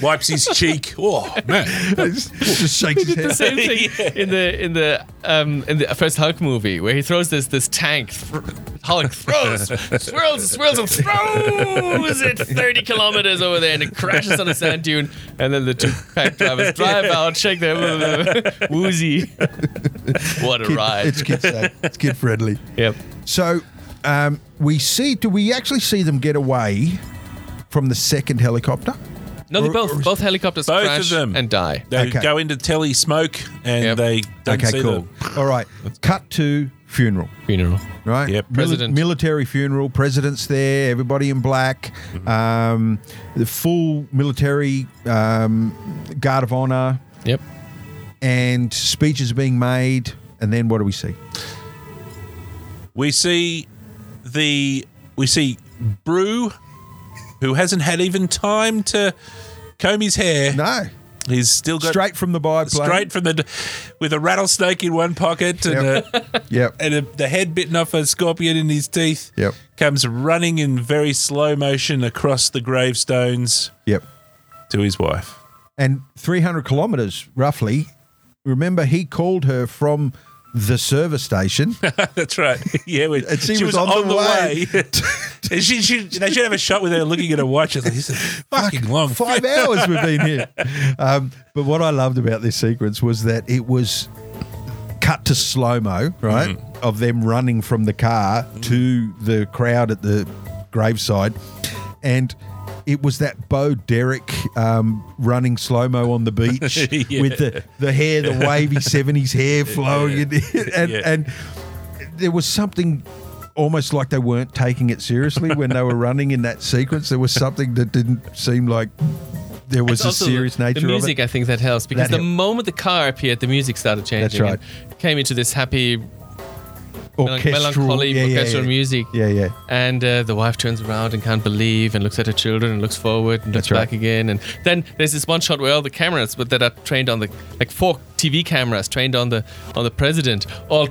[SPEAKER 2] wipes his cheek. Oh man,
[SPEAKER 1] Just- just shakes his
[SPEAKER 3] the
[SPEAKER 1] head.
[SPEAKER 3] same thing in the in the um, in the first Hulk movie where he throws this this tank. Thr- Hulk throws, swirls, swirls, and throws it 30 kilometers over there, and it crashes on a sand dune. And then the two pack drivers drive out, shake their woozy. What a
[SPEAKER 1] Kid-
[SPEAKER 3] ride!
[SPEAKER 1] It's kid safe. It's kid friendly.
[SPEAKER 3] Yep.
[SPEAKER 1] So um, we see. Do we actually see them get away from the second helicopter?
[SPEAKER 3] No, they
[SPEAKER 1] Or-
[SPEAKER 3] both
[SPEAKER 1] or-
[SPEAKER 3] both helicopters
[SPEAKER 2] Both of
[SPEAKER 3] crash
[SPEAKER 2] them.
[SPEAKER 3] and die.
[SPEAKER 2] they
[SPEAKER 1] Okay.
[SPEAKER 2] go into telly smoke and
[SPEAKER 3] Yep.
[SPEAKER 2] they don't
[SPEAKER 1] okay,
[SPEAKER 2] see
[SPEAKER 1] cool.
[SPEAKER 2] the-
[SPEAKER 1] All right. Cut to funeral.
[SPEAKER 3] Funeral.
[SPEAKER 1] Right.
[SPEAKER 2] Yep.
[SPEAKER 1] Mili-
[SPEAKER 3] President.
[SPEAKER 1] military funeral. President's there. Everybody in black.
[SPEAKER 2] Mm-hmm.
[SPEAKER 1] Um, the full military um, guard of honor.
[SPEAKER 3] Yep.
[SPEAKER 1] And speeches are being made. And then what do we see?
[SPEAKER 2] We see the we see Brew, who hasn't had even time to comb his hair.
[SPEAKER 1] No.
[SPEAKER 2] He's still got
[SPEAKER 1] Straight from the biplane.
[SPEAKER 2] straight from the with a rattlesnake in one pocket and
[SPEAKER 1] Yep.
[SPEAKER 2] a,
[SPEAKER 1] Yep.
[SPEAKER 2] and a, the head bitten off a scorpion in his teeth.
[SPEAKER 1] Yep.
[SPEAKER 2] Comes running in very slow motion across the gravestones
[SPEAKER 1] Yep.
[SPEAKER 2] to his wife.
[SPEAKER 1] and 300 kilometers roughly. Remember, he called her from the service station.
[SPEAKER 2] That's right. Yeah, we,
[SPEAKER 1] And she was on the way.
[SPEAKER 2] And she, she, they should have a shot with her looking at her watch. It's like, this is fucking long.
[SPEAKER 1] Five hours we've been here. Um, but what I loved about this sequence was that it was cut to slow mo, right?
[SPEAKER 2] Mm.
[SPEAKER 1] Of them running from the car to the crowd at the graveside. And it was that Bo Derek um, running slow mo on the beach
[SPEAKER 2] Yeah.
[SPEAKER 1] with the, the hair, the wavy 70s hair flowing. And, and,
[SPEAKER 2] Yeah.
[SPEAKER 1] and there was something almost like they weren't taking it seriously when they were running in that sequence. There was something that didn't seem like there was a
[SPEAKER 3] Also,
[SPEAKER 1] serious nature
[SPEAKER 3] The music,
[SPEAKER 1] of it.
[SPEAKER 3] I think, that helps because
[SPEAKER 1] That
[SPEAKER 3] the
[SPEAKER 1] helps.
[SPEAKER 3] moment the car appeared, the music started changing.
[SPEAKER 1] right.
[SPEAKER 3] and It came into this happy, melan- melancholy,
[SPEAKER 1] yeah, yeah,
[SPEAKER 3] orchestral
[SPEAKER 1] yeah.
[SPEAKER 3] music.
[SPEAKER 1] Yeah, yeah.
[SPEAKER 3] And uh, the wife turns around and can't believe and looks at her children and looks forward and looks
[SPEAKER 1] That's right.
[SPEAKER 3] back again. And then there's this one shot where all the cameras but that are trained on the like four TV cameras trained on the on the president all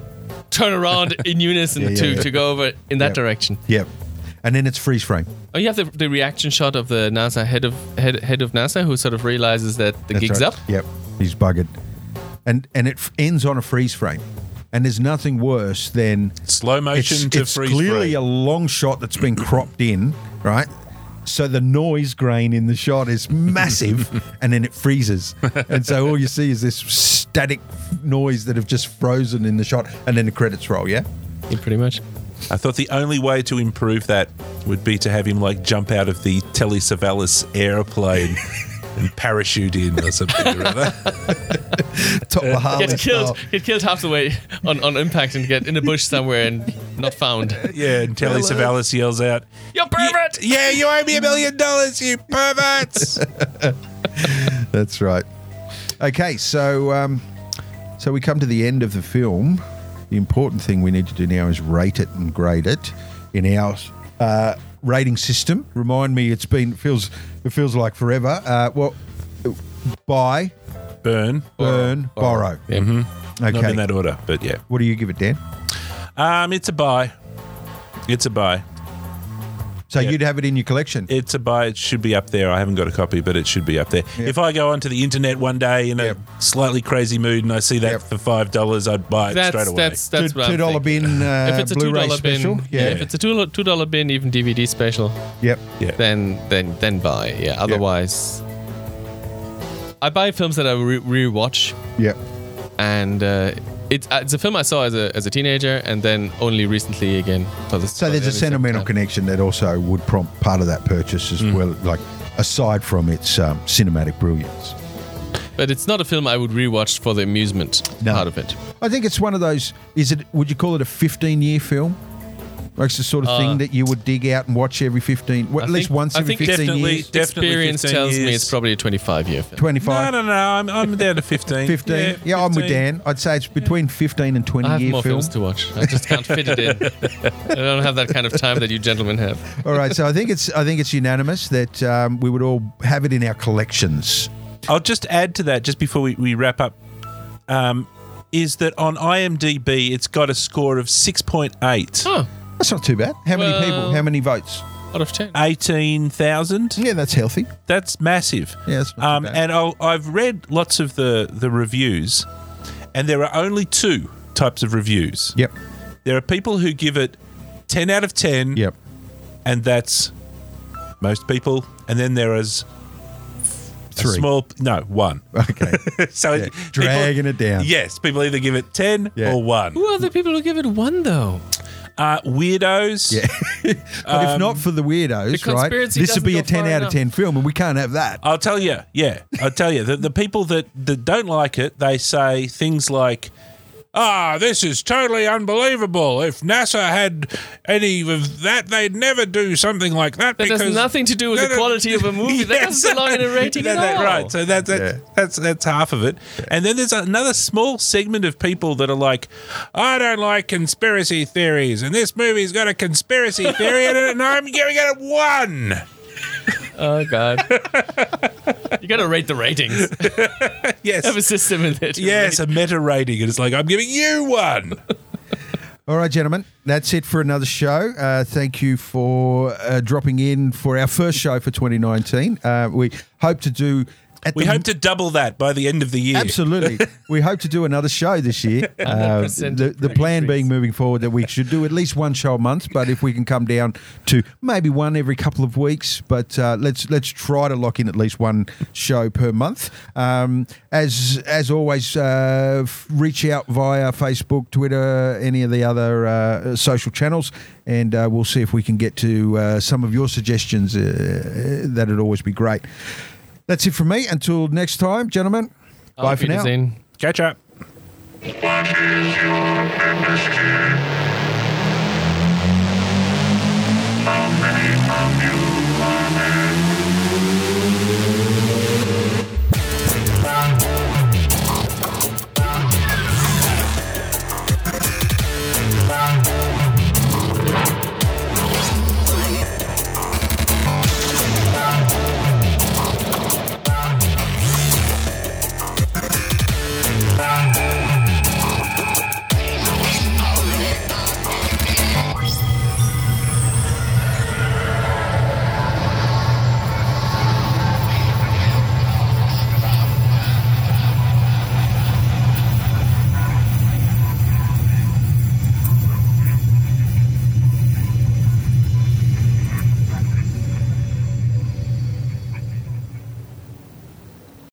[SPEAKER 3] turn around in unison
[SPEAKER 1] Yeah, yeah,
[SPEAKER 3] to,
[SPEAKER 1] yeah.
[SPEAKER 3] to go over in that
[SPEAKER 1] Yeah.
[SPEAKER 3] direction.
[SPEAKER 1] Yeah. And then it's freeze frame.
[SPEAKER 3] Oh, you have the, the reaction shot of the NASA head of head, head of NASA who sort of realizes that the
[SPEAKER 1] That's
[SPEAKER 3] gig's
[SPEAKER 1] right.
[SPEAKER 3] up.
[SPEAKER 1] Yep. He's buggered. And and it f- ends on a freeze frame. And there's nothing worse than
[SPEAKER 2] Slow motion
[SPEAKER 1] it's,
[SPEAKER 2] to
[SPEAKER 1] it's
[SPEAKER 2] freeze
[SPEAKER 1] clearly
[SPEAKER 2] frame.
[SPEAKER 1] a long shot that's been cropped in, right? So the noise grain in the shot is massive, and then it freezes, and so all you see is this static noise that have just frozen in the shot, and then the credits roll. Yeah,
[SPEAKER 3] Yeah, pretty much.
[SPEAKER 1] e-
[SPEAKER 2] I thought the only way to improve that would be to have him like jump out of the Telly Savalas airplane and parachute in or something or other.
[SPEAKER 1] top of Harley
[SPEAKER 3] Get killed.
[SPEAKER 1] style.
[SPEAKER 3] Get killed half the way on, on impact and get in a bush somewhere and not found.
[SPEAKER 2] Yeah, and Telly
[SPEAKER 1] Hello.
[SPEAKER 2] Savalas yells out,
[SPEAKER 3] You pervert!
[SPEAKER 2] Yeah, you owe me a million dollars, you perverts!
[SPEAKER 1] That's right. Okay, so um, so we come to the end of the film. The important thing we need to do now is rate it and grade it in our uh, rating system. Remind me, it's been feels it feels like forever. Uh, well, buy,
[SPEAKER 2] Burn.
[SPEAKER 1] burn, borrow.
[SPEAKER 3] Yeah. Mm-hmm.
[SPEAKER 2] Not in
[SPEAKER 1] Okay,
[SPEAKER 2] that order, but yeah.
[SPEAKER 1] what do you give it, Dan?
[SPEAKER 2] Um, it's a buy. It's a buy.
[SPEAKER 1] So
[SPEAKER 2] Yeah.
[SPEAKER 1] you'd have it in your collection.
[SPEAKER 2] It's a buy. It should be up there. I haven't got a copy, but it should be up there.
[SPEAKER 1] Yep.
[SPEAKER 2] If I go onto the internet one day in a
[SPEAKER 1] Yep.
[SPEAKER 2] slightly crazy mood and I see that
[SPEAKER 1] Yep.
[SPEAKER 2] for five dollars, I'd buy it
[SPEAKER 3] That's
[SPEAKER 2] straight away.
[SPEAKER 3] that's that's
[SPEAKER 1] Two-
[SPEAKER 3] what I'm
[SPEAKER 1] two dollar
[SPEAKER 3] thinking.
[SPEAKER 1] bin uh,
[SPEAKER 3] If it's a two
[SPEAKER 1] Blu-ray
[SPEAKER 3] dollar bin,
[SPEAKER 1] special.
[SPEAKER 3] yeah.
[SPEAKER 1] Yeah.
[SPEAKER 3] If it's a two two dollar bin, even DVD special,
[SPEAKER 1] Yep.
[SPEAKER 2] yeah.
[SPEAKER 3] then then then buy. Yeah. Otherwise, I buy films that I re- rewatch,
[SPEAKER 1] Yep.
[SPEAKER 3] and uh, it's uh, it's a film I saw as a as a teenager, and then only recently again. For the,
[SPEAKER 1] So there's a sentimental connection that also would prompt part of that purchase
[SPEAKER 3] Mm.
[SPEAKER 1] as well, like aside from its um, cinematic brilliance.
[SPEAKER 3] but it's not a film I would rewatch for the amusement
[SPEAKER 1] No.
[SPEAKER 3] part of it.
[SPEAKER 1] I think it's one of those. Is it? Would you call it a 15 year film? Like it's the sort of thing that you would dig out and watch every 15, well,
[SPEAKER 3] Uh, I
[SPEAKER 1] at least
[SPEAKER 3] think-
[SPEAKER 1] once
[SPEAKER 3] I
[SPEAKER 1] every
[SPEAKER 3] think
[SPEAKER 1] 15
[SPEAKER 2] definitely
[SPEAKER 1] years.
[SPEAKER 2] Definitely
[SPEAKER 3] Experience
[SPEAKER 2] 15
[SPEAKER 3] tells me
[SPEAKER 2] years.
[SPEAKER 3] it's probably a 25 year film.
[SPEAKER 1] 25,
[SPEAKER 2] No, no, no. I'm, I'm down to 15.
[SPEAKER 1] 15. Yeah, I'm with
[SPEAKER 2] 15.
[SPEAKER 1] Dan. I'd say it's between 15 and 20
[SPEAKER 3] I have
[SPEAKER 1] year
[SPEAKER 3] more
[SPEAKER 1] films.
[SPEAKER 3] films to watch. I just can't fit it in. I don't have that kind of time that you gentlemen have.
[SPEAKER 1] All right, so I think it's I think it's unanimous that um, we would all have it in our collections.
[SPEAKER 2] I'll just add to that just before we, we wrap up. Um, is that on IMDb it's got a score of 6.8.
[SPEAKER 3] Oh,
[SPEAKER 1] That's not too bad. How many people?
[SPEAKER 3] Well-
[SPEAKER 1] How many votes?
[SPEAKER 3] out of 10.
[SPEAKER 2] 18,000.
[SPEAKER 1] Yeah, that's healthy.
[SPEAKER 2] That's massive.
[SPEAKER 1] Yeah, that's not
[SPEAKER 2] Um,
[SPEAKER 1] too bad.
[SPEAKER 2] and I'll, I've read lots of the, the reviews, and there are only two types of reviews.
[SPEAKER 1] Yep.
[SPEAKER 2] There are people who give it 10 out of 10,
[SPEAKER 1] Yep.
[SPEAKER 2] and that's most people. And then there is a
[SPEAKER 1] Three.
[SPEAKER 2] small, no, one.
[SPEAKER 1] Okay.
[SPEAKER 2] so
[SPEAKER 1] Yeah, dragging it down.
[SPEAKER 2] Yes, people either give it 10
[SPEAKER 1] Yeah.
[SPEAKER 2] or 1.
[SPEAKER 3] Who are the people who give it one, though?
[SPEAKER 2] Uh, weirdos.
[SPEAKER 1] Yeah. But if not for the weirdos,
[SPEAKER 3] Um, the
[SPEAKER 1] right?
[SPEAKER 3] conspiracy
[SPEAKER 1] This would be a
[SPEAKER 3] doesn't go
[SPEAKER 1] ten
[SPEAKER 3] far
[SPEAKER 1] out of
[SPEAKER 3] enough. Uh,
[SPEAKER 1] ten film, and we can't have that.
[SPEAKER 2] I'll tell you, yeah, I'll tell you. The, the people that, that don't like it, they say things like, ah, this is totally unbelievable. If NASA had any of that, they'd never do something like that.
[SPEAKER 3] That
[SPEAKER 2] because
[SPEAKER 3] has nothing to do with
[SPEAKER 2] No, no.
[SPEAKER 3] the quality of a movie. That
[SPEAKER 2] Yes.
[SPEAKER 3] doesn't belong in a rating
[SPEAKER 2] That-
[SPEAKER 3] at
[SPEAKER 2] that-
[SPEAKER 3] all.
[SPEAKER 2] Right, so that, that,
[SPEAKER 1] Yeah.
[SPEAKER 2] that's that's half of it. And then there's another small segment of people that are like, I don't like conspiracy theories, and this movie's got a conspiracy theory in it, and I'm giving it a one.
[SPEAKER 3] Oh, God. you got to rate the ratings.
[SPEAKER 2] Yes.
[SPEAKER 3] Have a system in there. to
[SPEAKER 2] Yes,
[SPEAKER 3] rate.
[SPEAKER 2] a meta rating. And it's like, I'm giving you one.
[SPEAKER 1] All right, gentlemen, that's it for another show. Uh, thank you for uh, dropping in for our first show for 2019. Uh, we hope to do. At
[SPEAKER 2] We
[SPEAKER 1] the
[SPEAKER 2] hope to double that by the end of the year.
[SPEAKER 1] Absolutely. we hope to do another show this year. Uh,
[SPEAKER 3] 100%
[SPEAKER 1] the, the plan
[SPEAKER 3] increase.
[SPEAKER 1] being moving forward that we should do at least one show a month, but if we can come down to maybe one every couple of weeks, but uh, let's let's try to lock in at least one show per month. Um, as as always, uh, f- reach out via Facebook, Twitter, any of the other uh, social channels, and uh, we'll see if we can get to uh, some of your suggestions. Uh, that'd always be great. That's it from me. Until next time, gentlemen. Bye
[SPEAKER 3] Auf
[SPEAKER 1] for now.
[SPEAKER 3] Wiedersehen.
[SPEAKER 2] Catch up.
[SPEAKER 4] What is your industry?